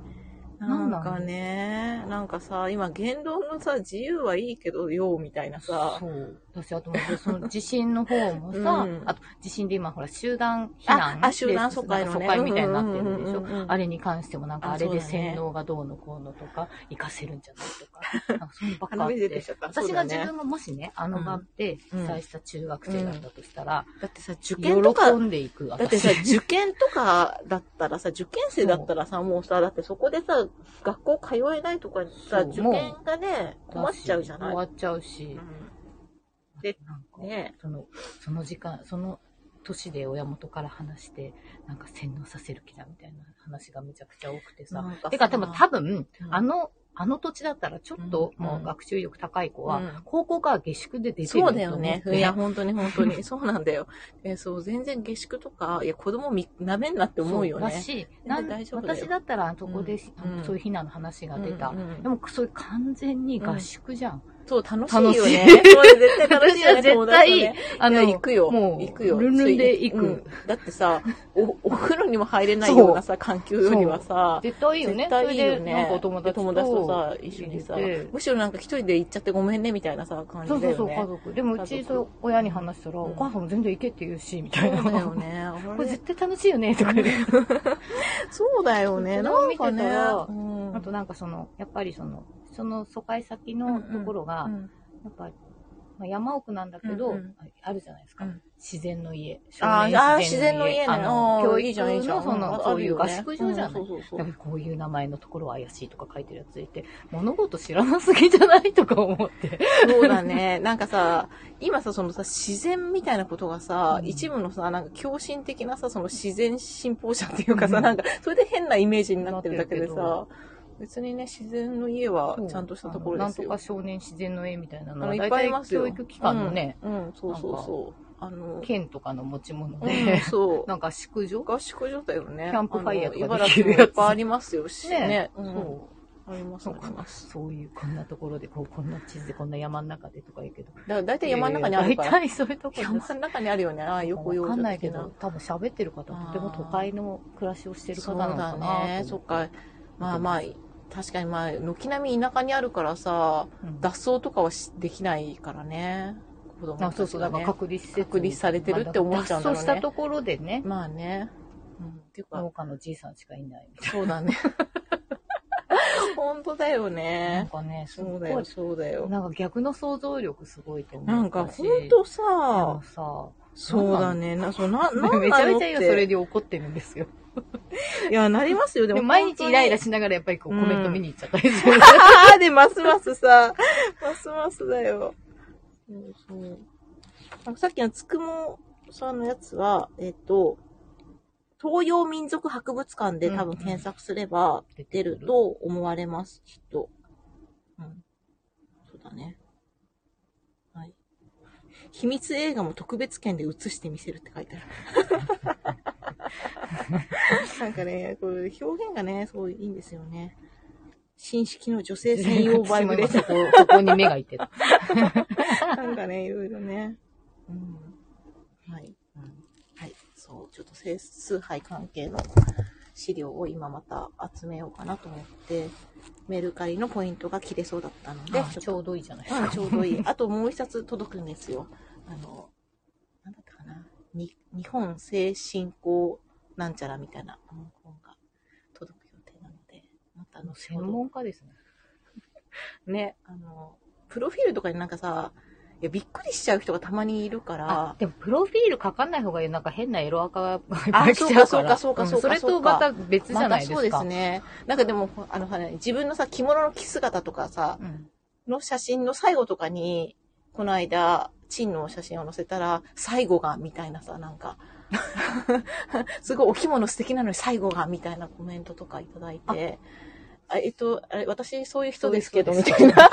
S1: な
S2: なんんなの
S1: かね、なんかさ、今言論のさ、自由はいいけどよ、みたいなさ
S2: そ。う。私、あともう、その地震の方もさ、
S1: うん
S2: あと地震で今、ほら、集団避難
S1: ああ集団
S2: で
S1: 疎開のね
S2: なんか疎開みたいになってるで
S1: う
S2: し
S1: んうんうんうんう
S2: ょ。
S1: ん
S2: あれに関しても、なんか、
S1: あ
S2: あれ
S1: そう
S2: で
S1: だね
S2: 洗脳がどうのこうのとか、活かせるんじゃないとか、 なんかそういうのばっかあ
S1: 鼻
S2: っ
S1: 水出
S2: て
S1: てき。ちゃった。
S2: 私
S1: そ
S2: が自
S1: うだね
S2: 分がもしね、あの場で
S1: うん
S2: 被災した中学生だったとしたら、
S1: だってさ、受
S2: 喜
S1: 験とか、
S2: んでいく。
S1: だって
S2: 私
S1: さ、受験とかだったらさ、受験生だったらさ、もうさ、だってそこでさ、学校通えないとかさ、
S2: そう
S1: 受験がね、困っちゃうじゃない
S2: 終わっちゃうし
S1: う、んで
S2: なんか、
S1: ね
S2: その、その時間、その年で親元から話して、なんか洗脳させる気だみたいな話がめちゃくちゃ多くてさ。
S1: なんかさ
S2: てか、でも多分、
S1: うん
S2: あの、あの土地だったらちょっと
S1: うん
S2: もう学習力高い子
S1: う
S2: は
S1: ん、
S2: 高校から下宿で出てる
S1: そうだよね。
S2: と思って
S1: いや、本当に本当 に。そうなんだよ。えそう、全然下宿とか、いや、子供み、なめんなって思うよ
S2: そだ
S1: ね。
S2: し、
S1: 然
S2: なん
S1: 大丈夫だよ
S2: 私だったらあそこで、あの
S1: うん
S2: そういう避難の話が出た。
S1: うんうん
S2: でも、それ完全に合宿じゃん。
S1: そう、楽しいよね。
S2: 楽しい
S1: そう絶対楽しいよね。
S2: 私 は絶対
S1: 友達とね
S2: あ
S1: い
S2: の、
S1: や行くよ。
S2: もう
S1: 行くよ。
S2: ルンルンで行く
S1: うんだってさ、お、お風呂にも入れないようなさ、環境にはさ、
S2: 絶対いいよね。
S1: 絶対いいよ
S2: それ
S1: ね。
S2: でなんかお友達と。
S1: 友達とさ、一緒にさ
S2: 入れて、
S1: むしろなんか一人で行っちゃってごめんね、みたいなさ、感じ
S2: そう
S1: だ
S2: そう
S1: よ
S2: そう、
S1: ね
S2: 家。族。でもう
S1: 家
S2: ち、
S1: 族
S2: そう、親に話したら、
S1: うん
S2: お母さんも全然行けって言うし、みた
S1: そ
S2: いな。
S1: うだよね。あれ
S2: これ絶対楽しいよね、とか言って
S1: そうだよね。
S2: 子
S1: な
S2: 供
S1: ん
S2: 見て
S1: か
S2: た
S1: ね。
S2: ら
S1: うん
S2: あとなんかその、やっぱりその、その疎開先のところが、
S1: うん
S2: やっぱり、まあ、山奥なんだけど、
S1: うんうん
S2: あるじゃないですか。
S1: うん
S2: 自然の家。
S1: あーあー、自然の家ね。
S2: あの、教
S1: いいじゃん、いい
S2: 育
S1: じゃん。
S2: のその、そういう合宿場じゃない
S1: うん。そうそう
S2: や
S1: そう
S2: っぱりこういう名前のところは怪しいとか書いてるやついて、物事知らなすぎじゃないとか思って。
S1: そうだね。なんかさ、今さ、そのさ、自然みたいなことがさ、
S2: うん
S1: 一部のさ、なんか狂信的なさ、その自然信奉者っていうかさ、
S2: うん
S1: なんか、それで変なイメージになってるだけで
S2: な
S1: さ、別にね、自然の家は ちゃんとしたところですよ
S2: あのなん。とか少年自然の絵みたいな
S1: あ
S2: の
S1: の
S2: は、
S1: いっ
S2: 大
S1: ぱいい
S2: 体
S1: ますよ。
S2: 教育機関のね、
S1: うん。うん、そうそうそう。あの、
S2: 県とかの持ち物
S1: うん、
S2: で、
S1: そう。
S2: なんか宿所
S1: 合宿所だよね。
S2: キャンプファイヤーとか
S1: あの
S2: できる
S1: 茨城もい
S2: やつ
S1: っぱいありますよしね。
S2: そ
S1: うん
S2: う。
S1: あります、
S2: そ
S1: あ
S2: う
S1: ります。
S2: そういう、こんなところで、こう、こんな地図で、こんな山の中でとか言うけど。
S1: だから大体山の中にあるか
S2: 大
S1: ら。
S2: 体そういうところ
S1: 山の中にあるよね。ああ、横用
S2: わかんないけ
S1: な
S2: ど、多分喋ってる方はとても都会の暮らしをしてる
S1: そ
S2: 方
S1: う
S2: なのかな
S1: だ
S2: と思って
S1: ね。そっか。まあまあ、確かにまあ、軒並み田舎にあるからさ、
S2: うん
S1: 脱走とかはしできないからね。子供た
S2: あ
S1: ちが、ね。
S2: そうそう、だから隔離施設。
S1: 隔離されてるって思っちゃうんだろうね
S2: 脱走したところでね、
S1: まあね。うん、ていうか、
S2: 農家のじいさんしかいないみたい
S1: そうだね。 本当だよ
S2: な。なん
S1: ね。
S2: かね、す
S1: そ
S2: ご
S1: うだよ、
S2: い。
S1: そうだよ。
S2: なんか逆の想像力すごいと思う。
S1: なんか、
S2: 私
S1: ほんと
S2: で
S1: さ
S2: も、さ、
S1: そうだね。な、そう、な、なんなのって
S2: めちゃめちゃ今それで怒ってるんですよ。
S1: いや、なりますよ。で
S2: で
S1: も、
S2: も毎日イライラ
S1: し
S2: しながらやっぱりこう
S1: うん
S2: コメント見に行っちゃったりする。
S1: ああ、 で、ますますさ、ますますだよ。そうそう。なんかさっきのつくもさんのやつは、えっと、東洋民族博物館で多分検索すれば出ると思われます、きっと。うん。そうだね。はい。秘密映画も特別券で映してみせるって書いてある。なんかね、これ表現がね、すごいいいんですよね。新式の女性専用バイブレーター
S2: 私も今そこ、ここに目がい ってた。
S1: なんかね、いろいろね。うん。はい。はい。そう、ちょっと整数杯関係の資料を今また集めようかなと思って、メルカリのポイントが切れそうだったので、
S2: あちょうどいいじゃないです
S1: うん
S2: か。
S1: ちょうどいい。あともう一冊届くんですよ。あの、なんだったかな。に日本精神科なんちゃらみたいなあの本が届く予定なので、またあの、
S2: 専門家ですね。
S1: ね、あの、プロフィールとかになんかさ、いや、びっくりしちゃう人がたまにいるか
S2: あ
S1: ら、、
S2: でもプロフィール書かない方がいい。なんか変なエロアカがいっ
S1: あ
S2: ぱい来ちゃうから。
S1: そうかそうかそうか
S2: んそれとまた別じゃないですか。
S1: またそうですね。なんかでも、あの、自分のさ、着物の着姿とかさ、
S2: うん
S1: の写真の最後とかに、この間、チンの写真を載せたら、最後が、みたいなさ、なんか、 すごいお着物素敵なのに最後が、みたいなコメントとかいただいて、あえっと、あれ、私そういう人ですけど、みたいな。。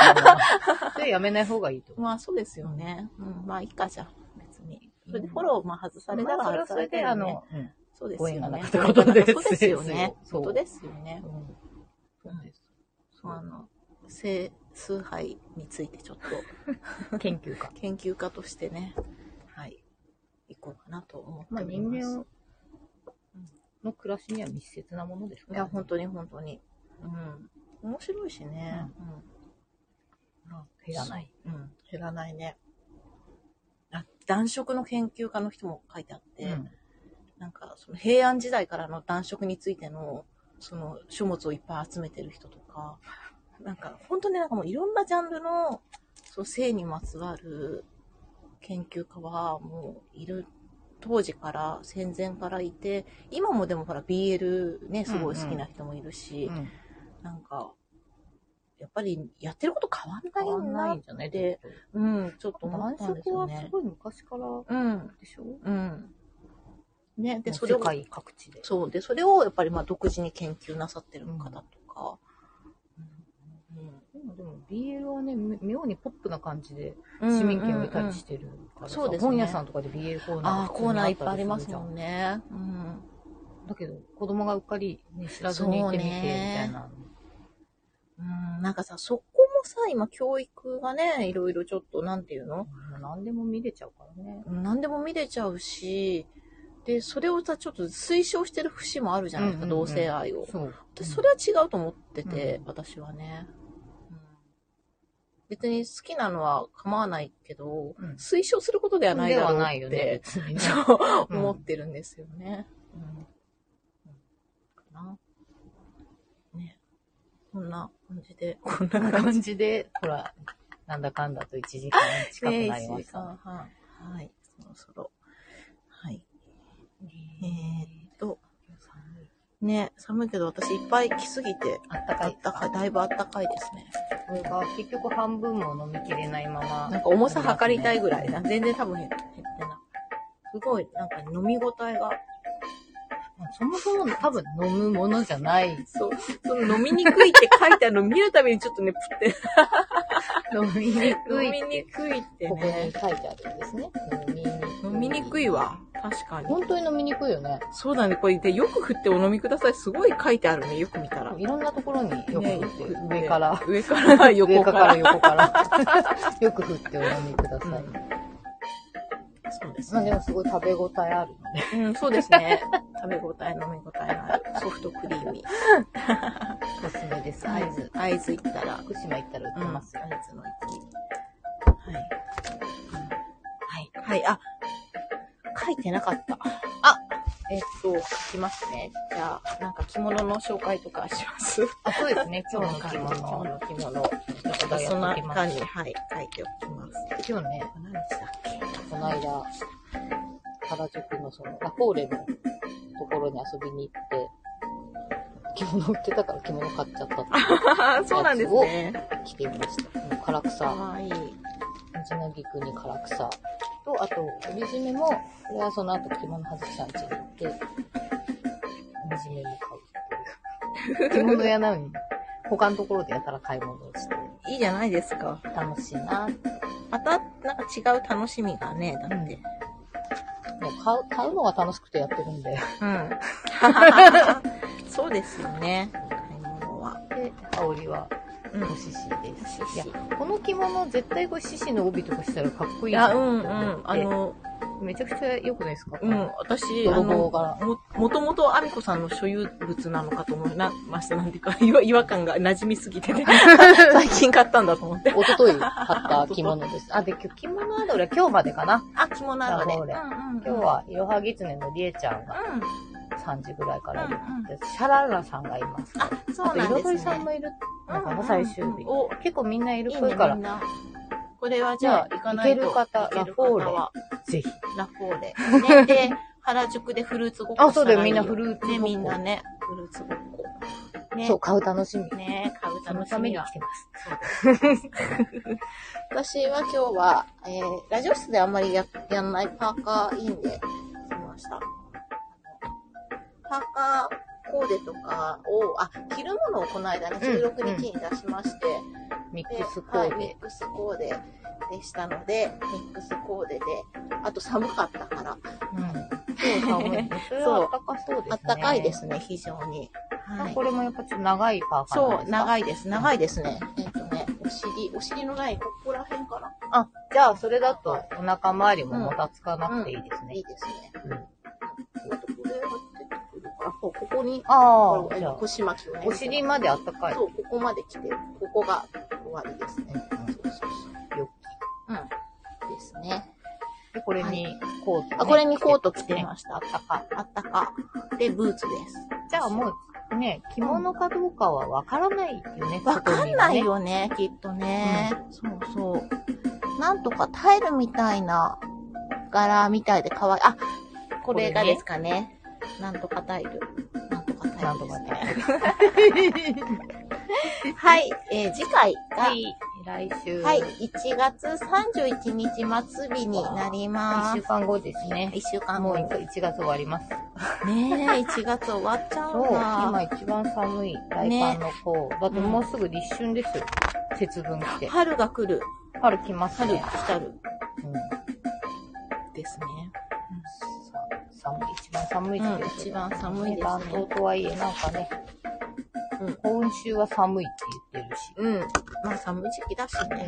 S2: それやめない方がいいと思う。
S1: まあそうですよね。うん、まあいいかじゃん、別に。それでフォロー、まあ外されたら
S2: まあそれはそれで、あ
S1: れだよね
S2: の、うん
S1: そうです
S2: ご
S1: よ
S2: 縁がな
S1: ね
S2: かっ。たことで
S1: そうですよね。
S2: そう
S1: そうですよね。
S2: そうなんです。
S1: まああの、性崇拝についてちょっと
S2: 研究家。
S1: 研究家としてね、はい、行こうかなと思って
S2: まあ
S1: おり
S2: 人
S1: ます。
S2: 間の暮らしには密接なものですか
S1: い
S2: ら、
S1: や、本当に本当に。うん。面白いしね。うん。
S2: 減らない。
S1: そう。うん。減らないね。あ、男色の研究家の人も書いてあって、
S2: うん
S1: なんか、その平安時代からの男色についての、その書物をいっぱい集めてる人とか、なんか、本当になんかもういろんなジャンルの、そう、性にまつわる研究家はもういる、当時から、戦前からいて、今もでもほら BL ね、すごい好きな人もいるし、
S2: うん
S1: なんか、やっぱりやってること変わんない
S2: 変わん
S1: な
S2: ないんじゃないで
S1: うん、ちょっと思
S2: 男
S1: ったんです
S2: 色
S1: よ
S2: はす
S1: ね。
S2: ごい昔から
S1: うん、
S2: でしょ
S1: うん。ね、で、
S2: で、
S1: そ
S2: 世
S1: れを、
S2: 界各地で。
S1: そう、で、それをやっぱりまあ独自に研究なさってる方とか、
S2: でも、でも BL はね、み妙にポップな感じで、
S1: うん。
S2: 市民権を得たりしててるからさ
S1: そうですね
S2: 本屋さんとかで BL コーナー
S1: ああ、コーナーいっぱいあり
S2: が
S1: ま
S2: 普通
S1: す
S2: にったりるじゃん
S1: もんね。うん。
S2: だけど、子供がうっかり、ね、知らずにいてみて、み
S1: そう
S2: た
S1: ね
S2: いな。
S1: うん、なんかさ、そこもさ、今教育がね、いろいろちょっと、なんていうの
S2: もう何でも見れちゃうからね。
S1: 何でも見れちゃうし、で、それをさ、ちょっと推奨してる節もあるじゃないですか、
S2: うんうんうん
S1: 同性愛を。
S2: そう。
S1: 私それは違うと思ってて、
S2: う
S1: 私はね、うん別に好きなのは構わないけど、
S2: うん
S1: 推奨することではない
S2: で
S1: だ
S2: は
S1: ろう
S2: ないよ
S1: っ
S2: ね
S1: て、、
S2: 別にね
S1: そう、
S2: うん
S1: 思ってるんですよね。うんかなね。こんな感じで、こん
S2: こん
S1: な
S2: な
S1: 感
S2: 感
S1: じ
S2: じで、ほら、なんだかんだと1時間近く
S1: で、
S2: なりま
S1: 1
S2: し
S1: 時
S2: たね。
S1: 間半。はい、そろそろ。はい。え
S2: ね
S1: ーっと、ね、寒いけど私いっぱい来すぎて、
S2: あったか
S1: あ
S2: い
S1: っ。たかい、だいぶあったかいですね。
S2: これが結局半分も飲みきれないまま。
S1: なんか重さ測りたいぐらい。
S2: ま
S1: な全然多分減ってない。すごい、なんか飲み応えが。
S2: あそもそも多分飲むものじゃない。飲
S1: そう。その飲みにくいって書いてあるの見るたびにちょっとね、プって。
S2: みにくい
S1: 飲み
S2: っ
S1: に
S2: て。
S1: くいって
S2: ここに
S1: ね。
S2: 書いてあるんですね。
S1: 飲みにくい。わ。確かに。
S2: 本当に飲みにくいよね。
S1: そうだね。これで、よく振ってお飲みください。すごい書いてあるね。よく見たら。
S2: いろんなところによく
S1: ね
S2: 振ってる、上から。。
S1: 上から、横
S2: 上
S1: か。
S2: からら横から。 よく振ってお飲みください。
S1: うんそうです
S2: まあで
S1: ね
S2: も。すごい食べ応えあるので。
S1: うん、そうですね。食べ応え、飲み応えのあるソフトクリーミー。
S2: おすすめです。
S1: 合
S2: 合
S1: 図
S2: 図。
S1: 合図行ったら、
S2: 福島行ったら売ってますよ。
S1: うん、あいつのうちにはい。はい。はい、あ、書いてなかった。あ、えっと、書きますね。じゃあ、なんか着物の紹介とかします。
S2: あ、そうですね。今日の
S1: 今
S2: 着
S1: 日
S2: 物。
S1: の着物。
S2: がや
S1: そん
S2: っ
S1: な
S2: てきま
S1: 感
S2: し
S1: じ、はい、書いておきます。
S2: た今日ね、
S1: 何でしたっけ
S2: この間、原宿のその、ラフォーレのところに遊びに行って、着物売ってたから着物買っちゃったっ
S1: あ そうなんですね。
S2: て着てみました。もう唐
S1: か
S2: 草、
S1: わいい。
S2: 道のぎくに唐草と、あと、帯締めも、これはその後着物外しさんちに行って、帯締めも買うっていう。着物屋なのに、他のところでやたら買い物をして、
S1: いいじゃないですか。
S2: 楽しいな。
S1: また、なんか違う楽しみがね、だって。
S2: もう買う、買うのが楽しくてやってるんで。
S1: うん。そうですよね。買い物は。
S2: で、香りは、
S1: うん
S2: おししです。い
S1: い
S2: や
S1: や、
S2: この着物絶対これ獅子の帯とかしたらかっこい
S1: い
S2: いじゃ
S1: や、うんんう
S2: って思って
S1: ん。あの、
S2: めちゃくちゃ良くないですか
S1: うん、私、あ
S2: 泥棒
S1: の、
S2: 柄。
S1: も、もともとアミコさんの所有物なのかと思いなました。なんていうか、 違和違和感が馴染みすぎ てね。最近買ったんだと思って。
S2: 一昨日買った着物です。あ、で、今日着物アドルは今日までかな。
S1: あ、着物あるわね。
S2: なるほ
S1: うんうん
S2: 今日。は、いろはぎつねのりえちゃんが
S1: うん。
S2: 3時ぐらいからいる
S1: うんうん
S2: でシャララさんがいます。
S1: あ、そうなん
S2: 彩
S1: で
S2: り
S1: す
S2: さん
S1: ね。
S2: もいるの
S1: う
S2: か
S1: んう
S2: な、
S1: ん
S2: 最終日。
S1: お
S2: 結構みんないる
S1: いい
S2: っぽ
S1: ね、
S2: いから、
S1: みんな。これはじゃあ、行かないと。
S2: 行ける方
S1: 行ける
S2: ラフォーレ
S1: 方は
S2: ぜひ。
S1: ラフォーレ。ね、で、原宿でフルーツごっこ
S2: あ、そうだ
S1: し
S2: よ、
S1: たらい
S2: み
S1: い
S2: んなフルーツごっこ
S1: ね、みんなね、フルーツごっこ。ね、
S2: そう、買う楽しみ。
S1: ね、買う
S2: その
S1: 楽
S2: た
S1: し
S2: め
S1: み
S2: に
S1: が
S2: 来。てます。
S1: 私は今日は、えー、ラジオ室であんまりややんないパーカーインで来ました。パーカーコーデとかを、あ、着るものをこの間ね、
S2: うん
S1: 16日に出しまして、
S2: ミッ
S1: で
S2: クスコー
S1: はい、ミ
S2: デ。
S1: ックスコーデでしたので、ミックスコーデで、あと寒かったから、
S2: うん。そう、寒いね。 それはあったかそうですね。
S1: あったかいで。すね、非常に。はい
S2: こ。れもやっぱちょっと長いパーカーなん
S1: そ
S2: で
S1: う、
S2: すか
S1: 長いです。長いですね。えっ、とね、お尻、お尻のないここら辺かな。
S2: あ、じゃあそれだとお腹周りももたつかなくていいです
S1: い
S2: ね
S1: い。ですね。
S2: うん
S1: あとこれが出てくるから、そう、ここに、
S2: あ
S1: こ
S2: あ、
S1: れ
S2: じゃあ、
S1: 腰巻きをね。
S2: お尻まであったかい。
S1: そう、ここまで来て、ここが終わりですね。
S2: うんうん
S1: そうそうそう。
S2: よ
S1: うん。ですね。
S2: で、これにコートね、
S1: あ、これにコート着てまし
S2: あ
S1: た
S2: っ。たか
S1: あったか。で、ブーツです。
S2: い。じゃあもう、ね、着物かどうかはわからないよね。
S1: わかんない
S2: 外
S1: よね、きっとね。そうそう。なんとかタイルみたいな柄みたいで可愛い。あ、これが
S2: これね
S1: ですかね。なんとかタイル。なんとか
S2: 見は
S1: タイ
S2: ね。
S1: ルです
S2: なんとか
S1: ね。
S2: ね。
S1: はい、えー次回が、
S2: は
S1: はい、
S2: い。来週。
S1: 1月31日末日になりま
S2: 1週
S1: す。
S2: 間後ですね。
S1: 1週間
S2: もう
S1: 後に。
S2: 1月終わります。
S1: ねえ、1月終わっちゃ
S2: そう、
S1: うな。
S2: 今一番寒い大寒の方、だってもうすぐ立春ですよ。節分来て。
S1: 春が来る。
S2: 春来ます
S1: 春
S2: ね。
S1: 来たる。
S2: うん。
S1: ですね。
S2: さ寒い、一番寒い時期ですよ、
S1: うん一番寒いですね
S2: 暖冬とはいえ、なんかね、
S1: うん
S2: 今週は寒いって言ってるし、
S1: うん。まあ寒い時期だしね。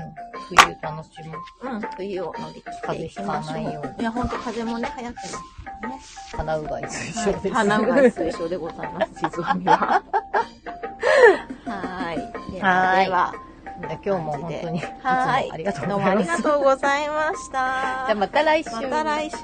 S2: うん、冬楽しみ。
S1: うん、冬を乗り切っていきましょう。
S2: 風邪ひかないように
S1: いや、ほんと風邪もね、流行ってます
S2: 鼻うがい推
S1: は
S2: 奨
S1: い
S2: です。
S1: 花が推奨でございます、実はには。はーい。では、
S2: はーい
S1: では
S2: 今日も本当に、いつも
S1: はーい。
S2: ありがとう
S1: ど
S2: ご
S1: うもあ
S2: ざい
S1: り
S2: ま
S1: が
S2: す。
S1: とうございました。
S2: じゃあまた来週。
S1: また来週。